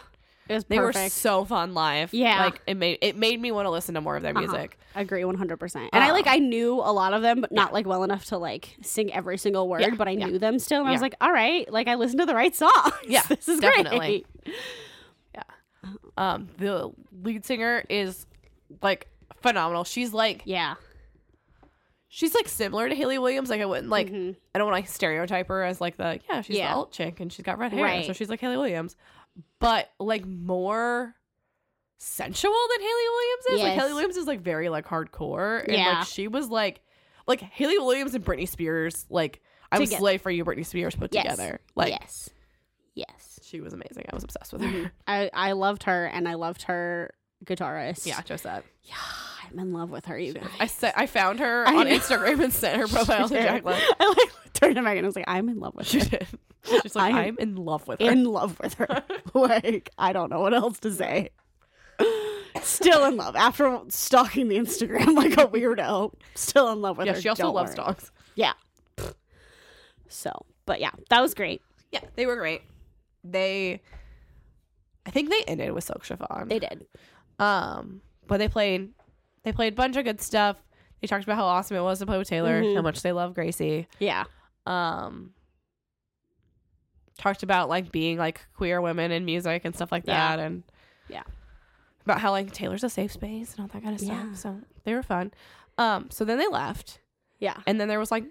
[SPEAKER 1] It was
[SPEAKER 2] They
[SPEAKER 1] perfect.
[SPEAKER 2] were so fun live.
[SPEAKER 1] Yeah.
[SPEAKER 2] like it made it made me want to listen to more of their
[SPEAKER 1] Uh-huh.
[SPEAKER 2] music. Ah.
[SPEAKER 1] Agree 100%. And I like, I knew a lot of them, but not like well enough to like sing every single word,
[SPEAKER 2] Yeah,
[SPEAKER 1] but I
[SPEAKER 2] yeah.
[SPEAKER 1] knew them still. And I was
[SPEAKER 2] Yeah.
[SPEAKER 1] like, all right, like I listened to the right song.
[SPEAKER 2] Yeah,
[SPEAKER 1] this is
[SPEAKER 2] definitely.
[SPEAKER 1] great.
[SPEAKER 2] Um, the lead singer is like phenomenal. She's like
[SPEAKER 1] Yeah.
[SPEAKER 2] she's like similar to Haley Williams. Like I wouldn't like
[SPEAKER 1] Mhm.
[SPEAKER 2] I don't want to stereotype her as like the yeah she's
[SPEAKER 1] Yeah.
[SPEAKER 2] the alt chick and she's got red hair
[SPEAKER 1] Right.
[SPEAKER 2] so she's like Haley Williams, but like more sensual than Haley Williams is. Like
[SPEAKER 1] Yes.
[SPEAKER 2] Haley Williams is like very like hardcore and
[SPEAKER 1] Yeah.
[SPEAKER 2] like she was like like Haley Williams and Britney Spears like I was
[SPEAKER 1] Together.
[SPEAKER 2] slave for you Britney Spears put
[SPEAKER 1] Yes.
[SPEAKER 2] together like
[SPEAKER 1] yes. Yes.
[SPEAKER 2] she was amazing. I was obsessed with her.
[SPEAKER 1] I, I loved her and I loved her guitarist.
[SPEAKER 2] Yeah, Josette.
[SPEAKER 1] Yeah. I'm in love with her, you guys.
[SPEAKER 2] I sent, I found her
[SPEAKER 1] I
[SPEAKER 2] on
[SPEAKER 1] know.
[SPEAKER 2] Instagram and sent her profile to
[SPEAKER 1] She did.
[SPEAKER 2] Jacqueline.
[SPEAKER 1] I like turned to Megan and was like, I'm in love with
[SPEAKER 2] She
[SPEAKER 1] her.
[SPEAKER 2] did. She's like,
[SPEAKER 1] I am
[SPEAKER 2] I'm in love with her.
[SPEAKER 1] In love with her. like, I don't know what else to say. Still in love after stalking the Instagram like a weirdo. Still in love with
[SPEAKER 2] yeah,
[SPEAKER 1] her.
[SPEAKER 2] she also
[SPEAKER 1] Don't
[SPEAKER 2] loves
[SPEAKER 1] worry.
[SPEAKER 2] dogs.
[SPEAKER 1] Yeah. So, but yeah, that was great.
[SPEAKER 2] Yeah, they were great. They, I think they ended with Silk Chiffon.
[SPEAKER 1] They did.
[SPEAKER 2] Um, but they played, they played a bunch of good stuff. They talked about how awesome it was to play with Taylor,
[SPEAKER 1] Mhm.
[SPEAKER 2] how much they love Gracie.
[SPEAKER 1] Yeah.
[SPEAKER 2] Um, talked about like being like queer women in music and stuff like
[SPEAKER 1] Yeah.
[SPEAKER 2] that, and
[SPEAKER 1] Yeah.
[SPEAKER 2] about how like Taylor's a safe space and all that kind of
[SPEAKER 1] Yeah.
[SPEAKER 2] stuff. So they were fun. Um, so then they left.
[SPEAKER 1] Yeah.
[SPEAKER 2] And then there was like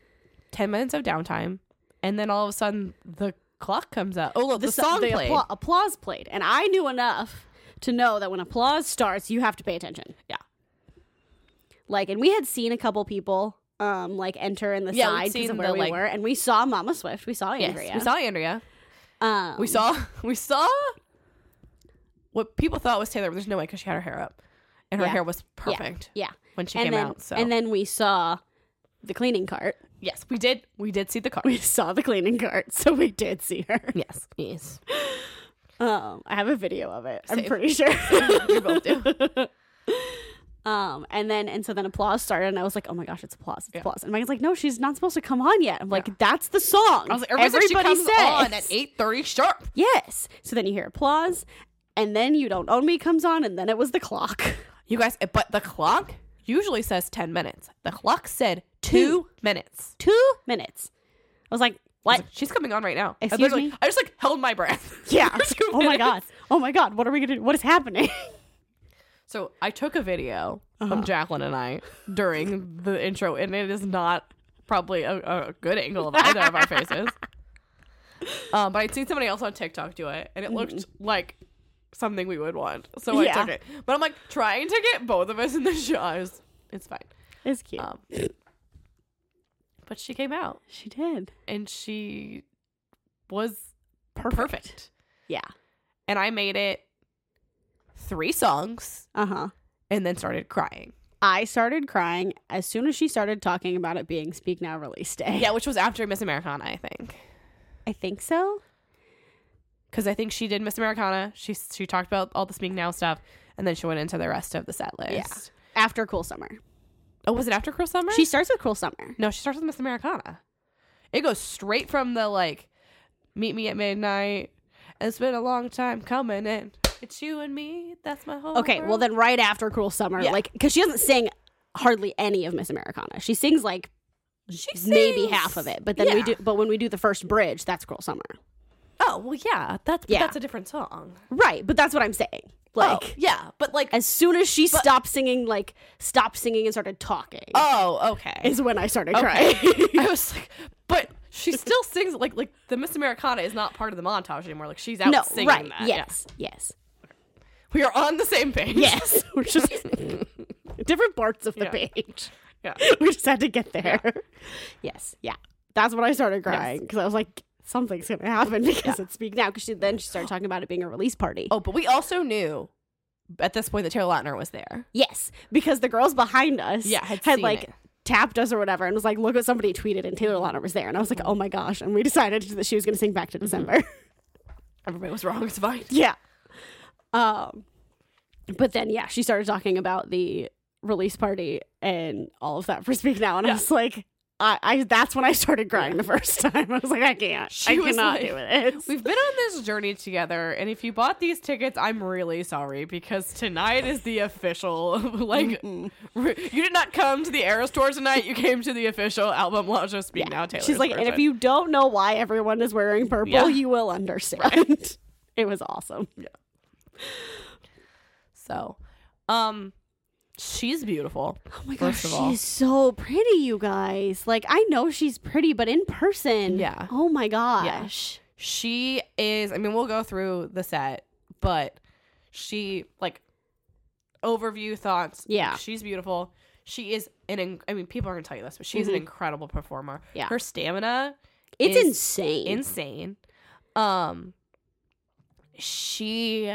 [SPEAKER 2] 10 minutes of downtime. And then all of a sudden the clock comes up. Oh, look, the,
[SPEAKER 1] so-
[SPEAKER 2] song played.
[SPEAKER 1] appla- applause played. And I knew enough to know that when applause starts, you have to pay attention.
[SPEAKER 2] Yeah.
[SPEAKER 1] Like, and we had seen a couple people um like enter in the
[SPEAKER 2] Yeah, we'd
[SPEAKER 1] side because
[SPEAKER 2] seen
[SPEAKER 1] of where
[SPEAKER 2] the,
[SPEAKER 1] we
[SPEAKER 2] like-
[SPEAKER 1] were, and we saw Mama Swift, we saw
[SPEAKER 2] yes,
[SPEAKER 1] Andrea,
[SPEAKER 2] we saw Andrea.
[SPEAKER 1] um,
[SPEAKER 2] We saw we saw what people thought was Taylor, but there's no way because she had her hair up. And her
[SPEAKER 1] Yeah.
[SPEAKER 2] hair was perfect
[SPEAKER 1] yeah,
[SPEAKER 2] when she
[SPEAKER 1] and
[SPEAKER 2] came
[SPEAKER 1] then
[SPEAKER 2] out. So
[SPEAKER 1] and then we saw the cleaning cart.
[SPEAKER 2] yes, we did we did see the car.
[SPEAKER 1] We saw the cleaning cart, so we did see her.
[SPEAKER 2] yes, yes.
[SPEAKER 1] Um, I have a video of it. I'm
[SPEAKER 2] Same.
[SPEAKER 1] pretty sure.
[SPEAKER 2] we both do.
[SPEAKER 1] Um, and then and so then applause started, and I was like, "Oh my gosh, it's applause! It's
[SPEAKER 2] Yeah.
[SPEAKER 1] applause!" And Megan's like, "No, she's not supposed to come on yet." I'm like,
[SPEAKER 2] Yeah.
[SPEAKER 1] "That's the song."
[SPEAKER 2] I was like, everybody, comes on at
[SPEAKER 1] says."
[SPEAKER 2] eight thirty sharp.
[SPEAKER 1] Yes. So then you hear applause, and then you don't own me comes on, and then it was the clock.
[SPEAKER 2] You guys, but the clock usually says ten minutes. The clock said
[SPEAKER 1] Two.
[SPEAKER 2] two minutes.
[SPEAKER 1] Two minutes. I was like,
[SPEAKER 2] I was
[SPEAKER 1] "What?"
[SPEAKER 2] like, She's coming on right now. I
[SPEAKER 1] Excuse
[SPEAKER 2] literally-
[SPEAKER 1] me?
[SPEAKER 2] I just like held my breath.
[SPEAKER 1] yeah.
[SPEAKER 2] for two
[SPEAKER 1] oh my
[SPEAKER 2] minutes.
[SPEAKER 1] god. Oh my god. What are we gonna do? What is happening?
[SPEAKER 2] So
[SPEAKER 1] Uh-huh.
[SPEAKER 2] I took a video of Jacqueline and I during the intro, and it is not probably a, a good angle of either of our faces. Um, but I'd seen somebody else on TikTok do it, and it looked like something we would want, so I
[SPEAKER 1] Mm. Yeah.
[SPEAKER 2] took it. But I'm like trying to get both of us in the shot. It's- It's fine.
[SPEAKER 1] It's cute.
[SPEAKER 2] Um, but she came out,
[SPEAKER 1] she did.
[SPEAKER 2] and she was
[SPEAKER 1] Perfect.
[SPEAKER 2] perfect.
[SPEAKER 1] Yeah.
[SPEAKER 2] And I made it three songs,
[SPEAKER 1] Uh huh.
[SPEAKER 2] and then started crying.
[SPEAKER 1] I started crying as soon as she started talking about it being Speak Now release day.
[SPEAKER 2] Yeah, which was after Miss Americana, I think.
[SPEAKER 1] I think so.
[SPEAKER 2] because I think she did Miss Americana. She she talked about all the Speak Now stuff, and then she went into the rest of the set list.
[SPEAKER 1] After Cool Summer.
[SPEAKER 2] Oh, was it after Cruel Summer?
[SPEAKER 1] She starts with Cool Summer.
[SPEAKER 2] no, she starts with Miss Americana. It goes straight from the like, meet me at midnight. It's been a long time coming, and it's you and me. That's my whole.
[SPEAKER 1] Okay, well
[SPEAKER 2] world.
[SPEAKER 1] then right after Cruel Summer,
[SPEAKER 2] Yeah.
[SPEAKER 1] like cuz she doesn't sing hardly any of Miss Americana. She sings like
[SPEAKER 2] she
[SPEAKER 1] maybe
[SPEAKER 2] sings-
[SPEAKER 1] half of it, but then we
[SPEAKER 2] Yeah.
[SPEAKER 1] do but when we do the first bridge, that's Cruel Summer.
[SPEAKER 2] Oh well, yeah. That's but
[SPEAKER 1] Yeah.
[SPEAKER 2] that's a different song.
[SPEAKER 1] Right, but that's what I'm saying. Like
[SPEAKER 2] oh, yeah, but like.
[SPEAKER 1] as soon as she stopped singing, like stopped singing and started talking,
[SPEAKER 2] oh, okay.
[SPEAKER 1] is when I started
[SPEAKER 2] Okay.
[SPEAKER 1] crying.
[SPEAKER 2] I was like, but she still sings like like the Miss Americana is not part of the montage anymore. Like she's out
[SPEAKER 1] no,
[SPEAKER 2] singing
[SPEAKER 1] right?
[SPEAKER 2] that. Yeah.
[SPEAKER 1] Yes, yes,
[SPEAKER 2] We are on the same page.
[SPEAKER 1] yes. We're just different parts of the
[SPEAKER 2] Yeah.
[SPEAKER 1] page.
[SPEAKER 2] Yeah.
[SPEAKER 1] We just had to get there. Yes, yeah. That's when I started crying because I was like, something's gonna happen because it's Speak Now. Because she, then she started talking about it being a release party.
[SPEAKER 2] Oh, but we also knew at this point that Taylor Lautner was there.
[SPEAKER 1] Yes, because the girls behind us
[SPEAKER 2] Yeah, had seen
[SPEAKER 1] like
[SPEAKER 2] it.
[SPEAKER 1] tapped us or whatever and was like, look what somebody tweeted and Taylor Lautner was there. And I was like,
[SPEAKER 2] Mm-hmm.
[SPEAKER 1] oh my gosh. And we decided that she was going to sing Back to December.
[SPEAKER 2] Everybody was wrong. It's fine.
[SPEAKER 1] yeah. Um, but then, yeah, she started talking about the release party and all of that for Speak Now. And I was like, I, I that's when I started crying the first time. I was like, I can't.
[SPEAKER 2] She
[SPEAKER 1] I
[SPEAKER 2] was
[SPEAKER 1] cannot
[SPEAKER 2] like-
[SPEAKER 1] do it.
[SPEAKER 2] We've been on this journey together, and if you bought these tickets, I'm really sorry because tonight is the official. Like, re- you did not come to the Era store tonight. You came to the official album launch of Speak Now Taylor.
[SPEAKER 1] She's like, and if you don't know why everyone is wearing purple,
[SPEAKER 2] Yeah.
[SPEAKER 1] you will understand. It was awesome.
[SPEAKER 2] so, um, she's beautiful.
[SPEAKER 1] Oh my
[SPEAKER 2] first
[SPEAKER 1] gosh,
[SPEAKER 2] of all.
[SPEAKER 1] she's so pretty, you guys. Like I know she's pretty, but in person,
[SPEAKER 2] Yeah.
[SPEAKER 1] Oh my gosh,
[SPEAKER 2] she is i mean we'll go through the set but she like overview thoughts
[SPEAKER 1] Yeah.
[SPEAKER 2] she's beautiful she is an in- i mean people are gonna tell you this but she's an incredible performer
[SPEAKER 1] Mm-hmm. Yeah.
[SPEAKER 2] her stamina
[SPEAKER 1] it's
[SPEAKER 2] is
[SPEAKER 1] insane.
[SPEAKER 2] insane um she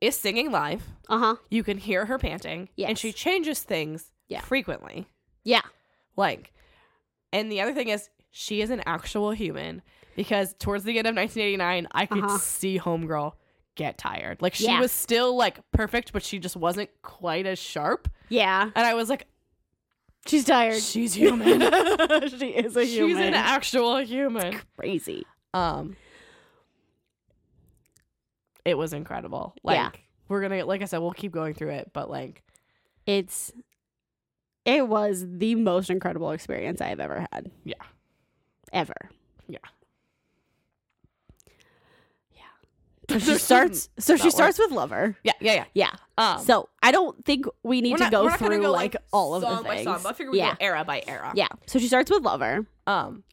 [SPEAKER 2] is singing live
[SPEAKER 1] uh huh.
[SPEAKER 2] you can hear her panting and
[SPEAKER 1] Yes.
[SPEAKER 2] she changes things
[SPEAKER 1] Yeah.
[SPEAKER 2] frequently
[SPEAKER 1] Yeah,
[SPEAKER 2] like, and the other thing is, she is an actual human because towards the end of 1989, I could
[SPEAKER 1] Uh-huh.
[SPEAKER 2] see Homegirl get tired. Like, she
[SPEAKER 1] Yeah.
[SPEAKER 2] was still like perfect, but she just wasn't quite as sharp.
[SPEAKER 1] yeah.
[SPEAKER 2] And I was like,
[SPEAKER 1] She's tired.
[SPEAKER 2] she's human.
[SPEAKER 1] she is Er, a human.
[SPEAKER 2] she's an actual human.
[SPEAKER 1] crazy.
[SPEAKER 2] Um, it was incredible. Like,
[SPEAKER 1] Yeah.
[SPEAKER 2] we're gonna, like I said, we'll keep going through it, but like,
[SPEAKER 1] It's it was the most incredible experience I have ever had.
[SPEAKER 2] Yeah.
[SPEAKER 1] ever.
[SPEAKER 2] Yeah.
[SPEAKER 1] So she
[SPEAKER 2] There's
[SPEAKER 1] starts. So
[SPEAKER 2] not
[SPEAKER 1] she
[SPEAKER 2] one.
[SPEAKER 1] starts with lover.
[SPEAKER 2] yeah, yeah, yeah.
[SPEAKER 1] Yeah.
[SPEAKER 2] Um,
[SPEAKER 1] So I don't think we need
[SPEAKER 2] we're
[SPEAKER 1] to
[SPEAKER 2] not-
[SPEAKER 1] go
[SPEAKER 2] we're not gonna
[SPEAKER 1] through
[SPEAKER 2] go,
[SPEAKER 1] like, all of
[SPEAKER 2] song
[SPEAKER 1] the
[SPEAKER 2] by
[SPEAKER 1] things.
[SPEAKER 2] song, but I figure we
[SPEAKER 1] yeah.
[SPEAKER 2] go era by era.
[SPEAKER 1] Yeah. So she starts with lover.
[SPEAKER 2] Um,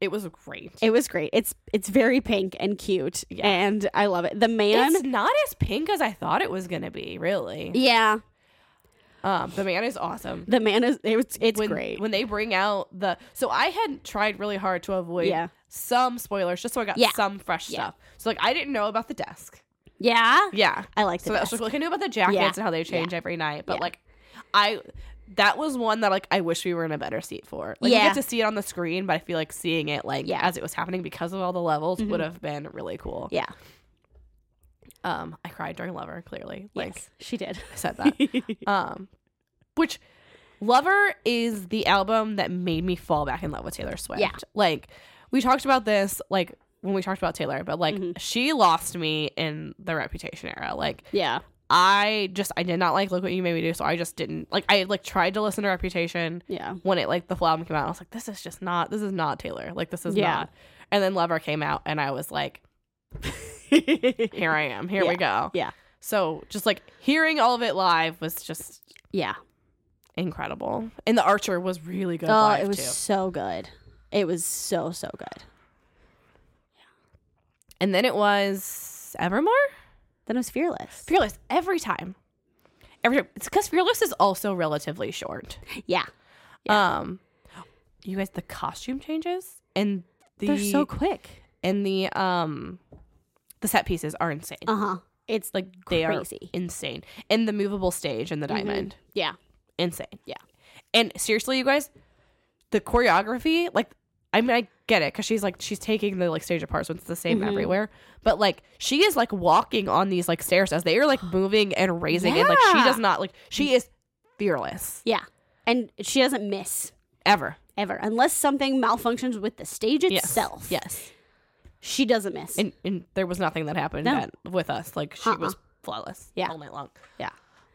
[SPEAKER 2] it was great.
[SPEAKER 1] It was great. It's it's very pink and cute,
[SPEAKER 2] Yeah.
[SPEAKER 1] and E I love it. The man,
[SPEAKER 2] it's not as pink as I thought it was gonna be. Really,
[SPEAKER 1] yeah,
[SPEAKER 2] um, the man is awesome.
[SPEAKER 1] the man is it's it's
[SPEAKER 2] when,
[SPEAKER 1] great.
[SPEAKER 2] when they bring out the so I had tried really hard to avoid
[SPEAKER 1] Yeah.
[SPEAKER 2] some spoilers just so I got
[SPEAKER 1] Yeah.
[SPEAKER 2] some fresh
[SPEAKER 1] Yeah.
[SPEAKER 2] stuff. So like I didn't know about the desk.
[SPEAKER 1] yeah,
[SPEAKER 2] Yeah,
[SPEAKER 1] I like
[SPEAKER 2] so
[SPEAKER 1] the desk.
[SPEAKER 2] that's just like I knew about the jackets
[SPEAKER 1] Yeah.
[SPEAKER 2] and how they change every night, but
[SPEAKER 1] Yeah.
[SPEAKER 2] like I. That was one that like I wish we were in a better seat for. Like you
[SPEAKER 1] Yeah.
[SPEAKER 2] get to see it on the screen, but I feel like seeing it like
[SPEAKER 1] Yeah. Mm-hmm.
[SPEAKER 2] as it was happening because of all the levels would have been really cool.
[SPEAKER 1] yeah.
[SPEAKER 2] Um, I cried during Lover. Clearly, like
[SPEAKER 1] yes, she did.
[SPEAKER 2] I said that. um, which Lover is the album that made me fall back in love with Taylor Swift.
[SPEAKER 1] Yeah.
[SPEAKER 2] Like we talked about this like when we talked about Taylor, but like
[SPEAKER 1] Mm-hmm.
[SPEAKER 2] she lost me in the Reputation era. Like
[SPEAKER 1] yeah,
[SPEAKER 2] I just I did not like Look What You Made Me Do, so I just didn't like I like tried to listen to Reputation
[SPEAKER 1] yeah,
[SPEAKER 2] when it like the full album came out. I was like, this is just not this is not Taylor. Like this is
[SPEAKER 1] Yeah.
[SPEAKER 2] not. And then Lover came out, and I was like, here I am. Here we go.
[SPEAKER 1] yeah,
[SPEAKER 2] So just like hearing all of it live was just
[SPEAKER 1] yeah.
[SPEAKER 2] incredible. And The Archer was really good
[SPEAKER 1] Oh,
[SPEAKER 2] live
[SPEAKER 1] it was
[SPEAKER 2] too.
[SPEAKER 1] so good. It was so so good.
[SPEAKER 2] And then it was Evermore?
[SPEAKER 1] Then it was fearless.
[SPEAKER 2] Fearless every time. Every time. It's because Fearless is also relatively short.
[SPEAKER 1] yeah,
[SPEAKER 2] Um you guys the costume changes and the
[SPEAKER 1] they're so quick.
[SPEAKER 2] and the um the set pieces are insane.
[SPEAKER 1] Uh huh. It's like
[SPEAKER 2] Uh-huh. like they
[SPEAKER 1] crazy.
[SPEAKER 2] are insane. And the movable stage and the diamond.
[SPEAKER 1] yeah,
[SPEAKER 2] Insane.
[SPEAKER 1] Yeah.
[SPEAKER 2] And seriously, you guys, the choreography, like I mean, I get it because she's like she's taking the like stage apart, so it's the same
[SPEAKER 1] Mm-hmm.
[SPEAKER 2] everywhere. But like she is like walking on these like stairs as they are like moving and raising, and like she
[SPEAKER 1] Yeah.
[SPEAKER 2] does not like she is fearless
[SPEAKER 1] yeah. And she doesn't miss
[SPEAKER 2] ever.
[SPEAKER 1] ever unless something malfunctions with the stage
[SPEAKER 2] Yes.
[SPEAKER 1] itself.
[SPEAKER 2] Yes.
[SPEAKER 1] she doesn't miss.
[SPEAKER 2] And and there was nothing that happened
[SPEAKER 1] No.
[SPEAKER 2] that, with us. Like she
[SPEAKER 1] Uh-uh.
[SPEAKER 2] was flawless.
[SPEAKER 1] Yeah.
[SPEAKER 2] All night long.
[SPEAKER 1] yeah.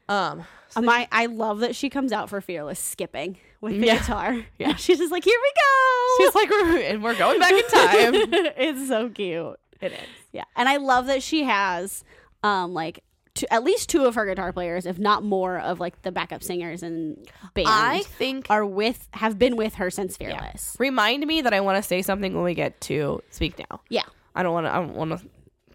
[SPEAKER 2] Um.
[SPEAKER 1] My, I love that she comes out for Fearless skipping with the
[SPEAKER 2] Yeah.
[SPEAKER 1] guitar.
[SPEAKER 2] Yeah.
[SPEAKER 1] She's just like, here we go.
[SPEAKER 2] She's like, we're, and we're going back in time.
[SPEAKER 1] it's so cute.
[SPEAKER 2] it is.
[SPEAKER 1] Yeah. And I love that she has um like two, at least two of her guitar players, if not more of like the backup singers and band
[SPEAKER 2] I think
[SPEAKER 1] are with have been with her since
[SPEAKER 2] Yeah.
[SPEAKER 1] Fearless.
[SPEAKER 2] Remind me that I want to say something when we get to speak now.
[SPEAKER 1] Yeah.
[SPEAKER 2] I don't want to. I don't want to.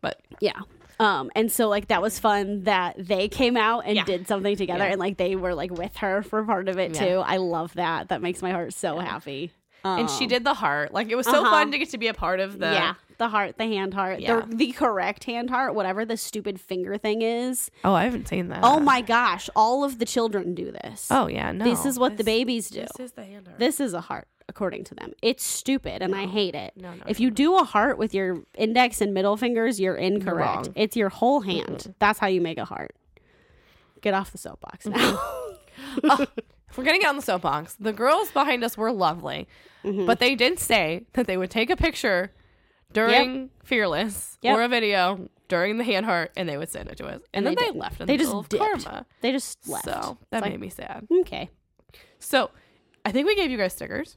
[SPEAKER 2] But
[SPEAKER 1] Yeah. Um and so like that was fun that they came out and
[SPEAKER 2] Yeah.
[SPEAKER 1] did something together
[SPEAKER 2] Yeah.
[SPEAKER 1] and like they were like with her for part of it
[SPEAKER 2] Yeah.
[SPEAKER 1] too. I love that. That makes my heart so happy. Um,
[SPEAKER 2] and she did the heart. Like it was so
[SPEAKER 1] uh-huh.
[SPEAKER 2] fun to get to be a part of the.
[SPEAKER 1] yeah, the heart, the hand heart,
[SPEAKER 2] Yeah.
[SPEAKER 1] the, the correct hand heart, whatever the stupid finger thing is.
[SPEAKER 2] Oh, I haven't seen that.
[SPEAKER 1] oh my gosh, all of the children do this.
[SPEAKER 2] Oh yeah. No.
[SPEAKER 1] This is what the babies do.
[SPEAKER 2] This is the hand heart.
[SPEAKER 1] This is a heart, according to them. It's stupid and I hate it.
[SPEAKER 2] No, no,
[SPEAKER 1] if you do a heart with your index and middle fingers, you're incorrect.
[SPEAKER 2] wrong.
[SPEAKER 1] It's your whole hand. That's how you make a heart. Get off the soapbox
[SPEAKER 2] Mm-hmm.
[SPEAKER 1] now.
[SPEAKER 2] We're getting on the soapbox. The girls behind us were lovely,
[SPEAKER 1] Mm-hmm.
[SPEAKER 2] but they did say that they would take a picture during Fearless
[SPEAKER 1] Yep.
[SPEAKER 2] or a video during the hand heart, and they would send it to us.
[SPEAKER 1] And
[SPEAKER 2] And, then
[SPEAKER 1] they
[SPEAKER 2] they,
[SPEAKER 1] did.
[SPEAKER 2] left. In
[SPEAKER 1] They
[SPEAKER 2] the
[SPEAKER 1] just
[SPEAKER 2] middle of
[SPEAKER 1] dipped.
[SPEAKER 2] karma.
[SPEAKER 1] they just left.
[SPEAKER 2] So that
[SPEAKER 1] It's
[SPEAKER 2] made me sad.
[SPEAKER 1] like, okay.
[SPEAKER 2] So I think we gave you guys stickers.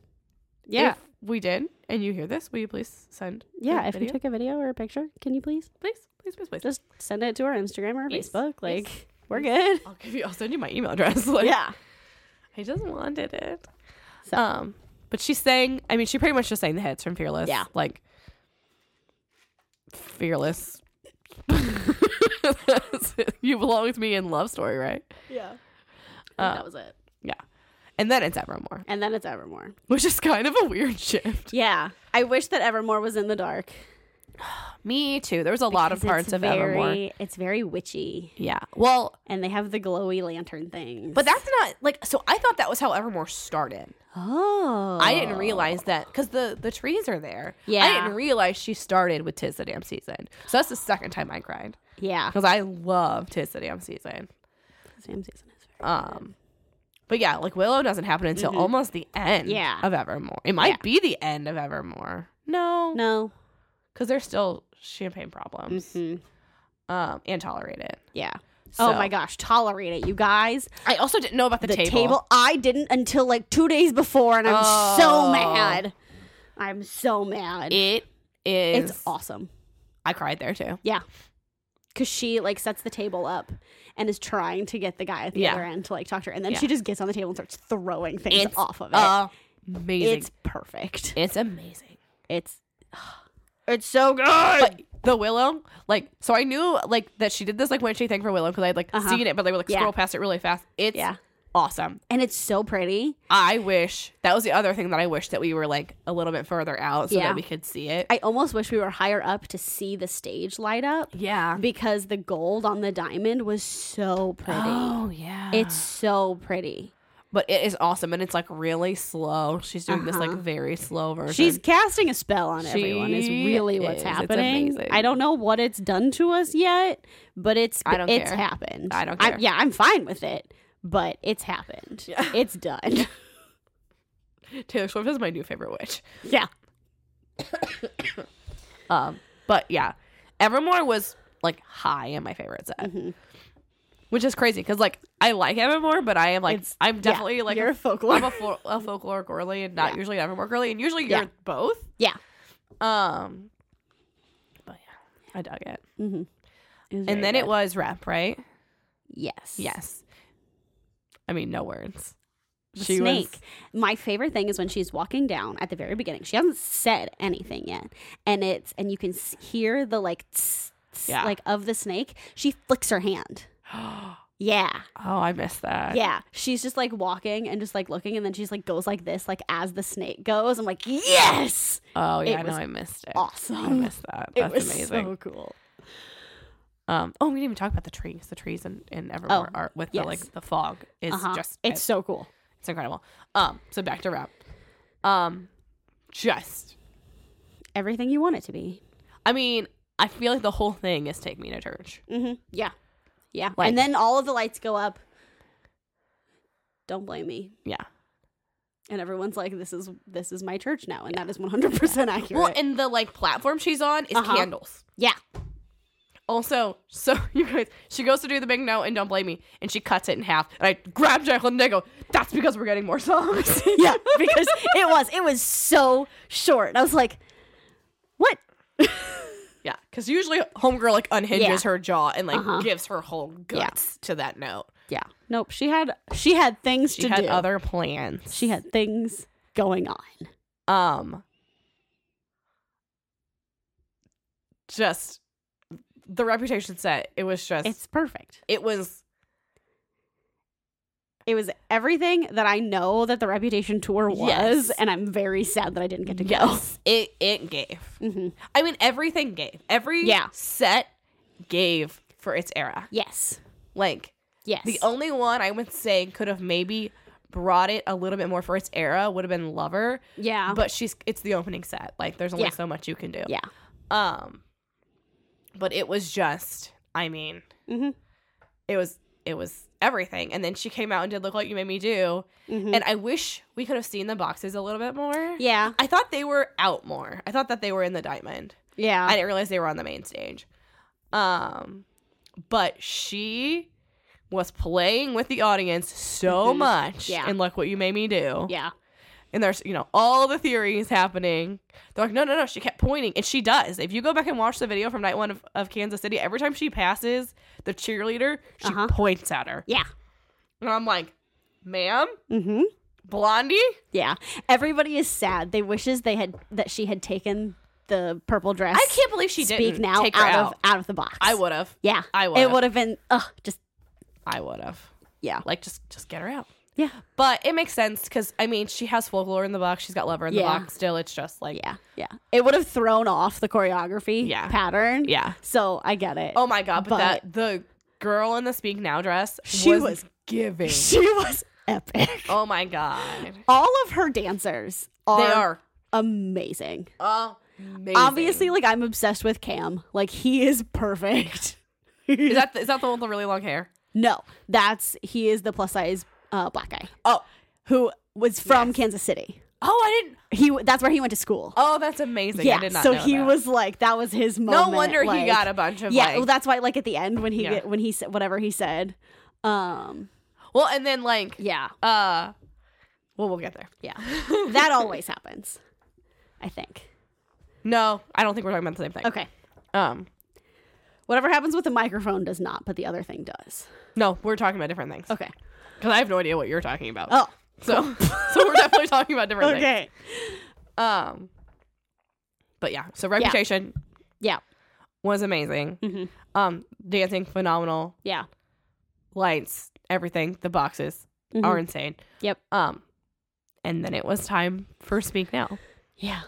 [SPEAKER 1] Yeah.
[SPEAKER 2] If we did, and you hear this, will you please send?
[SPEAKER 1] yeah.
[SPEAKER 2] the
[SPEAKER 1] If you
[SPEAKER 2] video?
[SPEAKER 1] took a video or a picture, can you please?
[SPEAKER 2] please, please, please, please.
[SPEAKER 1] Just send it to our Instagram or
[SPEAKER 2] Yes,
[SPEAKER 1] Facebook. Like,
[SPEAKER 2] yes. Oh,
[SPEAKER 1] we're good.
[SPEAKER 2] I'll give you. I'll send you my email address. Like,
[SPEAKER 1] Yeah.
[SPEAKER 2] I just wanted it.
[SPEAKER 1] So-
[SPEAKER 2] Um, but she's saying. I mean, she pretty much just sang the hits from Fearless.
[SPEAKER 1] Yeah.
[SPEAKER 2] like Fearless. you belong with me in love story, right?
[SPEAKER 1] Yeah.
[SPEAKER 2] Uh,
[SPEAKER 1] that was it.
[SPEAKER 2] Yeah. And then it's Evermore,
[SPEAKER 1] And then it's Evermore.
[SPEAKER 2] which is kind of a weird shift.
[SPEAKER 1] Yeah. I wish that Evermore was in the dark.
[SPEAKER 2] Me too. There was a lot of
[SPEAKER 1] 'Cause
[SPEAKER 2] parts
[SPEAKER 1] it's
[SPEAKER 2] of
[SPEAKER 1] very,
[SPEAKER 2] Evermore.
[SPEAKER 1] It's very witchy.
[SPEAKER 2] Yeah. Well,
[SPEAKER 1] And they have the glowy lantern things.
[SPEAKER 2] But that's not like so. I thought that was how Evermore started.
[SPEAKER 1] Oh.
[SPEAKER 2] I didn't realize that because the the trees are there. I
[SPEAKER 1] Yeah.
[SPEAKER 2] didn't realize she started with Tis the Damn Season. So that's the second time I cried
[SPEAKER 1] Yeah.
[SPEAKER 2] because I love Tis the Damn Season.
[SPEAKER 1] Sam season is very.
[SPEAKER 2] Um, but yeah, like Willow doesn't happen until almost the end.
[SPEAKER 1] Mm-hmm. Yeah.
[SPEAKER 2] of Evermore. It might be the end of Evermore. No,
[SPEAKER 1] No.
[SPEAKER 2] because there's still champagne problems.
[SPEAKER 1] Hmm.
[SPEAKER 2] Um, and tolerate it.
[SPEAKER 1] Yeah.
[SPEAKER 2] So-
[SPEAKER 1] Oh my gosh. Tolerate it, you guys.
[SPEAKER 2] I also didn't know about the,
[SPEAKER 1] The table. I didn't until like two days before, and I'm
[SPEAKER 2] Oh.
[SPEAKER 1] so mad. I'm so mad.
[SPEAKER 2] It is.
[SPEAKER 1] it's awesome.
[SPEAKER 2] I cried there too.
[SPEAKER 1] Yeah. Cause she like sets the table up and is trying to get the guy at the
[SPEAKER 2] Yeah.
[SPEAKER 1] other end to like talk to her. And then
[SPEAKER 2] Yeah.
[SPEAKER 1] she just gets on the table and starts throwing things
[SPEAKER 2] It's
[SPEAKER 1] off of it.
[SPEAKER 2] Amazing.
[SPEAKER 1] it's perfect.
[SPEAKER 2] It's amazing.
[SPEAKER 1] It's it's so good.
[SPEAKER 2] But the Willow, like, so I knew like that she did this like Wednesday thing for Willow because I had like
[SPEAKER 1] Uh-huh.
[SPEAKER 2] seen it, but they were like
[SPEAKER 1] Yeah.
[SPEAKER 2] scroll past it really fast. It's
[SPEAKER 1] Yeah.
[SPEAKER 2] awesome.
[SPEAKER 1] and it's so pretty.
[SPEAKER 2] I wish that was the other thing that I wish that we were like a little bit further out so
[SPEAKER 1] Yeah.
[SPEAKER 2] that we could see it.
[SPEAKER 1] I almost wish we were higher up to see the stage light up
[SPEAKER 2] yeah.
[SPEAKER 1] because the gold on the diamond was so pretty.
[SPEAKER 2] Oh yeah.
[SPEAKER 1] It's so pretty.
[SPEAKER 2] but it is awesome and it's like really slow. She's doing this like very slow version.
[SPEAKER 1] Uh-huh. She's casting a spell on everyone. Is
[SPEAKER 2] She
[SPEAKER 1] really what's
[SPEAKER 2] is. It's
[SPEAKER 1] happening.
[SPEAKER 2] amazing.
[SPEAKER 1] I don't know what it's done to us yet, but it's
[SPEAKER 2] I don't
[SPEAKER 1] it's
[SPEAKER 2] care.
[SPEAKER 1] happened.
[SPEAKER 2] I don't care.
[SPEAKER 1] yeah, I'm fine with it, but it's happened. It's done.
[SPEAKER 2] Taylor Swift is my new favorite witch.
[SPEAKER 1] yeah.
[SPEAKER 2] Um, but yeah, Evermore was like high in my favorite set,
[SPEAKER 1] Mm-hmm.
[SPEAKER 2] which is crazy because like I like Evermore, but I am like
[SPEAKER 1] It's-
[SPEAKER 2] I'm definitely like
[SPEAKER 1] you're a folklore.
[SPEAKER 2] I'm a, fol- a folklore girly and not
[SPEAKER 1] Yeah.
[SPEAKER 2] usually an Evermore girly, and usually
[SPEAKER 1] Yeah.
[SPEAKER 2] you're both.
[SPEAKER 1] Yeah.
[SPEAKER 2] Um, but yeah, I dug it.
[SPEAKER 1] was very
[SPEAKER 2] And then
[SPEAKER 1] good.
[SPEAKER 2] it was rep, right?
[SPEAKER 1] yes.
[SPEAKER 2] Yes. I mean, no words.
[SPEAKER 1] the
[SPEAKER 2] She was-
[SPEAKER 1] snake. My favorite thing is when she's walking down at the very beginning. She hasn't said anything yet, and it's and you can s- hear the like tss, tss,
[SPEAKER 2] Yeah.
[SPEAKER 1] like of the snake. She flicks her hand.
[SPEAKER 2] oh,
[SPEAKER 1] Yeah,
[SPEAKER 2] I missed that.
[SPEAKER 1] yeah. She's just like walking and just like looking, and then she's like goes like this, like as the snake goes. I'm like, yes,
[SPEAKER 2] Oh
[SPEAKER 1] It
[SPEAKER 2] yeah, I know
[SPEAKER 1] was
[SPEAKER 2] I missed it. I
[SPEAKER 1] awesome.
[SPEAKER 2] missed that.
[SPEAKER 1] it
[SPEAKER 2] That's
[SPEAKER 1] was
[SPEAKER 2] amazing.
[SPEAKER 1] so cool.
[SPEAKER 2] Um, oh, we didn't even talk about the trees. The trees and and everywhere
[SPEAKER 1] Oh,
[SPEAKER 2] are with the
[SPEAKER 1] yes.
[SPEAKER 2] like the fog is
[SPEAKER 1] Uh-huh.
[SPEAKER 2] just
[SPEAKER 1] it's
[SPEAKER 2] it's
[SPEAKER 1] so cool.
[SPEAKER 2] it's incredible. Um, so back to rap. Um, just
[SPEAKER 1] Everything you want it to be.
[SPEAKER 2] I mean, I feel like the whole thing is take me to church.
[SPEAKER 1] Mm-hmm. Yeah, yeah.
[SPEAKER 2] Like-
[SPEAKER 1] and then all of the lights go up. Don't blame me.
[SPEAKER 2] Yeah.
[SPEAKER 1] and everyone's like this is this is my church now and that is 100% accurate
[SPEAKER 2] Well, and the like platform she's on is
[SPEAKER 1] Uh-huh.
[SPEAKER 2] candles.
[SPEAKER 1] yeah
[SPEAKER 2] Also, so you guys, she goes to do the big no and don't blame me, and she cuts it in half. And I grab Jacqueline and I go, "That's because we're getting more songs."
[SPEAKER 1] yeah because it was it was so short i was like what
[SPEAKER 2] yeah, because usually homegirl like unhinges
[SPEAKER 1] Yeah.
[SPEAKER 2] her jaw and like
[SPEAKER 1] Uh-huh.
[SPEAKER 2] gives her whole guts to that note.
[SPEAKER 1] yeah nope she had she had things
[SPEAKER 2] She
[SPEAKER 1] to
[SPEAKER 2] had
[SPEAKER 1] do
[SPEAKER 2] other plans.
[SPEAKER 1] she had things going on
[SPEAKER 2] um just the reputation set. It was just
[SPEAKER 1] it's perfect
[SPEAKER 2] it was
[SPEAKER 1] it was everything that i know that the reputation tour was
[SPEAKER 2] Yes.
[SPEAKER 1] and i'm very sad that i didn't get to
[SPEAKER 2] it it gave.
[SPEAKER 1] go hmm
[SPEAKER 2] I mean, everything gave. Every
[SPEAKER 1] Yeah.
[SPEAKER 2] set gave for its era.
[SPEAKER 1] yes
[SPEAKER 2] Like
[SPEAKER 1] yes
[SPEAKER 2] the only one I would say could have maybe brought it a little bit more for its era would have been Lover,
[SPEAKER 1] yeah
[SPEAKER 2] but she's it's the opening set. Like there's only
[SPEAKER 1] Uh-huh. Yeah.
[SPEAKER 2] so much you can do.
[SPEAKER 1] yeah
[SPEAKER 2] Um, but it was just, I mean,
[SPEAKER 1] Mhm.
[SPEAKER 2] it was it was everything. And then she came out and did "Look What You Made Me Do,"
[SPEAKER 1] Mhm.
[SPEAKER 2] and I wish we could have seen the boxes a little bit more.
[SPEAKER 1] yeah
[SPEAKER 2] I thought they were out more. I thought that they were in the diamond.
[SPEAKER 1] yeah
[SPEAKER 2] I didn't realize they were on the main stage. Um, but she was playing with the audience so
[SPEAKER 1] Mhm.
[SPEAKER 2] much
[SPEAKER 1] Yeah.
[SPEAKER 2] and look what you made me do
[SPEAKER 1] yeah
[SPEAKER 2] and there's you know all the theories happening they're like no no no she kept pointing and she does if you go back and watch the video from night one of, of kansas city every time she passes the cheerleader she
[SPEAKER 1] Uh-huh.
[SPEAKER 2] points at her
[SPEAKER 1] yeah
[SPEAKER 2] and i'm like ma'am
[SPEAKER 1] mm-hmm
[SPEAKER 2] blondie
[SPEAKER 1] Yeah. Everybody is sad. They wishes they had that she had taken the purple dress.
[SPEAKER 2] i can't believe she
[SPEAKER 1] speak
[SPEAKER 2] didn't
[SPEAKER 1] now
[SPEAKER 2] take her
[SPEAKER 1] out,
[SPEAKER 2] out,
[SPEAKER 1] of out of the box.
[SPEAKER 2] i would have
[SPEAKER 1] Yeah.
[SPEAKER 2] I
[SPEAKER 1] It
[SPEAKER 2] would've.
[SPEAKER 1] would have been ugh, just
[SPEAKER 2] i would have
[SPEAKER 1] yeah.
[SPEAKER 2] like just just get her out
[SPEAKER 1] Yeah.
[SPEAKER 2] but it makes sense because i mean she has folklore in the box she's got lover in the
[SPEAKER 1] Yeah.
[SPEAKER 2] box still it's just like
[SPEAKER 1] Yeah. Yeah. It would have thrown off the choreography
[SPEAKER 2] Yeah.
[SPEAKER 1] pattern.
[SPEAKER 2] yeah
[SPEAKER 1] So I get it.
[SPEAKER 2] oh my god but,
[SPEAKER 1] But-
[SPEAKER 2] that the girl in the speak now dress
[SPEAKER 1] She was-
[SPEAKER 2] giving
[SPEAKER 1] She was epic.
[SPEAKER 2] oh my god
[SPEAKER 1] All of her dancers are,
[SPEAKER 2] They are
[SPEAKER 1] amazing.
[SPEAKER 2] amazing.
[SPEAKER 1] Obviously, like I'm obsessed with Cam. Like he is perfect.
[SPEAKER 2] is that is that the one with the really long hair?
[SPEAKER 1] No, that's he is the plus size uh, black guy
[SPEAKER 2] Oh,
[SPEAKER 1] who was from Kansas City.
[SPEAKER 2] oh, I didn't.
[SPEAKER 1] he that's where he went to school.
[SPEAKER 2] Oh, that's amazing.
[SPEAKER 1] yeah,
[SPEAKER 2] I did not.
[SPEAKER 1] so
[SPEAKER 2] know
[SPEAKER 1] he
[SPEAKER 2] that.
[SPEAKER 1] was like that was his
[SPEAKER 2] No
[SPEAKER 1] moment.
[SPEAKER 2] wonder
[SPEAKER 1] like-
[SPEAKER 2] he got a bunch of
[SPEAKER 1] yeah.
[SPEAKER 2] Like,
[SPEAKER 1] well, that's why like at the end when he
[SPEAKER 2] Yeah.
[SPEAKER 1] when he said whatever he said, um,
[SPEAKER 2] well, and then like
[SPEAKER 1] yeah,
[SPEAKER 2] uh, well, we'll get there.
[SPEAKER 1] yeah, that always happens. I think.
[SPEAKER 2] No, I don't think we're talking about the same thing.
[SPEAKER 1] Okay,
[SPEAKER 2] Um,
[SPEAKER 1] whatever happens with the microphone does not, but the other thing does.
[SPEAKER 2] no, we're talking about different things because
[SPEAKER 1] Okay.
[SPEAKER 2] I have no idea what you're talking about.
[SPEAKER 1] Oh.
[SPEAKER 2] so so we're definitely talking about different things.
[SPEAKER 1] Okay.
[SPEAKER 2] Um, but yeah, so reputation
[SPEAKER 1] Yeah.
[SPEAKER 2] was amazing.
[SPEAKER 1] Mhm.
[SPEAKER 2] Um, dancing phenomenal,
[SPEAKER 1] Yeah.
[SPEAKER 2] lights, everything, the boxes
[SPEAKER 1] Mhm.
[SPEAKER 2] are insane.
[SPEAKER 1] Yep.
[SPEAKER 2] Um, and then it was time for Speak Now,
[SPEAKER 1] Yeah.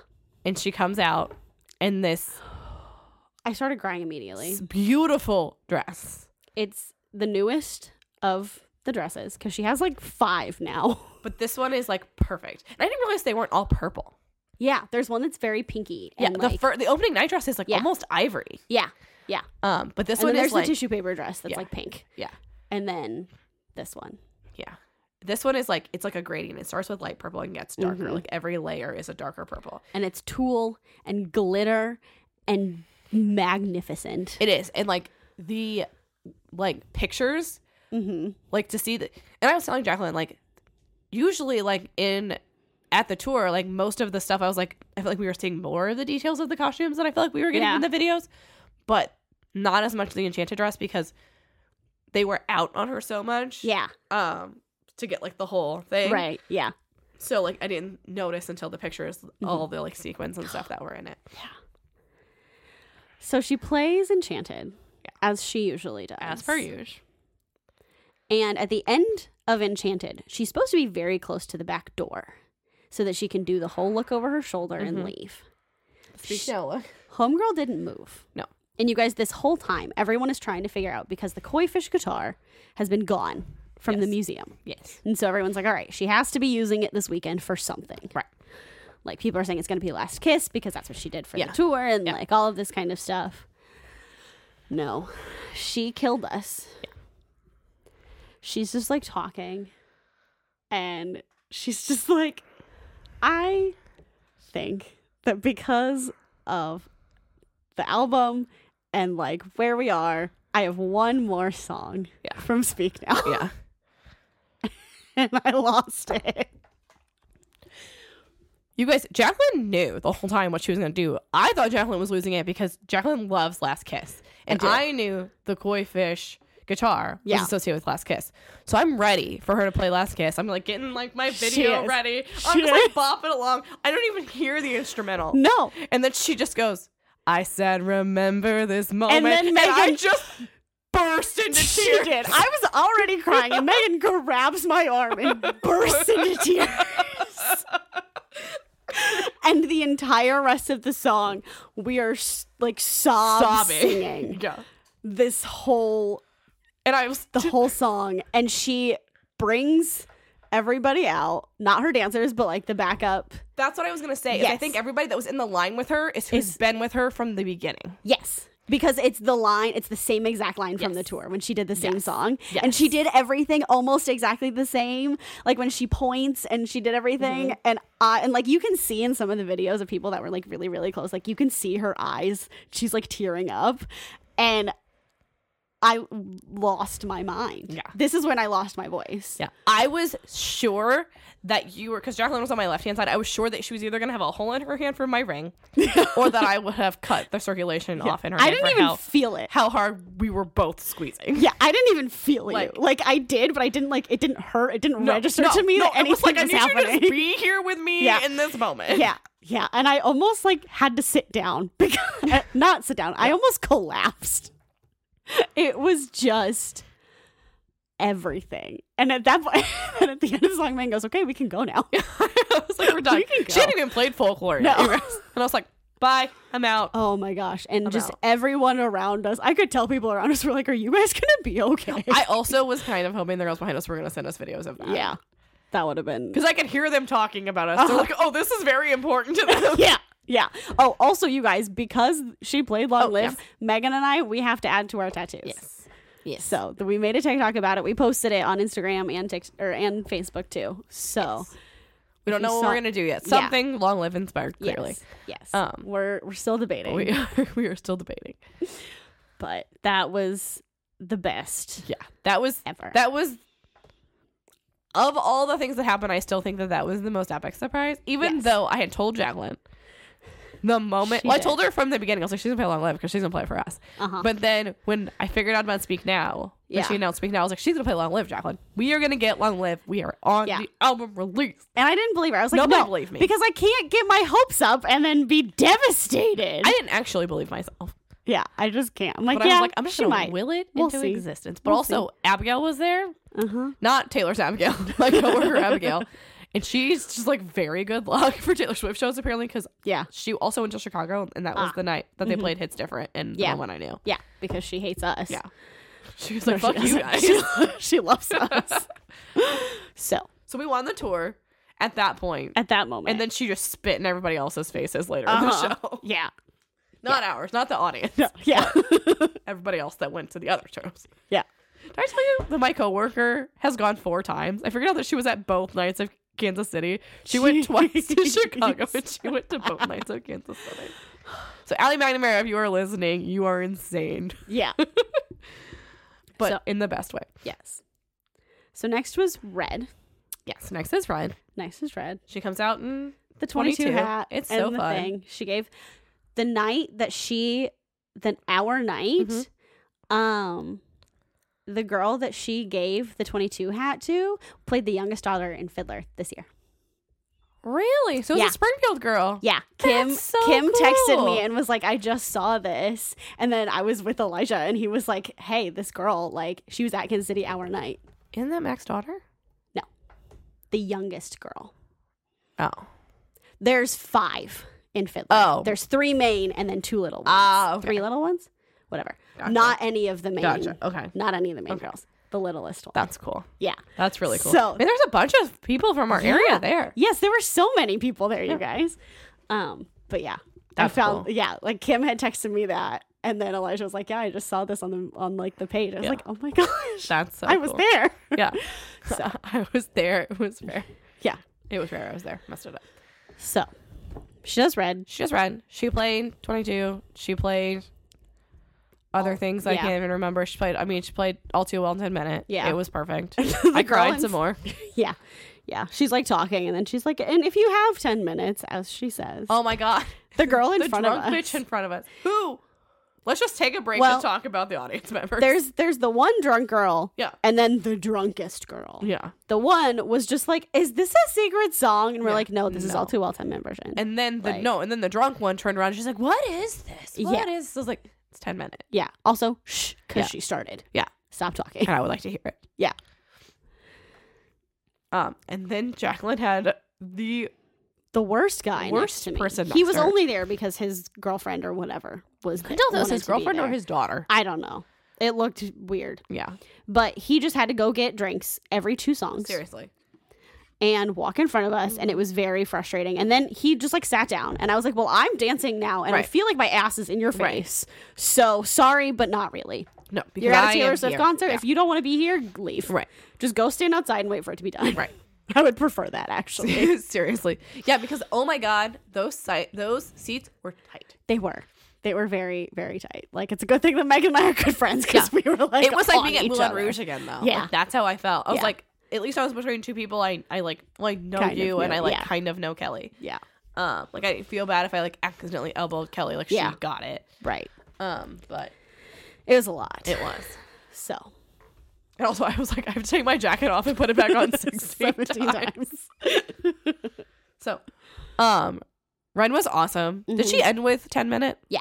[SPEAKER 2] and she comes out in this
[SPEAKER 1] I started crying immediately.
[SPEAKER 2] beautiful dress,
[SPEAKER 1] It's the newest of the dresses because she has like five now.
[SPEAKER 2] but this one is like perfect. And I didn't realize they weren't all purple.
[SPEAKER 1] yeah, there's one that's very pinky. And,
[SPEAKER 2] the
[SPEAKER 1] like-
[SPEAKER 2] fir- the opening night dress is like
[SPEAKER 1] Yeah.
[SPEAKER 2] almost ivory.
[SPEAKER 1] Yeah. Yeah.
[SPEAKER 2] Um, but this
[SPEAKER 1] and then
[SPEAKER 2] one
[SPEAKER 1] there's
[SPEAKER 2] is like
[SPEAKER 1] the tissue paper dress that's
[SPEAKER 2] Yeah.
[SPEAKER 1] like pink.
[SPEAKER 2] yeah,
[SPEAKER 1] And then this one.
[SPEAKER 2] yeah. This one is like it's like a gradient. It starts with light purple and gets darker.
[SPEAKER 1] Mhm.
[SPEAKER 2] Like every layer is a darker purple.
[SPEAKER 1] And it's tulle and glitter and magnificent.
[SPEAKER 2] It is, and like the like pictures
[SPEAKER 1] hmm
[SPEAKER 2] like to see the and i was telling jacqueline like usually like in at the tour like most of the stuff i was like i feel like we were seeing more of the details of the costumes than i feel like we were getting
[SPEAKER 1] Yeah.
[SPEAKER 2] in the videos but not as much the enchanted dress because they were out on her so much
[SPEAKER 1] Yeah.
[SPEAKER 2] um to get like the whole thing.
[SPEAKER 1] Right. Yeah.
[SPEAKER 2] So like I didn't notice until the pictures
[SPEAKER 1] Mm-hmm.
[SPEAKER 2] all the like sequins and stuff that were in it.
[SPEAKER 1] So she plays Enchanted, as she usually does.
[SPEAKER 2] As per usual.
[SPEAKER 1] And at the end of Enchanted, she's supposed to be very close to the back door so that she can do the whole look over her shoulder
[SPEAKER 2] Mm-hmm.
[SPEAKER 1] and leave. Homegirl didn't move.
[SPEAKER 2] No.
[SPEAKER 1] And you guys, this whole time, everyone is trying to figure out because the koi fish guitar has been gone from the museum.
[SPEAKER 2] Yes.
[SPEAKER 1] And so everyone's like, all right, she has to be using it this weekend for something. Right. Like people are saying it's going to be Last Kiss because that's what she did for
[SPEAKER 2] Yeah.
[SPEAKER 1] the tour and like all of this kind of stuff. No, she killed us. She's just like talking and she's just like, I think that because of the album and like where we are, I have one more song
[SPEAKER 2] Yeah.
[SPEAKER 1] from Speak Now
[SPEAKER 2] Yeah.
[SPEAKER 1] and I lost it.
[SPEAKER 2] You guys, Jacqueline knew the whole time what she was going to do. I thought Jacqueline was losing it because Jacqueline loves Last Kiss. And
[SPEAKER 1] do.
[SPEAKER 2] I, knew the koi fish guitar was
[SPEAKER 1] Yeah.
[SPEAKER 2] associated with Last Kiss. So I'm ready for her to play Last Kiss. I'm like getting like my
[SPEAKER 1] She
[SPEAKER 2] video
[SPEAKER 1] is.
[SPEAKER 2] ready. I'm
[SPEAKER 1] She
[SPEAKER 2] just like
[SPEAKER 1] is.
[SPEAKER 2] bopping along. I don't even hear the instrumental.
[SPEAKER 1] No.
[SPEAKER 2] And then she just goes, I said, remember this moment. And
[SPEAKER 1] then Megan-
[SPEAKER 2] I just burst into tears.
[SPEAKER 1] She did. I was already crying, and Megan grabs my arm and bursts into tears. and the entire rest of the song, we are s- like sob
[SPEAKER 2] Sobbing.
[SPEAKER 1] singing
[SPEAKER 2] Yeah.
[SPEAKER 1] this whole
[SPEAKER 2] And I was
[SPEAKER 1] the whole song, and she brings everybody out, not her dancers, but like the backup.
[SPEAKER 2] That's what I was gonna say. Is I
[SPEAKER 1] Yes.
[SPEAKER 2] think everybody that was in the line with her is who's
[SPEAKER 1] Is-
[SPEAKER 2] been with her from the beginning.
[SPEAKER 1] Yes. Because it's the line, it's the same exact line from the
[SPEAKER 2] Yes.
[SPEAKER 1] tour when she did the same
[SPEAKER 2] Yes.
[SPEAKER 1] song.
[SPEAKER 2] Yes.
[SPEAKER 1] And she did everything almost exactly the same. Like when she points and she did everything.
[SPEAKER 2] Mm-hmm.
[SPEAKER 1] And I, and like you can see in some of the videos of people that were like really, really close, like you can see her eyes. She's like tearing up. And I lost my mind.
[SPEAKER 2] Yeah.
[SPEAKER 1] This is when I lost my voice.
[SPEAKER 2] Yeah. I was sure that you were because Jacqueline was on my left hand side. I was sure that she was either gonna have a hole in her hand for my ring, or that I would have cut the circulation off in her.
[SPEAKER 1] I
[SPEAKER 2] hand
[SPEAKER 1] didn't
[SPEAKER 2] for
[SPEAKER 1] even
[SPEAKER 2] how,
[SPEAKER 1] feel it.
[SPEAKER 2] how hard we were both squeezing.
[SPEAKER 1] yeah, I didn't even feel
[SPEAKER 2] Like-
[SPEAKER 1] you. Like I did, but I didn't like it. Didn't hurt. It didn't
[SPEAKER 2] No,
[SPEAKER 1] register
[SPEAKER 2] no,
[SPEAKER 1] to me
[SPEAKER 2] no,
[SPEAKER 1] that anything
[SPEAKER 2] it was like I
[SPEAKER 1] was
[SPEAKER 2] need
[SPEAKER 1] happening.
[SPEAKER 2] you to just be here with me
[SPEAKER 1] Yeah.
[SPEAKER 2] in this moment.
[SPEAKER 1] yeah yeah and i almost like had to sit down because eh, not sit down i almost collapsed it was just everything and at that point and at the end of the song man goes okay we can go now
[SPEAKER 2] I was like, we're done.
[SPEAKER 1] We can
[SPEAKER 2] She
[SPEAKER 1] go.
[SPEAKER 2] hadn't even played folklore. yet.
[SPEAKER 1] No.
[SPEAKER 2] and I was like, bye, I'm out.
[SPEAKER 1] oh my gosh and just
[SPEAKER 2] out.
[SPEAKER 1] everyone around us i could tell people around us were like are you guys gonna be okay
[SPEAKER 2] I also was kind of hoping the girls behind us were going to send us videos of that.
[SPEAKER 1] yeah Uh-huh. that would have been
[SPEAKER 2] Because I could hear them talking about us. They're like, oh, this is very important to them.
[SPEAKER 1] yeah yeah oh also you guys because she played long
[SPEAKER 2] Oh, yeah.
[SPEAKER 1] live megan and i we have to add to our tattoos
[SPEAKER 2] Yes.
[SPEAKER 1] So th- we made a TikTok about it. We posted it on Instagram and Tik or and Facebook too. So
[SPEAKER 2] We don't
[SPEAKER 1] If you
[SPEAKER 2] know what
[SPEAKER 1] saw-
[SPEAKER 2] we're going to do yet.
[SPEAKER 1] Yeah.
[SPEAKER 2] Something long live inspired,
[SPEAKER 1] yes,
[SPEAKER 2] clearly.
[SPEAKER 1] yes,
[SPEAKER 2] Um,
[SPEAKER 1] we're we're still debating,
[SPEAKER 2] We are, we are still debating.
[SPEAKER 1] but that was the best
[SPEAKER 2] Yeah. That was,
[SPEAKER 1] ever.
[SPEAKER 2] that was, of all the things that happened, I still think that that was the most epic surprise. Even
[SPEAKER 1] Yes.
[SPEAKER 2] though I had told Jacqueline the moment,
[SPEAKER 1] She
[SPEAKER 2] well, I
[SPEAKER 1] did.
[SPEAKER 2] told her from the beginning, I was like, she's going to play long live because she's going to play for us.
[SPEAKER 1] uh-huh.
[SPEAKER 2] But then when I figured out about Speak Now, when
[SPEAKER 1] Yeah.
[SPEAKER 2] she announced Speak Now, I was like, she's gonna play Long Live, Jacqueline. We are gonna get Long Live. We are on
[SPEAKER 1] Yeah.
[SPEAKER 2] the album release.
[SPEAKER 1] and I didn't believe her. I was like,
[SPEAKER 2] Nobody
[SPEAKER 1] no,
[SPEAKER 2] believed me.
[SPEAKER 1] because I can't get my hopes up and then be devastated.
[SPEAKER 2] I didn't actually believe myself,
[SPEAKER 1] yeah, I just can't. I'm like,
[SPEAKER 2] but I
[SPEAKER 1] yeah,
[SPEAKER 2] was like, I'm just
[SPEAKER 1] she
[SPEAKER 2] gonna
[SPEAKER 1] might.
[SPEAKER 2] will it
[SPEAKER 1] We'll
[SPEAKER 2] into
[SPEAKER 1] see.
[SPEAKER 2] existence. But
[SPEAKER 1] We'll
[SPEAKER 2] also, Abigail was there,
[SPEAKER 1] Uh-huh.
[SPEAKER 2] not Taylor's Abigail, my coworker Abigail, and she's just like very good luck for Taylor Swift shows apparently because
[SPEAKER 1] Yeah,
[SPEAKER 2] she also went to Chicago, and that was
[SPEAKER 1] Ah.
[SPEAKER 2] the night that they played Hits Different, and
[SPEAKER 1] Yeah.
[SPEAKER 2] the one I knew.
[SPEAKER 1] yeah, because she hates us.
[SPEAKER 2] Yeah. She was like,
[SPEAKER 1] She
[SPEAKER 2] "Fuck you
[SPEAKER 1] doesn't.
[SPEAKER 2] guys."
[SPEAKER 1] She, she loves us. so
[SPEAKER 2] so we won the tour at that point.
[SPEAKER 1] at that moment,
[SPEAKER 2] and then she just spit in everybody else's faces later in
[SPEAKER 1] Uh-huh.
[SPEAKER 2] the show.
[SPEAKER 1] yeah,
[SPEAKER 2] Not ours, not the audience.
[SPEAKER 1] no, yeah,
[SPEAKER 2] Everybody else that went to the other shows.
[SPEAKER 1] yeah.
[SPEAKER 2] Did I tell you that my coworker has gone four times? I figured out that she was at both nights of Kansas City. She went twice to
[SPEAKER 1] Jeez.
[SPEAKER 2] Chicago and she went to both nights of Kansas City. So Allie McNamara, if you are listening, you are insane.
[SPEAKER 1] Yeah.
[SPEAKER 2] But
[SPEAKER 1] So-
[SPEAKER 2] in the best way.
[SPEAKER 1] yes. So next was red.
[SPEAKER 2] Yes. Next is Ryan.
[SPEAKER 1] Next is red.
[SPEAKER 2] She comes out and
[SPEAKER 1] The 22,
[SPEAKER 2] 22.
[SPEAKER 1] hat.
[SPEAKER 2] It's
[SPEAKER 1] and
[SPEAKER 2] so
[SPEAKER 1] the
[SPEAKER 2] fun.
[SPEAKER 1] Thing. She gave the
[SPEAKER 2] Mm-hmm.
[SPEAKER 1] night that she, the our night, um, the girl that she gave the 22 hat to played the youngest daughter in Fiddler this year.
[SPEAKER 2] Really? So it's
[SPEAKER 1] Yeah.
[SPEAKER 2] a Springfield girl.
[SPEAKER 1] Yeah, Kim
[SPEAKER 2] That's so
[SPEAKER 1] Kim texted
[SPEAKER 2] cool.
[SPEAKER 1] me and was like, "I just saw this," and then I was with Elijah, and he was like, "Hey, this girl, like, she was at Kansas City our night,
[SPEAKER 2] Isn't that Mac's daughter?
[SPEAKER 1] the youngest girl.
[SPEAKER 2] Oh.
[SPEAKER 1] There's five in Fiddler.
[SPEAKER 2] Oh.
[SPEAKER 1] there's three main, and then two little ones.
[SPEAKER 2] Ah, okay.
[SPEAKER 1] three little ones, whatever.
[SPEAKER 2] Gotcha.
[SPEAKER 1] Not any of the main.
[SPEAKER 2] Gotcha. Okay.
[SPEAKER 1] Not any of the main
[SPEAKER 2] Okay.
[SPEAKER 1] girls. The littlest one.
[SPEAKER 2] That's cool.
[SPEAKER 1] yeah.
[SPEAKER 2] That's really cool.
[SPEAKER 1] So-
[SPEAKER 2] I mean, there's a bunch of people from our
[SPEAKER 1] Yeah.
[SPEAKER 2] area there.
[SPEAKER 1] Yes, there were so many people there, you guys. Um, but yeah,
[SPEAKER 2] That's
[SPEAKER 1] I found
[SPEAKER 2] cool.
[SPEAKER 1] yeah, like Kim had texted me that, and then Elijah was like, "Yeah, I just saw this on the on like the page." I was
[SPEAKER 2] Yeah.
[SPEAKER 1] like, "Oh my gosh,
[SPEAKER 2] That's so
[SPEAKER 1] I was
[SPEAKER 2] cool.
[SPEAKER 1] there."
[SPEAKER 2] Yeah. So I was there. It was fair.
[SPEAKER 1] yeah.
[SPEAKER 2] It was fair. I was there. Messed it up.
[SPEAKER 1] So she does red.
[SPEAKER 2] She just ran. She played 22. She played other things I
[SPEAKER 1] yeah.
[SPEAKER 2] can't even remember. She played, I mean, she played all too well in 10 minutes.
[SPEAKER 1] Yeah.
[SPEAKER 2] It was perfect.
[SPEAKER 1] The
[SPEAKER 2] I
[SPEAKER 1] girl
[SPEAKER 2] cried
[SPEAKER 1] in-
[SPEAKER 2] some more.
[SPEAKER 1] Yeah, yeah. She's like talking, and then she's like, "And if you have ten minutes," as she says,
[SPEAKER 2] Oh my God.
[SPEAKER 1] the girl in
[SPEAKER 2] the
[SPEAKER 1] front of
[SPEAKER 2] drunk
[SPEAKER 1] us.
[SPEAKER 2] bitch in front of us. Who? Let's just take a break
[SPEAKER 1] Well,
[SPEAKER 2] to talk about the audience members.
[SPEAKER 1] there's there's the one drunk girl,
[SPEAKER 2] Yeah.
[SPEAKER 1] and then the drunkest girl.
[SPEAKER 2] Yeah.
[SPEAKER 1] The one was just like, "Is this a secret song?" And we're
[SPEAKER 2] Yeah.
[SPEAKER 1] like, "No, this is
[SPEAKER 2] No.
[SPEAKER 1] all too well ten minute version."
[SPEAKER 2] And then the
[SPEAKER 1] Like-
[SPEAKER 2] no, and then the drunk one turned around. She's like, "What is this?
[SPEAKER 1] Yeah.
[SPEAKER 2] What is?" this?" I was like, "It's ten minutes."
[SPEAKER 1] Yeah. Also, shh, because
[SPEAKER 2] Yeah.
[SPEAKER 1] she started.
[SPEAKER 2] Yeah.
[SPEAKER 1] Stop talking.
[SPEAKER 2] and I would like to hear it.
[SPEAKER 1] Yeah.
[SPEAKER 2] Um, and then Jacqueline had the
[SPEAKER 1] The worst guy. next
[SPEAKER 2] Worst
[SPEAKER 1] to me.
[SPEAKER 2] person
[SPEAKER 1] He
[SPEAKER 2] next
[SPEAKER 1] was
[SPEAKER 2] to her.
[SPEAKER 1] only there because his girlfriend or whatever was.
[SPEAKER 2] I don't know if it was
[SPEAKER 1] wanted
[SPEAKER 2] his
[SPEAKER 1] to be
[SPEAKER 2] girlfriend or
[SPEAKER 1] there.
[SPEAKER 2] his daughter.
[SPEAKER 1] I don't know. It looked weird,
[SPEAKER 2] Yeah,
[SPEAKER 1] but he just had to go get drinks every two songs
[SPEAKER 2] seriously.
[SPEAKER 1] and walk in front of us,
[SPEAKER 2] Mm-hmm.
[SPEAKER 1] and it was very frustrating. And then he just like sat down, and I was like, "Well, I'm dancing now, and I
[SPEAKER 2] Right.
[SPEAKER 1] feel like my ass is in your
[SPEAKER 2] Right.
[SPEAKER 1] face. So sorry, but not really.
[SPEAKER 2] No, because
[SPEAKER 1] You're at a
[SPEAKER 2] I
[SPEAKER 1] Taylor
[SPEAKER 2] am
[SPEAKER 1] Swift
[SPEAKER 2] here.
[SPEAKER 1] concert.
[SPEAKER 2] Yeah.
[SPEAKER 1] If you don't want to be here, leave.
[SPEAKER 2] Right.
[SPEAKER 1] Just go stand outside and wait for it to be done.
[SPEAKER 2] Right.
[SPEAKER 1] I would prefer that actually.
[SPEAKER 2] seriously, yeah. Because oh my god, those si- those seats were tight.
[SPEAKER 1] They were. They were very, very tight. Like it's a good thing that Meg and I are good friends because we were like
[SPEAKER 2] it was like
[SPEAKER 1] on
[SPEAKER 2] being at
[SPEAKER 1] each
[SPEAKER 2] Moulin
[SPEAKER 1] other.
[SPEAKER 2] Rouge again, though.
[SPEAKER 1] Yeah.
[SPEAKER 2] like, that's how I felt. I was
[SPEAKER 1] Yeah.
[SPEAKER 2] like, at least I was between two people. I I like like know
[SPEAKER 1] Kind of
[SPEAKER 2] you, and
[SPEAKER 1] knew,
[SPEAKER 2] I like
[SPEAKER 1] yeah.
[SPEAKER 2] kind of know Kelly.
[SPEAKER 1] Yeah.
[SPEAKER 2] Um, like I didn't feel bad if I like accidentally elbowed Kelly. Like
[SPEAKER 1] Yeah.
[SPEAKER 2] she got it.
[SPEAKER 1] Right.
[SPEAKER 2] Um, but
[SPEAKER 1] It was a lot.
[SPEAKER 2] it was.
[SPEAKER 1] so
[SPEAKER 2] And also, I was like, I have to take my jacket off and put it back on 16
[SPEAKER 1] 17
[SPEAKER 2] times.
[SPEAKER 1] times.
[SPEAKER 2] So, um, Ren was awesome. Did she end with 10 minute?
[SPEAKER 1] Yeah.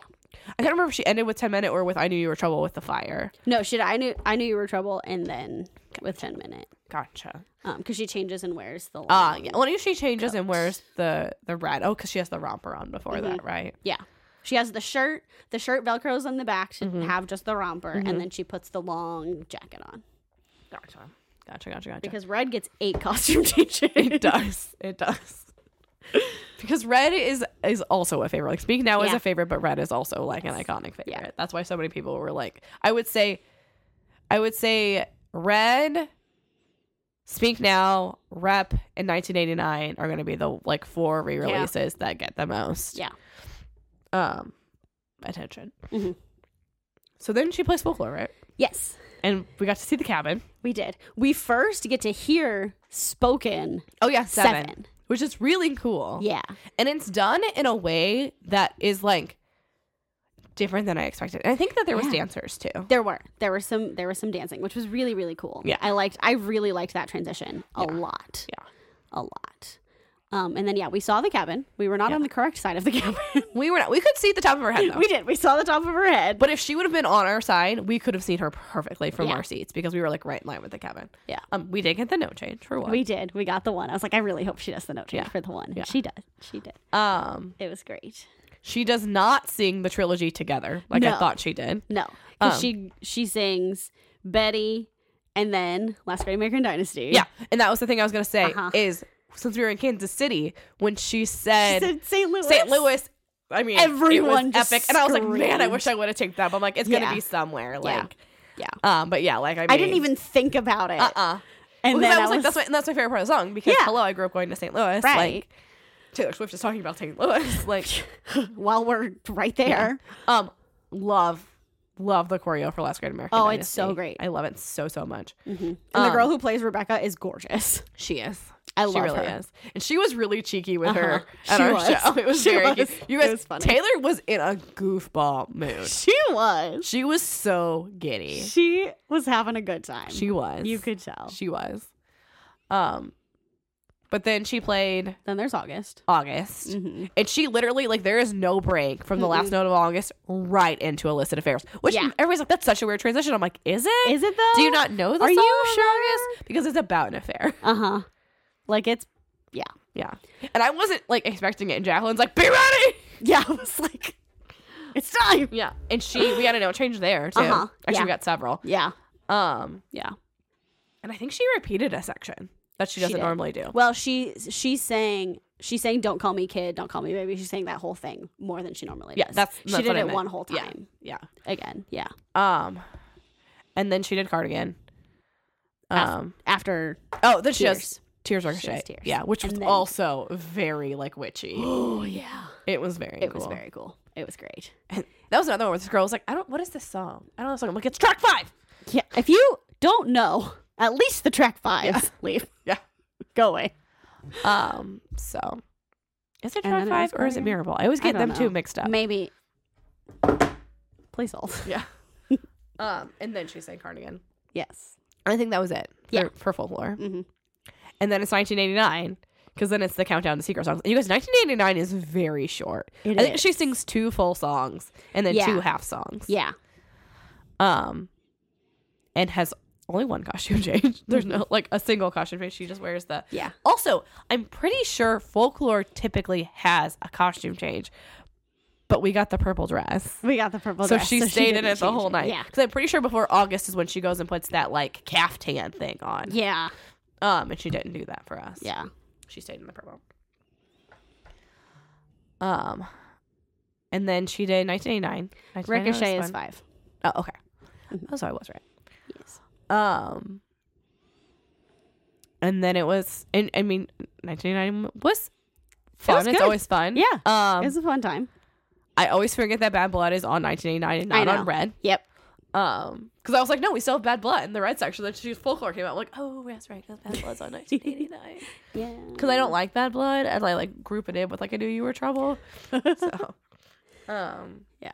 [SPEAKER 2] I can't remember if she ended with 10 minute or with I knew you were trouble with the fire.
[SPEAKER 1] No, shit. I knew I knew you were trouble, and then with ten minute,
[SPEAKER 2] Gotcha.
[SPEAKER 1] um, because she changes and wears the.
[SPEAKER 2] Ah,
[SPEAKER 1] long-
[SPEAKER 2] yeah. Well, I knew she changes and wears the the red. Oh, because she has the romper on before
[SPEAKER 1] Mm-hmm.
[SPEAKER 2] that, right?
[SPEAKER 1] Yeah. She has the shirt. The shirt velcros on the back to
[SPEAKER 2] Mm-hmm.
[SPEAKER 1] have just the romper, and then she puts the long jacket on
[SPEAKER 2] Gotcha. Gotcha. Gotcha. Gotcha.
[SPEAKER 1] because Red gets eight costume changes.
[SPEAKER 2] it does. It does. Because red is is also a favorite. Like speak now is
[SPEAKER 1] Yeah.
[SPEAKER 2] a favorite, but red is also like an iconic favorite.
[SPEAKER 1] Yeah.
[SPEAKER 2] That's why so many people were like, I would say, I would say red, speak now, rep, and 1989 are going to be the like four re releases that get the most
[SPEAKER 1] Yeah.
[SPEAKER 2] um attention.
[SPEAKER 1] Mhm.
[SPEAKER 2] So then she plays folklore, right?
[SPEAKER 1] Yes.
[SPEAKER 2] And we got to see the cabin.
[SPEAKER 1] We did. We first get to hear spoken
[SPEAKER 2] Oh yeah,
[SPEAKER 1] seven.
[SPEAKER 2] which is really cool.
[SPEAKER 1] Yeah.
[SPEAKER 2] and it's done in a way that is like different than I expected. And I think that there was
[SPEAKER 1] Yeah.
[SPEAKER 2] dancers too.
[SPEAKER 1] There were. There were some there was some dancing, which was really, really cool.
[SPEAKER 2] Yeah.
[SPEAKER 1] I liked I really liked that transition a lot.
[SPEAKER 2] Yeah.
[SPEAKER 1] A lot. Um, and then yeah, we saw the cabin. We were not on the correct side of the cabin.
[SPEAKER 2] We were not, we could see the top of her head though.
[SPEAKER 1] we did. We saw the top of her head.
[SPEAKER 2] but if she would have been on our side, we could have seen her perfectly from
[SPEAKER 1] Yeah.
[SPEAKER 2] our seats because we were like right in line with the cabin.
[SPEAKER 1] Yeah.
[SPEAKER 2] Um, we did get the no change for one.
[SPEAKER 1] we did. We got the one. I was like, I really hope she does the note change
[SPEAKER 2] Yeah.
[SPEAKER 1] for the one.
[SPEAKER 2] Yeah.
[SPEAKER 1] She did. She did.
[SPEAKER 2] um,
[SPEAKER 1] It was great.
[SPEAKER 2] she does not sing the trilogy together like
[SPEAKER 1] No.
[SPEAKER 2] I thought she did.
[SPEAKER 1] No. Because
[SPEAKER 2] Um.
[SPEAKER 1] she she sings Betty and then Last Great American Dynasty.
[SPEAKER 2] Yeah, and that was the thing I was gonna say
[SPEAKER 1] Uh-huh.
[SPEAKER 2] is since we were in Kansas City when she
[SPEAKER 1] She
[SPEAKER 2] said,
[SPEAKER 1] said St. Louis.
[SPEAKER 2] St. Louis. I mean,
[SPEAKER 1] Everyone
[SPEAKER 2] everyone
[SPEAKER 1] just
[SPEAKER 2] epic, and I was like, man, I
[SPEAKER 1] screamed.
[SPEAKER 2] wish I would have taken that. But I'm like, it's
[SPEAKER 1] Yeah.
[SPEAKER 2] gonna be somewhere, like,
[SPEAKER 1] Yeah.
[SPEAKER 2] Um, but yeah, like I, mean,
[SPEAKER 1] I didn't even think about it.
[SPEAKER 2] Uh uh
[SPEAKER 1] And
[SPEAKER 2] Because
[SPEAKER 1] then
[SPEAKER 2] I was like, that's my and that's my favorite part of the song because
[SPEAKER 1] Yeah.
[SPEAKER 2] hello, I grew up going to St. Louis.
[SPEAKER 1] Right.
[SPEAKER 2] Like Taylor Swift is talking about St. Louis. Like,
[SPEAKER 1] while we're right there.
[SPEAKER 2] um, love, love the choreo for Last Great American.
[SPEAKER 1] Oh, it's so
[SPEAKER 2] Dynasty.
[SPEAKER 1] great. Mm-hmm.
[SPEAKER 2] I love it so so much.
[SPEAKER 1] And the
[SPEAKER 2] Um,
[SPEAKER 1] girl who plays Rebecca is gorgeous.
[SPEAKER 2] She is.
[SPEAKER 1] I love
[SPEAKER 2] she really
[SPEAKER 1] her.
[SPEAKER 2] is. And she was really cheeky with
[SPEAKER 1] Uh-huh.
[SPEAKER 2] her at
[SPEAKER 1] She
[SPEAKER 2] our
[SPEAKER 1] was.
[SPEAKER 2] show. It was
[SPEAKER 1] She
[SPEAKER 2] very
[SPEAKER 1] was.
[SPEAKER 2] cute. You
[SPEAKER 1] It
[SPEAKER 2] guys,
[SPEAKER 1] was funny.
[SPEAKER 2] Taylor was in a goofball mood.
[SPEAKER 1] She was.
[SPEAKER 2] She was so giddy.
[SPEAKER 1] She was having a good time.
[SPEAKER 2] She was.
[SPEAKER 1] you could tell.
[SPEAKER 2] She was. Um, but then she played
[SPEAKER 1] then there's August.
[SPEAKER 2] August,
[SPEAKER 1] Mhm.
[SPEAKER 2] and she literally like there is no break from the last note of August right into illicit affairs. Which
[SPEAKER 1] Yeah.
[SPEAKER 2] everybody's like, that's such a weird transition. I'm like, is it?
[SPEAKER 1] Is it though?
[SPEAKER 2] Do you not know the
[SPEAKER 1] Are
[SPEAKER 2] song
[SPEAKER 1] you
[SPEAKER 2] of
[SPEAKER 1] sure?
[SPEAKER 2] August? Because it's about an affair.
[SPEAKER 1] Uh huh. Like it's yeah
[SPEAKER 2] Yeah, and I wasn't like expecting it. And Jacqueline's like, be ready.
[SPEAKER 1] yeah. I was like, it's time.
[SPEAKER 2] Yeah, and she we got a note change there too.
[SPEAKER 1] Uh-huh.
[SPEAKER 2] Actually,
[SPEAKER 1] Yeah.
[SPEAKER 2] we got several.
[SPEAKER 1] Yeah
[SPEAKER 2] Um,
[SPEAKER 1] yeah.
[SPEAKER 2] and I think she repeated a section that she
[SPEAKER 1] She
[SPEAKER 2] doesn't
[SPEAKER 1] did.
[SPEAKER 2] normally do.
[SPEAKER 1] Well, she she sang she sang "Don't call me kid, don't call me baby." She sang that whole thing more than she normally
[SPEAKER 2] Yeah,
[SPEAKER 1] does.
[SPEAKER 2] that's-
[SPEAKER 1] she
[SPEAKER 2] that's
[SPEAKER 1] did
[SPEAKER 2] what I
[SPEAKER 1] it
[SPEAKER 2] meant.
[SPEAKER 1] one whole
[SPEAKER 2] Yeah.
[SPEAKER 1] time
[SPEAKER 2] yeah.
[SPEAKER 1] again. Yeah,
[SPEAKER 2] Um, and then she did cardigan. Um,
[SPEAKER 1] after
[SPEAKER 2] oh, then she
[SPEAKER 1] Tears.
[SPEAKER 2] does tears
[SPEAKER 1] does
[SPEAKER 2] ricochet.
[SPEAKER 1] Tears.
[SPEAKER 2] Yeah, which was
[SPEAKER 1] And then-
[SPEAKER 2] also very like witchy.
[SPEAKER 1] oh yeah,
[SPEAKER 2] It was very.
[SPEAKER 1] it
[SPEAKER 2] cool.
[SPEAKER 1] was very cool. It was great.
[SPEAKER 2] That was another one where this girl was like, I don't. What is this song? I don't know. This song. I'm like, it's track five.
[SPEAKER 1] Yeah, if you don't know at least the track five, leave.
[SPEAKER 2] Yeah.
[SPEAKER 1] Go away.
[SPEAKER 2] Um. So, is it
[SPEAKER 1] And then
[SPEAKER 2] track
[SPEAKER 1] it was
[SPEAKER 2] five or is it
[SPEAKER 1] Cardigan.
[SPEAKER 2] Mirable? I always
[SPEAKER 1] I
[SPEAKER 2] get
[SPEAKER 1] don't
[SPEAKER 2] them two
[SPEAKER 1] know.
[SPEAKER 2] mixed up.
[SPEAKER 1] Maybe. Please hold.
[SPEAKER 2] yeah. um. And then she sang cardigan.
[SPEAKER 1] Yes.
[SPEAKER 2] I think that was it. For,
[SPEAKER 1] Yeah.
[SPEAKER 2] For full floor.
[SPEAKER 1] Mhm.
[SPEAKER 2] And then it's 1989 because then it's the countdown to secret songs. And you guys, 1989 is very short.
[SPEAKER 1] It
[SPEAKER 2] I think
[SPEAKER 1] is.
[SPEAKER 2] she sings two full songs and then
[SPEAKER 1] Yeah.
[SPEAKER 2] two half songs.
[SPEAKER 1] Yeah.
[SPEAKER 2] Um, and has only one costume change. There's no like a single costume change. She just wears the
[SPEAKER 1] Yeah.
[SPEAKER 2] Also, I'm pretty sure folklore typically has a costume change, but we got the purple dress.
[SPEAKER 1] We got the purple
[SPEAKER 2] So
[SPEAKER 1] dress,
[SPEAKER 2] she stayed in
[SPEAKER 1] didn't
[SPEAKER 2] it the
[SPEAKER 1] change
[SPEAKER 2] whole night.
[SPEAKER 1] Yeah.
[SPEAKER 2] Because I'm pretty sure before August is when she goes and puts that like caftan thing on.
[SPEAKER 1] Yeah.
[SPEAKER 2] Um, and she didn't do that for us.
[SPEAKER 1] Yeah.
[SPEAKER 2] She stayed in the purple. Um, and then she did 1989. 1989 was
[SPEAKER 1] Ricochet is
[SPEAKER 2] fun.
[SPEAKER 1] five.
[SPEAKER 2] Oh, okay. Oh, so I was right.
[SPEAKER 1] Yes.
[SPEAKER 2] Um, and then it was, and I mean, 1989 was fun.
[SPEAKER 1] was
[SPEAKER 2] it's
[SPEAKER 1] good.
[SPEAKER 2] always fun.
[SPEAKER 1] Yeah.
[SPEAKER 2] Um,
[SPEAKER 1] it was a fun time.
[SPEAKER 2] I always forget that Bad Blood is on 1989 and
[SPEAKER 1] I
[SPEAKER 2] not
[SPEAKER 1] know.
[SPEAKER 2] on Red.
[SPEAKER 1] Yep.
[SPEAKER 2] Um, because I was like, no, we still have Bad Blood in the Red section. Then she folklore came out. I'm like, oh, that's right, 'cause Bad Blood's on 1989.
[SPEAKER 1] Yeah.
[SPEAKER 2] because I don't like Bad Blood, and I like group it in with like I knew you were trouble. so, um,
[SPEAKER 1] Yeah.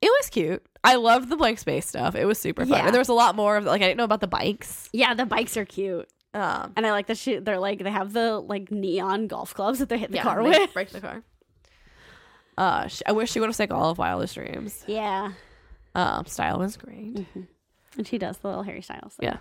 [SPEAKER 2] it was cute. I loved the blank space stuff. It was super fun,
[SPEAKER 1] Yeah.
[SPEAKER 2] and there was a lot more of like I didn't know about the bikes.
[SPEAKER 1] Yeah, the bikes are cute.
[SPEAKER 2] Um,
[SPEAKER 1] And I like the shit. They're like, they have the like neon golf clubs that they hit the
[SPEAKER 2] yeah,
[SPEAKER 1] car
[SPEAKER 2] they
[SPEAKER 1] with.
[SPEAKER 2] break the car. Uh, sh- I wish she would have sang all of Wildest Dreams.
[SPEAKER 1] Yeah.
[SPEAKER 2] Um, style was great.
[SPEAKER 1] Mm-hmm. And she does the little Harry Styles thing.
[SPEAKER 2] Yeah,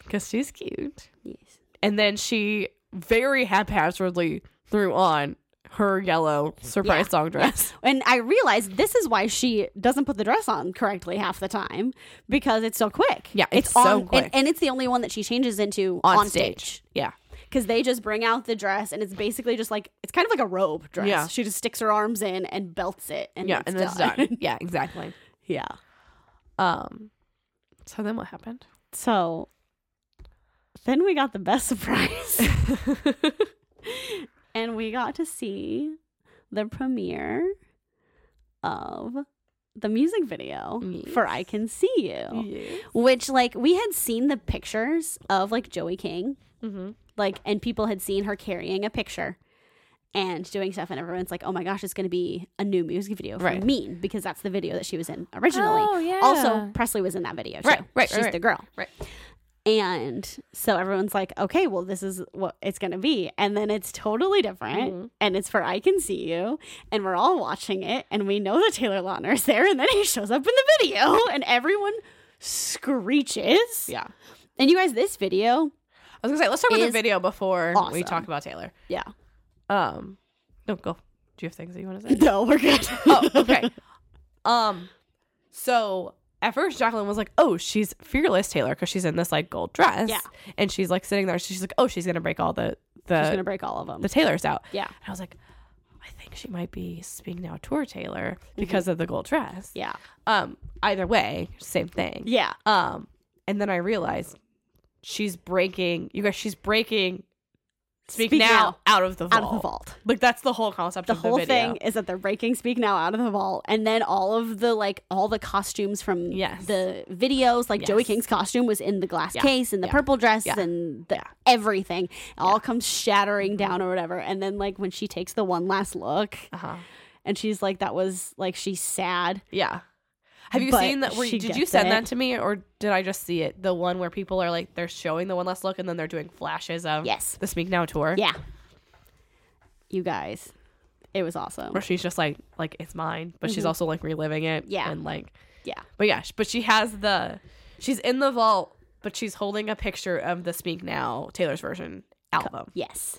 [SPEAKER 2] because she's cute.
[SPEAKER 1] Yes.
[SPEAKER 2] And then she very haphazardly threw on her yellow surprise
[SPEAKER 1] Yeah.
[SPEAKER 2] song dress.
[SPEAKER 1] And I realized this is why she doesn't put the dress on correctly half the time because it's so quick.
[SPEAKER 2] Yeah, it's
[SPEAKER 1] on,
[SPEAKER 2] so
[SPEAKER 1] and-
[SPEAKER 2] quick.
[SPEAKER 1] And, it's the only one that she changes into on,
[SPEAKER 2] On,
[SPEAKER 1] stage.
[SPEAKER 2] stage. Yeah.
[SPEAKER 1] Because they just bring out the dress and it's basically just like, it's kind of like a robe dress.
[SPEAKER 2] Yeah.
[SPEAKER 1] She just sticks her arms in and belts it. And
[SPEAKER 2] yeah,
[SPEAKER 1] it's
[SPEAKER 2] and
[SPEAKER 1] done.
[SPEAKER 2] it's done. yeah, exactly.
[SPEAKER 1] yeah.
[SPEAKER 2] Um, so then what happened?
[SPEAKER 1] So then we got the best surprise. and we got to see the premiere of the music video for I Can See
[SPEAKER 2] Oh.
[SPEAKER 1] You, which, like, we had seen the pictures of, like, Joey King,
[SPEAKER 2] Mm-hmm.
[SPEAKER 1] like, and people had seen her carrying a picture. And doing stuff, and everyone's like, "Oh my gosh, it's going to be a new music video for
[SPEAKER 2] Right.
[SPEAKER 1] Mean because that's the video that she was in originally."
[SPEAKER 2] Oh, yeah.
[SPEAKER 1] Also, Presley was in that video too.
[SPEAKER 2] Right, right,
[SPEAKER 1] She's
[SPEAKER 2] right, right.
[SPEAKER 1] the girl.
[SPEAKER 2] Right.
[SPEAKER 1] And so everyone's like, okay, well, this is what it's going to be. And then it's totally different.
[SPEAKER 2] Mm-hmm.
[SPEAKER 1] And it's for I Can See You. And we're all watching it. And we know that Taylor Lautner is there. And then he shows up in the video. And everyone screeches.
[SPEAKER 2] Yeah.
[SPEAKER 1] And you guys, this video,
[SPEAKER 2] I was gonna say, let's talk about the
[SPEAKER 1] Is
[SPEAKER 2] video before we
[SPEAKER 1] awesome.
[SPEAKER 2] talk about Taylor.
[SPEAKER 1] yeah.
[SPEAKER 2] Um, no, go. Do you have things that you want to say?
[SPEAKER 1] No, we're good.
[SPEAKER 2] oh, okay. Um, so at first Jacqueline was like, "Oh, she's fearless Taylor because she's in this like gold dress."
[SPEAKER 1] Yeah.
[SPEAKER 2] and she's like sitting there. She's like, "Oh, she's gonna break all the
[SPEAKER 1] She's going
[SPEAKER 2] the
[SPEAKER 1] to break all of them.
[SPEAKER 2] the Taylors out."
[SPEAKER 1] yeah.
[SPEAKER 2] And I was like, "I think she might be speaking now tour Taylor because of the gold dress."
[SPEAKER 1] Mm-hmm. Yeah.
[SPEAKER 2] Um, either way, same thing.
[SPEAKER 1] Yeah.
[SPEAKER 2] Um, and then I realized she's breaking. You guys, she's breaking Speak,
[SPEAKER 1] Speak
[SPEAKER 2] now,
[SPEAKER 1] now.
[SPEAKER 2] out of the vault.
[SPEAKER 1] out of the vault.
[SPEAKER 2] Like that's the whole concept
[SPEAKER 1] The
[SPEAKER 2] of
[SPEAKER 1] whole
[SPEAKER 2] the video.
[SPEAKER 1] thing is that they're breaking Speak Now out of the vault, and then all of the like all the costumes from
[SPEAKER 2] Yes.
[SPEAKER 1] the videos, like Joey
[SPEAKER 2] Yes.
[SPEAKER 1] King's costume was in the glass
[SPEAKER 2] Yeah.
[SPEAKER 1] case and the
[SPEAKER 2] Yeah.
[SPEAKER 1] purple dress
[SPEAKER 2] Yeah.
[SPEAKER 1] and the,
[SPEAKER 2] Yeah. Mm-hmm.
[SPEAKER 1] everything, It all comes shattering down or whatever. And then like when she takes the one last look,
[SPEAKER 2] Uh-huh.
[SPEAKER 1] and she's like, "That was like she's sad."
[SPEAKER 2] Yeah. Have you
[SPEAKER 1] But
[SPEAKER 2] seen that? Were, you-
[SPEAKER 1] she
[SPEAKER 2] did you
[SPEAKER 1] gets
[SPEAKER 2] send
[SPEAKER 1] it.
[SPEAKER 2] that to me, or did I just see it? The one where people are like they're showing the one last look, and then they're doing flashes of
[SPEAKER 1] Yes.
[SPEAKER 2] the Speak Now tour.
[SPEAKER 1] Yeah, you guys, it was awesome.
[SPEAKER 2] where she's just like like it's mine, but she's also like reliving it.
[SPEAKER 1] Mm-hmm. Yeah.
[SPEAKER 2] and like
[SPEAKER 1] Yeah,
[SPEAKER 2] but yeah, sh- but she has the she's in the vault, but she's holding a picture of the Speak Now Taylor's version album.
[SPEAKER 1] yes,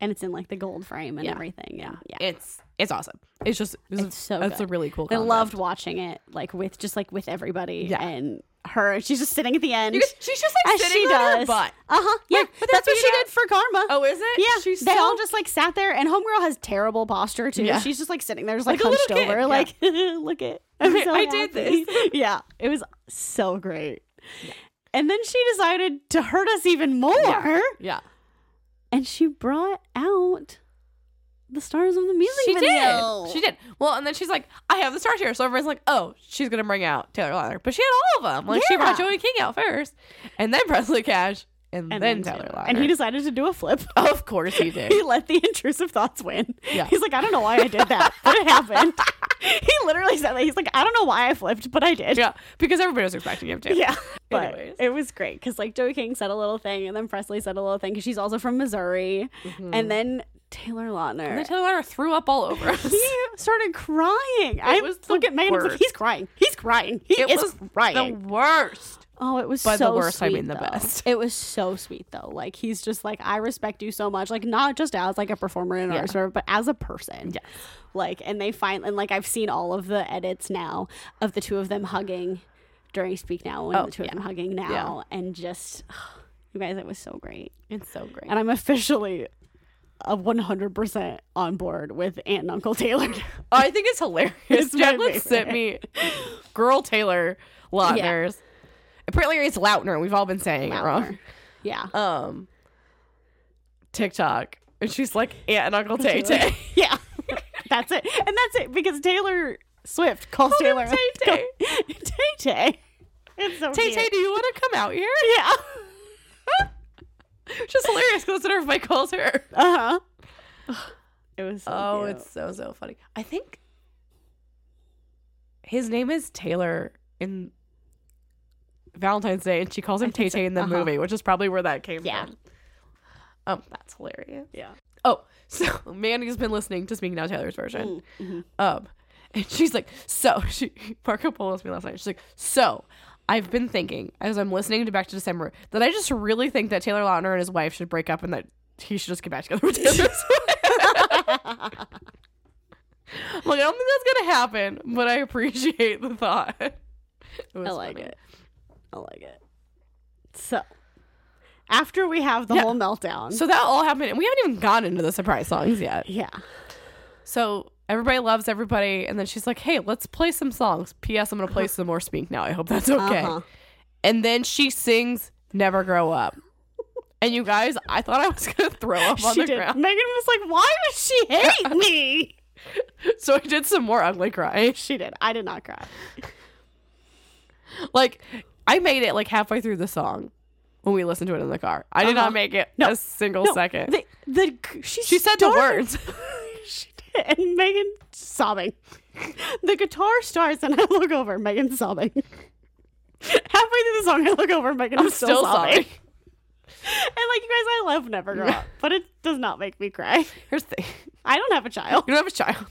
[SPEAKER 1] and it's in like the gold frame and
[SPEAKER 2] Yeah.
[SPEAKER 1] everything. Yeah, yeah.
[SPEAKER 2] It's it's awesome. It's just it's,
[SPEAKER 1] It's so
[SPEAKER 2] It's a
[SPEAKER 1] good.
[SPEAKER 2] really cool.
[SPEAKER 1] I
[SPEAKER 2] concept.
[SPEAKER 1] loved watching it, like with just like with everybody
[SPEAKER 2] Yeah.
[SPEAKER 1] and her. She's just sitting at the end,
[SPEAKER 2] You guys- She's just like
[SPEAKER 1] as
[SPEAKER 2] sitting
[SPEAKER 1] she
[SPEAKER 2] on her
[SPEAKER 1] does.
[SPEAKER 2] butt.
[SPEAKER 1] Uh huh. Yeah,
[SPEAKER 2] but
[SPEAKER 1] that's
[SPEAKER 2] they're
[SPEAKER 1] what she
[SPEAKER 2] figured
[SPEAKER 1] did for Karma.
[SPEAKER 2] Oh, is it?
[SPEAKER 1] yeah.
[SPEAKER 2] She's
[SPEAKER 1] they
[SPEAKER 2] so-
[SPEAKER 1] all just like sat there, and Homegirl has terrible posture too.
[SPEAKER 2] Yeah.
[SPEAKER 1] She's just like sitting there, just like,
[SPEAKER 2] Like a little
[SPEAKER 1] hunched
[SPEAKER 2] kid,
[SPEAKER 1] over,
[SPEAKER 2] yeah.
[SPEAKER 1] like look at. I'm so
[SPEAKER 2] I did
[SPEAKER 1] happy." yeah, it was so great. And then she decided to hurt us even more,
[SPEAKER 2] yeah.
[SPEAKER 1] and she brought out the stars of the music
[SPEAKER 2] She
[SPEAKER 1] video.
[SPEAKER 2] did. She did. Well, and then she's like, I have the stars here. So everyone's like, oh, she's going to bring out Taylor Lautner. But she had all of them. Like, she brought
[SPEAKER 1] Yeah.
[SPEAKER 2] Joey King out first, and then Presley Cash, and,
[SPEAKER 1] And
[SPEAKER 2] then,
[SPEAKER 1] then
[SPEAKER 2] Taylor Lautner.
[SPEAKER 1] And he decided to do a flip.
[SPEAKER 2] of course he did.
[SPEAKER 1] he let the intrusive thoughts win.
[SPEAKER 2] Yeah.
[SPEAKER 1] He's like, I don't know why I did that, but it happened. he literally said that. He's like, I don't know why I flipped, but I did.
[SPEAKER 2] yeah, because everybody was expecting him to.
[SPEAKER 1] Yeah. But
[SPEAKER 2] Anyways.
[SPEAKER 1] it was great because like Joey King said a little thing, and then Presley said a little thing because she's also from Missouri,
[SPEAKER 2] Mm-hmm.
[SPEAKER 1] and then Taylor
[SPEAKER 2] And then
[SPEAKER 1] Lautner.
[SPEAKER 2] Taylor Lautner threw up all over us.
[SPEAKER 1] He started crying. I
[SPEAKER 2] was the
[SPEAKER 1] look at Megan. I was like,
[SPEAKER 2] worst.
[SPEAKER 1] he's crying. He's crying. He
[SPEAKER 2] it
[SPEAKER 1] is
[SPEAKER 2] was the
[SPEAKER 1] crying.
[SPEAKER 2] worst.
[SPEAKER 1] oh, it was
[SPEAKER 2] by the
[SPEAKER 1] so
[SPEAKER 2] worst, I
[SPEAKER 1] sweet,
[SPEAKER 2] mean the
[SPEAKER 1] though.
[SPEAKER 2] best.
[SPEAKER 1] It was so sweet though. Like he's just like, I respect you so much. Like not just as like a performer and
[SPEAKER 2] Yeah.
[SPEAKER 1] artist, but as a person.
[SPEAKER 2] Yeah.
[SPEAKER 1] like and they find and like i've seen all of the edits now of the two of them hugging during speak now and
[SPEAKER 2] Oh,
[SPEAKER 1] the two
[SPEAKER 2] yeah.
[SPEAKER 1] of them hugging now and just you guys it was so great
[SPEAKER 2] It's so great.
[SPEAKER 1] and i'm officially a 100% on board with aunt and uncle taylor
[SPEAKER 2] Oh, I think it's hilarious.
[SPEAKER 1] It's my
[SPEAKER 2] Jacqueline sent me girl Taylor Lautner's. Apparently it's Lautner. We've all been saying it wrong.
[SPEAKER 1] yeah
[SPEAKER 2] Um TikTok. And she's like Aunt and Uncle Tay Tay.
[SPEAKER 1] yeah that's it and that's it because taylor swift calls
[SPEAKER 2] Call
[SPEAKER 1] taylor
[SPEAKER 2] him Tay-Tay.
[SPEAKER 1] tay tay it's so
[SPEAKER 2] Tay Tay,
[SPEAKER 1] cute.
[SPEAKER 2] do you want to come out here?
[SPEAKER 1] yeah
[SPEAKER 2] It's Just hilarious because that's what everybody calls her.
[SPEAKER 1] uh-huh it was so
[SPEAKER 2] oh,
[SPEAKER 1] cute.
[SPEAKER 2] it's so so funny. I think his name is Taylor in Valentine's Day, and she calls him Tay Tay in the
[SPEAKER 1] uh-huh.
[SPEAKER 2] movie, which is probably where that came
[SPEAKER 1] Yeah.
[SPEAKER 2] from. Um, that's hilarious.
[SPEAKER 1] yeah
[SPEAKER 2] Oh, so Mandy's been listening to Speak Now Taylor's
[SPEAKER 1] Mm,
[SPEAKER 2] version.
[SPEAKER 1] mm-hmm.
[SPEAKER 2] Um, and she's like, so she Marco Polo asked me last night. She's like, so I've been thinking as I'm listening to Back to December that I just really think that Taylor Lautner and his wife should break up and that he should just get back together with Taylor. Swift." I'm like, I don't think that's gonna happen, but I appreciate the thought.
[SPEAKER 1] I like it. I like it. So, after we have the whole meltdown,
[SPEAKER 2] So that all happened, and we haven't even gotten into the surprise songs yet.
[SPEAKER 1] yeah,
[SPEAKER 2] So everybody loves everybody, and then she's like, "Hey, let's play some songs." P.S. I'm gonna play some more Speak Now. I hope that's okay.
[SPEAKER 1] Uh-huh.
[SPEAKER 2] And then she sings "Never Grow Up," and you guys, I thought I was gonna throw up on
[SPEAKER 1] she
[SPEAKER 2] the
[SPEAKER 1] did.
[SPEAKER 2] ground.
[SPEAKER 1] Megan was like, "Why does she hate me?"
[SPEAKER 2] So I did some more ugly crying.
[SPEAKER 1] she did. I did not cry.
[SPEAKER 2] Like I made it like halfway through the song when we listened to it in the car. I did
[SPEAKER 1] Uh-huh.
[SPEAKER 2] not make it
[SPEAKER 1] No.
[SPEAKER 2] a single
[SPEAKER 1] No,
[SPEAKER 2] second.
[SPEAKER 1] The, the she,
[SPEAKER 2] she said the
[SPEAKER 1] started-
[SPEAKER 2] words.
[SPEAKER 1] she did, and Megan sobbing. The guitar starts, and I look over. Megan sobbing. Halfway through the song, I look over. Megan
[SPEAKER 2] I'm
[SPEAKER 1] is
[SPEAKER 2] still sobbing.
[SPEAKER 1] And like you guys, I love "Never Grow Up," but it does not make me cry.
[SPEAKER 2] Here's the thing:
[SPEAKER 1] I don't have a child.
[SPEAKER 2] you don't have a child.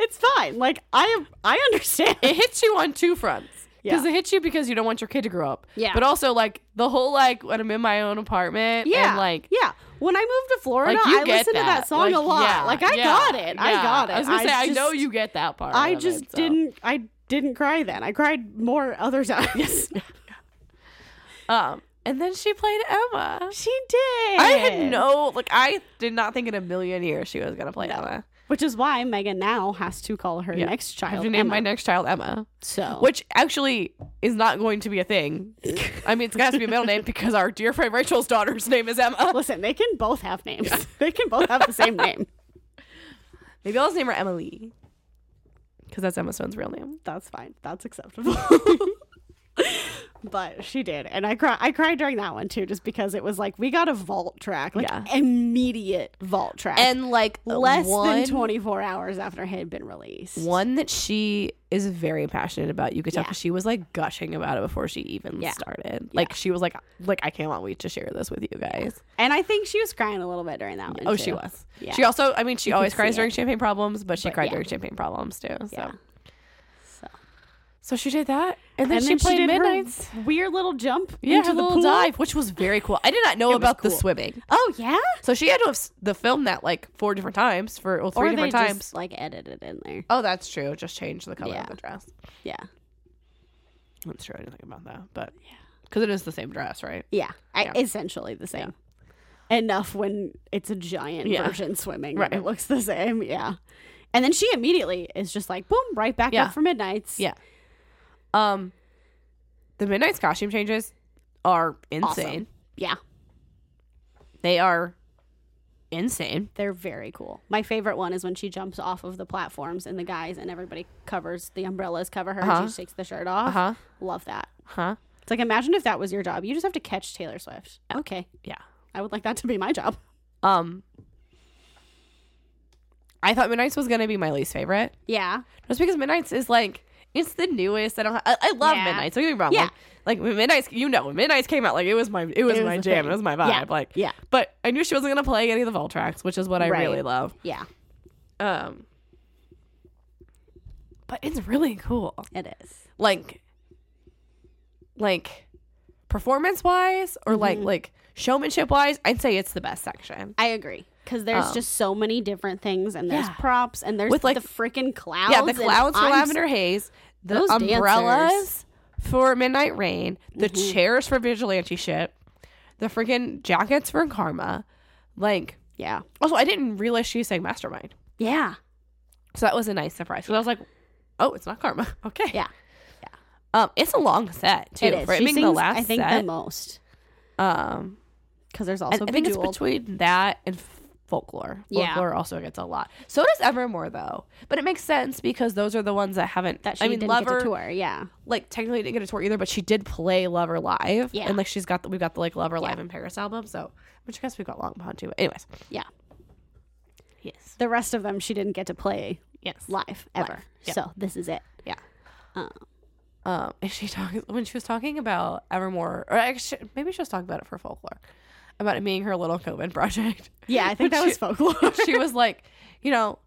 [SPEAKER 1] It's fine. Like I I understand.
[SPEAKER 2] it hits you on two fronts. Because
[SPEAKER 1] Yeah.
[SPEAKER 2] it hits you because you don't want your kid to grow up.
[SPEAKER 1] Yeah.
[SPEAKER 2] But also like the whole like when I'm in my own apartment.
[SPEAKER 1] Yeah.
[SPEAKER 2] And like
[SPEAKER 1] yeah. When I moved to Florida,
[SPEAKER 2] like you
[SPEAKER 1] I
[SPEAKER 2] get
[SPEAKER 1] listened
[SPEAKER 2] that.
[SPEAKER 1] to that song
[SPEAKER 2] Like,
[SPEAKER 1] a lot.
[SPEAKER 2] yeah,
[SPEAKER 1] like I
[SPEAKER 2] yeah,
[SPEAKER 1] got it. I
[SPEAKER 2] yeah.
[SPEAKER 1] got it.
[SPEAKER 2] I was gonna say I know
[SPEAKER 1] just-
[SPEAKER 2] you get that part.
[SPEAKER 1] I
[SPEAKER 2] of it,
[SPEAKER 1] just
[SPEAKER 2] so.
[SPEAKER 1] didn't I didn't cry then. I cried more other times.
[SPEAKER 2] Um. And then she played Emma.
[SPEAKER 1] she did.
[SPEAKER 2] I had no like I did not think in a million years she was gonna play Emma.
[SPEAKER 1] Which is why Megan now has to call her
[SPEAKER 2] Yeah.
[SPEAKER 1] next
[SPEAKER 2] I
[SPEAKER 1] child.
[SPEAKER 2] have to name
[SPEAKER 1] Emma.
[SPEAKER 2] my next child Emma,
[SPEAKER 1] So
[SPEAKER 2] which actually is not going to be a thing. I mean, it's gonna have to be a middle name because our dear friend Rachel's daughter's name is Emma.
[SPEAKER 1] listen, they can both have names. they can both have the same name.
[SPEAKER 2] Maybe I'll just name her Emily because that's Emma Stone's real name.
[SPEAKER 1] That's fine. That's acceptable. but she did, and I cry. I cried during that one too, just because it was like we got a vault track, like
[SPEAKER 2] Yeah.
[SPEAKER 1] immediate vault track,
[SPEAKER 2] And like
[SPEAKER 1] less
[SPEAKER 2] one-
[SPEAKER 1] than twenty four hours after it had been released.
[SPEAKER 2] One that she is very passionate about. You could tell
[SPEAKER 1] Yeah.
[SPEAKER 2] 'cause she was like gushing about it before she even
[SPEAKER 1] Yeah.
[SPEAKER 2] started. Like she was like, like I cannot wait to share this with you guys.
[SPEAKER 1] and I think she was crying a little bit during that one.
[SPEAKER 2] Oh,
[SPEAKER 1] too.
[SPEAKER 2] she was.
[SPEAKER 1] Yeah.
[SPEAKER 2] She also, I mean, she
[SPEAKER 1] can
[SPEAKER 2] always
[SPEAKER 1] see
[SPEAKER 2] cries
[SPEAKER 1] it.
[SPEAKER 2] during champagne problems, but she
[SPEAKER 1] But
[SPEAKER 2] cried
[SPEAKER 1] yeah.
[SPEAKER 2] during champagne problems too. So,
[SPEAKER 1] Yeah. So.
[SPEAKER 2] so she did that, and then she played
[SPEAKER 1] did her
[SPEAKER 2] midnights.
[SPEAKER 1] weird little jump.
[SPEAKER 2] Yeah,
[SPEAKER 1] into
[SPEAKER 2] her
[SPEAKER 1] the
[SPEAKER 2] little
[SPEAKER 1] pool.
[SPEAKER 2] dive, which was very cool. I did not know
[SPEAKER 1] was
[SPEAKER 2] about the
[SPEAKER 1] cool.
[SPEAKER 2] swimming.
[SPEAKER 1] Oh yeah,
[SPEAKER 2] So she had to have s- the film that like four different times for well, three
[SPEAKER 1] or they
[SPEAKER 2] different times.
[SPEAKER 1] just like edited in there.
[SPEAKER 2] oh, that's true. Just change the color
[SPEAKER 1] Yeah.
[SPEAKER 2] of the dress.
[SPEAKER 1] Yeah,
[SPEAKER 2] I'm not sure I didn't think about that, but yeah, because it is the same dress, right?
[SPEAKER 1] yeah, I,
[SPEAKER 2] Yeah.
[SPEAKER 1] essentially the same. Enough when it's a giant
[SPEAKER 2] Yeah.
[SPEAKER 1] version swimming,
[SPEAKER 2] Right.
[SPEAKER 1] right? It looks the same, yeah. And then she immediately is just like, boom, right back
[SPEAKER 2] Yeah.
[SPEAKER 1] up for midnights.
[SPEAKER 2] Yeah. Um, the Midnight's costume changes are insane.
[SPEAKER 1] Awesome. yeah,
[SPEAKER 2] They are insane.
[SPEAKER 1] they're very cool. My favorite one is when she jumps off of the platforms and the guys and everybody covers the umbrellas cover her.
[SPEAKER 2] Uh-huh.
[SPEAKER 1] And she takes the shirt off.
[SPEAKER 2] Uh-huh.
[SPEAKER 1] Love that.
[SPEAKER 2] Huh?
[SPEAKER 1] It's like imagine if that was your job. You just have to catch Taylor Swift. Okay,
[SPEAKER 2] Yeah.
[SPEAKER 1] I would like that to be my job.
[SPEAKER 2] Um, I thought Midnight's was gonna be my least favorite,
[SPEAKER 1] Yeah.
[SPEAKER 2] just because Midnight's is like it's the newest. I don't. I, I love
[SPEAKER 1] Yeah.
[SPEAKER 2] Midnight's. Don't get me wrong.
[SPEAKER 1] Yeah.
[SPEAKER 2] Like, like when Midnight's, you know, when Midnight's came out, like it was my, it was,
[SPEAKER 1] It was
[SPEAKER 2] my
[SPEAKER 1] the
[SPEAKER 2] jam.
[SPEAKER 1] thing.
[SPEAKER 2] It was my vibe.
[SPEAKER 1] Yeah.
[SPEAKER 2] Like,
[SPEAKER 1] Yeah.
[SPEAKER 2] But I knew she wasn't gonna play any of the vault tracks, which is what I
[SPEAKER 1] Right.
[SPEAKER 2] really love.
[SPEAKER 1] Yeah,
[SPEAKER 2] Um, but it's really cool.
[SPEAKER 1] it is.
[SPEAKER 2] like like performance wise or like like showmanship wise i'd say it's the best section
[SPEAKER 1] I agree. Because there's
[SPEAKER 2] Um,
[SPEAKER 1] just so many different things, and there's
[SPEAKER 2] yeah.
[SPEAKER 1] props, and there's
[SPEAKER 2] With, like-
[SPEAKER 1] the freaking clouds.
[SPEAKER 2] yeah the
[SPEAKER 1] and
[SPEAKER 2] clouds for
[SPEAKER 1] I'm s-
[SPEAKER 2] lavender haze the
[SPEAKER 1] Those
[SPEAKER 2] umbrellas
[SPEAKER 1] dancers.
[SPEAKER 2] for midnight rain the chairs for vigilante shit the freaking jackets for karma like
[SPEAKER 1] Yeah,
[SPEAKER 2] also i didn't realize she sang mastermind
[SPEAKER 1] yeah,
[SPEAKER 2] so that was a nice surprise because i was like oh it's not karma okay
[SPEAKER 1] yeah.
[SPEAKER 2] um it's a long set too
[SPEAKER 1] it is.
[SPEAKER 2] for it
[SPEAKER 1] She
[SPEAKER 2] being
[SPEAKER 1] sings,
[SPEAKER 2] the last
[SPEAKER 1] I think
[SPEAKER 2] set
[SPEAKER 1] the most
[SPEAKER 2] um
[SPEAKER 1] because there's
[SPEAKER 2] I-
[SPEAKER 1] also
[SPEAKER 2] I think it's
[SPEAKER 1] Bejeweled.
[SPEAKER 2] between that and f- folklore.
[SPEAKER 1] Yeah.
[SPEAKER 2] Folklore also gets a lot. So does Evermore though, but it makes sense because those are the ones that haven't.
[SPEAKER 1] that she
[SPEAKER 2] I mean,
[SPEAKER 1] didn't
[SPEAKER 2] Lover
[SPEAKER 1] get to tour. Yeah,
[SPEAKER 2] like technically didn't get a tour either, but she did play Lover live.
[SPEAKER 1] Yeah.
[SPEAKER 2] and like she's got the, we've got the like Lover live in Paris album. So which I guess we've got Long Pond too. But anyways,
[SPEAKER 1] yeah.
[SPEAKER 2] yes,
[SPEAKER 1] The rest of them she didn't get to play
[SPEAKER 2] yes,
[SPEAKER 1] live ever. So this is it. Uh,
[SPEAKER 2] yeah. Um, and she talks when she was talking about Evermore, or actually, maybe she was talking about it for folklore, about it being her little COVID project.
[SPEAKER 1] Yeah, I think that
[SPEAKER 2] She-
[SPEAKER 1] was folklore.
[SPEAKER 2] she was like, you know,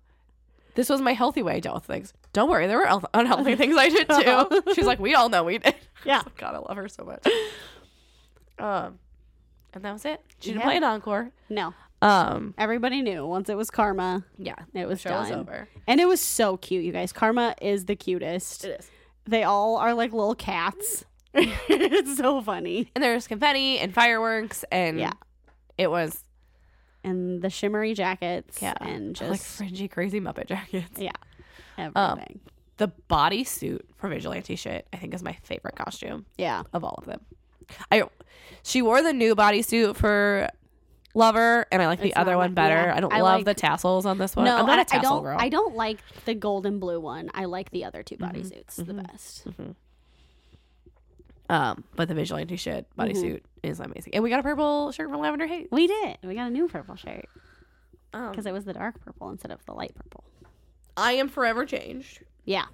[SPEAKER 2] this was my healthy way I dealt with things. Don't worry, there were un- unhealthy things I did too. She's like, we all know we did.
[SPEAKER 1] Yeah.
[SPEAKER 2] God, I love her so much. Um, and that was it. She didn't
[SPEAKER 1] Yeah.
[SPEAKER 2] play an encore.
[SPEAKER 1] no,
[SPEAKER 2] Um,
[SPEAKER 1] everybody knew once it was Karma,
[SPEAKER 2] yeah,
[SPEAKER 1] it was
[SPEAKER 2] show
[SPEAKER 1] done.
[SPEAKER 2] was over.
[SPEAKER 1] And it was so cute, you guys. Karma is the cutest.
[SPEAKER 2] is.
[SPEAKER 1] They all are like little cats. it's so funny.
[SPEAKER 2] And there was confetti and fireworks, and
[SPEAKER 1] Yeah.
[SPEAKER 2] it was
[SPEAKER 1] And the shimmery jackets
[SPEAKER 2] yeah,
[SPEAKER 1] and just
[SPEAKER 2] like fringy, crazy Muppet jackets.
[SPEAKER 1] yeah, um, everything.
[SPEAKER 2] The bodysuit for vigilante shit, I think, is my favorite costume.
[SPEAKER 1] yeah.
[SPEAKER 2] of all of them. I she wore the new bodysuit for Lover, and I like the
[SPEAKER 1] It's
[SPEAKER 2] other
[SPEAKER 1] not
[SPEAKER 2] one
[SPEAKER 1] my-
[SPEAKER 2] better.
[SPEAKER 1] yeah.
[SPEAKER 2] I don't
[SPEAKER 1] I
[SPEAKER 2] love
[SPEAKER 1] like-
[SPEAKER 2] the tassels on this one.
[SPEAKER 1] no,
[SPEAKER 2] I'm not
[SPEAKER 1] I,
[SPEAKER 2] a
[SPEAKER 1] I
[SPEAKER 2] tassel
[SPEAKER 1] don't.
[SPEAKER 2] girl.
[SPEAKER 1] I don't like the gold and blue one. I like the other two bodysuits the best.
[SPEAKER 2] um, but the vigilante shit
[SPEAKER 1] Mm-hmm.
[SPEAKER 2] bodysuit is amazing, and we got a purple shirt from Lavender Hate.
[SPEAKER 1] We did. We got a new purple shirt
[SPEAKER 2] Um,
[SPEAKER 1] because it was the dark purple instead of the light purple.
[SPEAKER 2] I am forever changed.
[SPEAKER 1] Yeah,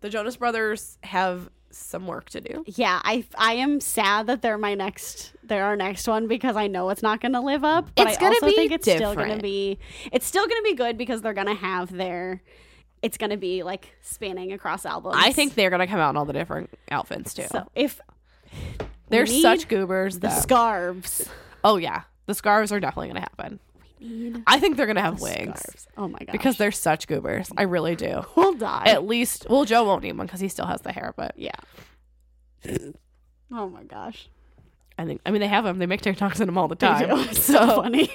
[SPEAKER 2] The Jonas Brothers have some work to do.
[SPEAKER 1] yeah. I I am sad that they're my next. They're our next one because I know it's not going to live up. But
[SPEAKER 2] It's
[SPEAKER 1] I
[SPEAKER 2] gonna
[SPEAKER 1] also
[SPEAKER 2] be
[SPEAKER 1] think it's still going
[SPEAKER 2] different.
[SPEAKER 1] to be. It's still going to be good because they're going to have their. It's going to be like spanning across albums.
[SPEAKER 2] I think they're gonna come out in all the different outfits too.
[SPEAKER 1] so. If
[SPEAKER 2] They're
[SPEAKER 1] we need
[SPEAKER 2] such goobers.
[SPEAKER 1] the
[SPEAKER 2] though.
[SPEAKER 1] scarves.
[SPEAKER 2] oh yeah, the scarves are definitely gonna happen. I think they're gonna have wigs
[SPEAKER 1] Scarves. Oh my god.
[SPEAKER 2] because they're such goobers. I really do.
[SPEAKER 1] we'll die.
[SPEAKER 2] At least, well, Joe won't need one because he still has the hair. But
[SPEAKER 1] yeah. oh my gosh.
[SPEAKER 2] I think, I mean, they have them. They make TikToks in them all the
[SPEAKER 1] They
[SPEAKER 2] time.
[SPEAKER 1] do. It's so funny.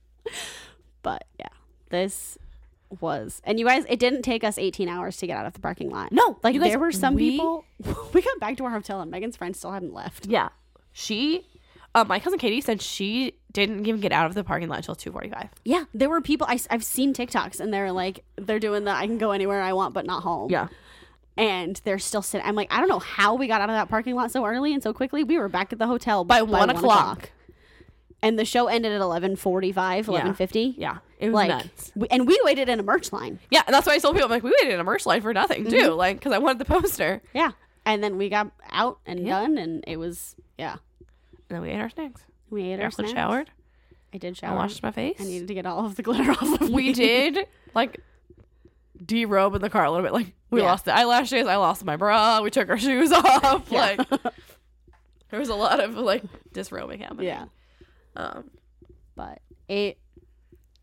[SPEAKER 1] but yeah, this was. And you guys, it didn't take us 18 hours to get out of the parking lot.
[SPEAKER 2] No,
[SPEAKER 1] Like
[SPEAKER 2] you guys,
[SPEAKER 1] there were some
[SPEAKER 2] we-
[SPEAKER 1] people. We got back to our hotel and Megan's friends still hadn't left.
[SPEAKER 2] Yeah. She, uh, my cousin Katie said she didn't even get out of the parking lot until 2.45.
[SPEAKER 1] Yeah, there were people. I, have seen TikToks and they're like, they're doing the I can go anywhere I want, but not home. And they're still sitting. I'm like, I don't know how we got out of that parking lot so early and so quickly. We were back at the hotel
[SPEAKER 2] By, one, o'clock.
[SPEAKER 1] And the show ended at 11.45, 11.50.
[SPEAKER 2] Yeah. It was
[SPEAKER 1] Like,
[SPEAKER 2] nuts.
[SPEAKER 1] we- and we waited in a merch line.
[SPEAKER 2] Yeah. And that's why I told people, I'm like, we waited in a merch line for nothing, too. Like, because I wanted the poster.
[SPEAKER 1] Yeah. And then we got out and done, and it was, yeah.
[SPEAKER 2] And then we ate our snacks.
[SPEAKER 1] We ate
[SPEAKER 2] I
[SPEAKER 1] our
[SPEAKER 2] also
[SPEAKER 1] snacks.
[SPEAKER 2] showered.
[SPEAKER 1] I did
[SPEAKER 2] I
[SPEAKER 1] shower.
[SPEAKER 2] washed my face.
[SPEAKER 1] I needed to get all of the glitter off of
[SPEAKER 2] we
[SPEAKER 1] me.
[SPEAKER 2] did, like, derobe in the car a little bit. Like, we
[SPEAKER 1] Yeah.
[SPEAKER 2] lost the eyelashes. I lost my bra. We took our shoes off. Like, there was a lot of, like, disrobing happening.
[SPEAKER 1] yeah.
[SPEAKER 2] Um,
[SPEAKER 1] But it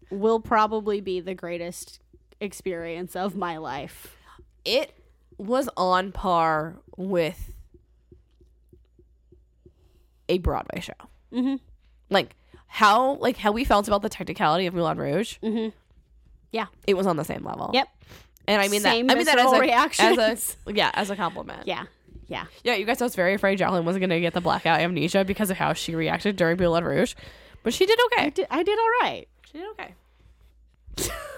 [SPEAKER 1] will probably be the greatest experience of my life.
[SPEAKER 2] it was on par with a Broadway show. Mm-hmm.
[SPEAKER 1] Mhm.
[SPEAKER 2] Like how like how we felt about the technicality of Moulin Rouge.
[SPEAKER 1] Mhm. Yeah.
[SPEAKER 2] it was on the same level.
[SPEAKER 1] Yep.
[SPEAKER 2] and I mean
[SPEAKER 1] Same
[SPEAKER 2] that. I mean that as
[SPEAKER 1] visceral
[SPEAKER 2] a
[SPEAKER 1] reactions.
[SPEAKER 2] as a yeah as a compliment.
[SPEAKER 1] Yeah. Yeah.
[SPEAKER 2] yeah. You guys, I was very afraid Jacqueline wasn't gonna get the blackout amnesia because of how she reacted during Moulin Rouge, but she did okay.
[SPEAKER 1] I did, I did all right.
[SPEAKER 2] She did okay.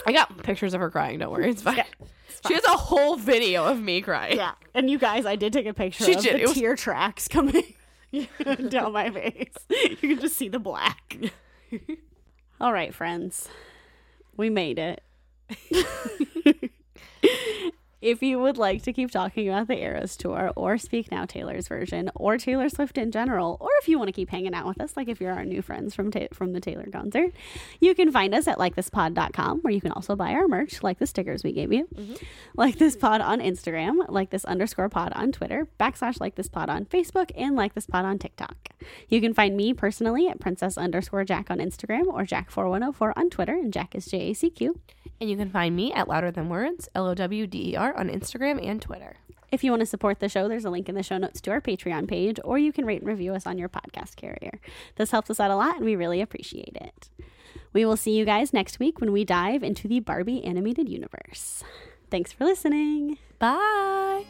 [SPEAKER 2] I got pictures of her crying. Don't worry, it's fine. She has a whole video of me crying.
[SPEAKER 1] Yeah. And you guys, I did take a picture
[SPEAKER 2] She
[SPEAKER 1] of
[SPEAKER 2] did.
[SPEAKER 1] the
[SPEAKER 2] It was-
[SPEAKER 1] tear tracks coming down my face. You can just see the black. All right, friends. We made it. if you would like to keep talking about the Eras tour or Speak Now Taylor's version or Taylor Swift in general, or if you want to keep hanging out with us, like if you're our new friends from ta- from the Taylor concert, you can find us at likethispod.com where you can also buy our merch, like the stickers we gave you, like this pod on Instagram, like this underscore pod on Twitter, backslash like this pod on Facebook, and like this pod on TikTok. You can find me personally at princess underscore Jack on Instagram or Jack4104 on Twitter, and Jack is J A C Q.
[SPEAKER 2] And you can find me at Louder Than Words, L O W D E R, on Instagram and Twitter.
[SPEAKER 1] If you want to support the show, there's a link in the show notes to our Patreon page, or you can rate and review us on your podcast carrier. This helps us out a lot, and we really appreciate it. We will see you guys next week when we dive into the Barbie animated universe. Thanks for listening.
[SPEAKER 2] Bye.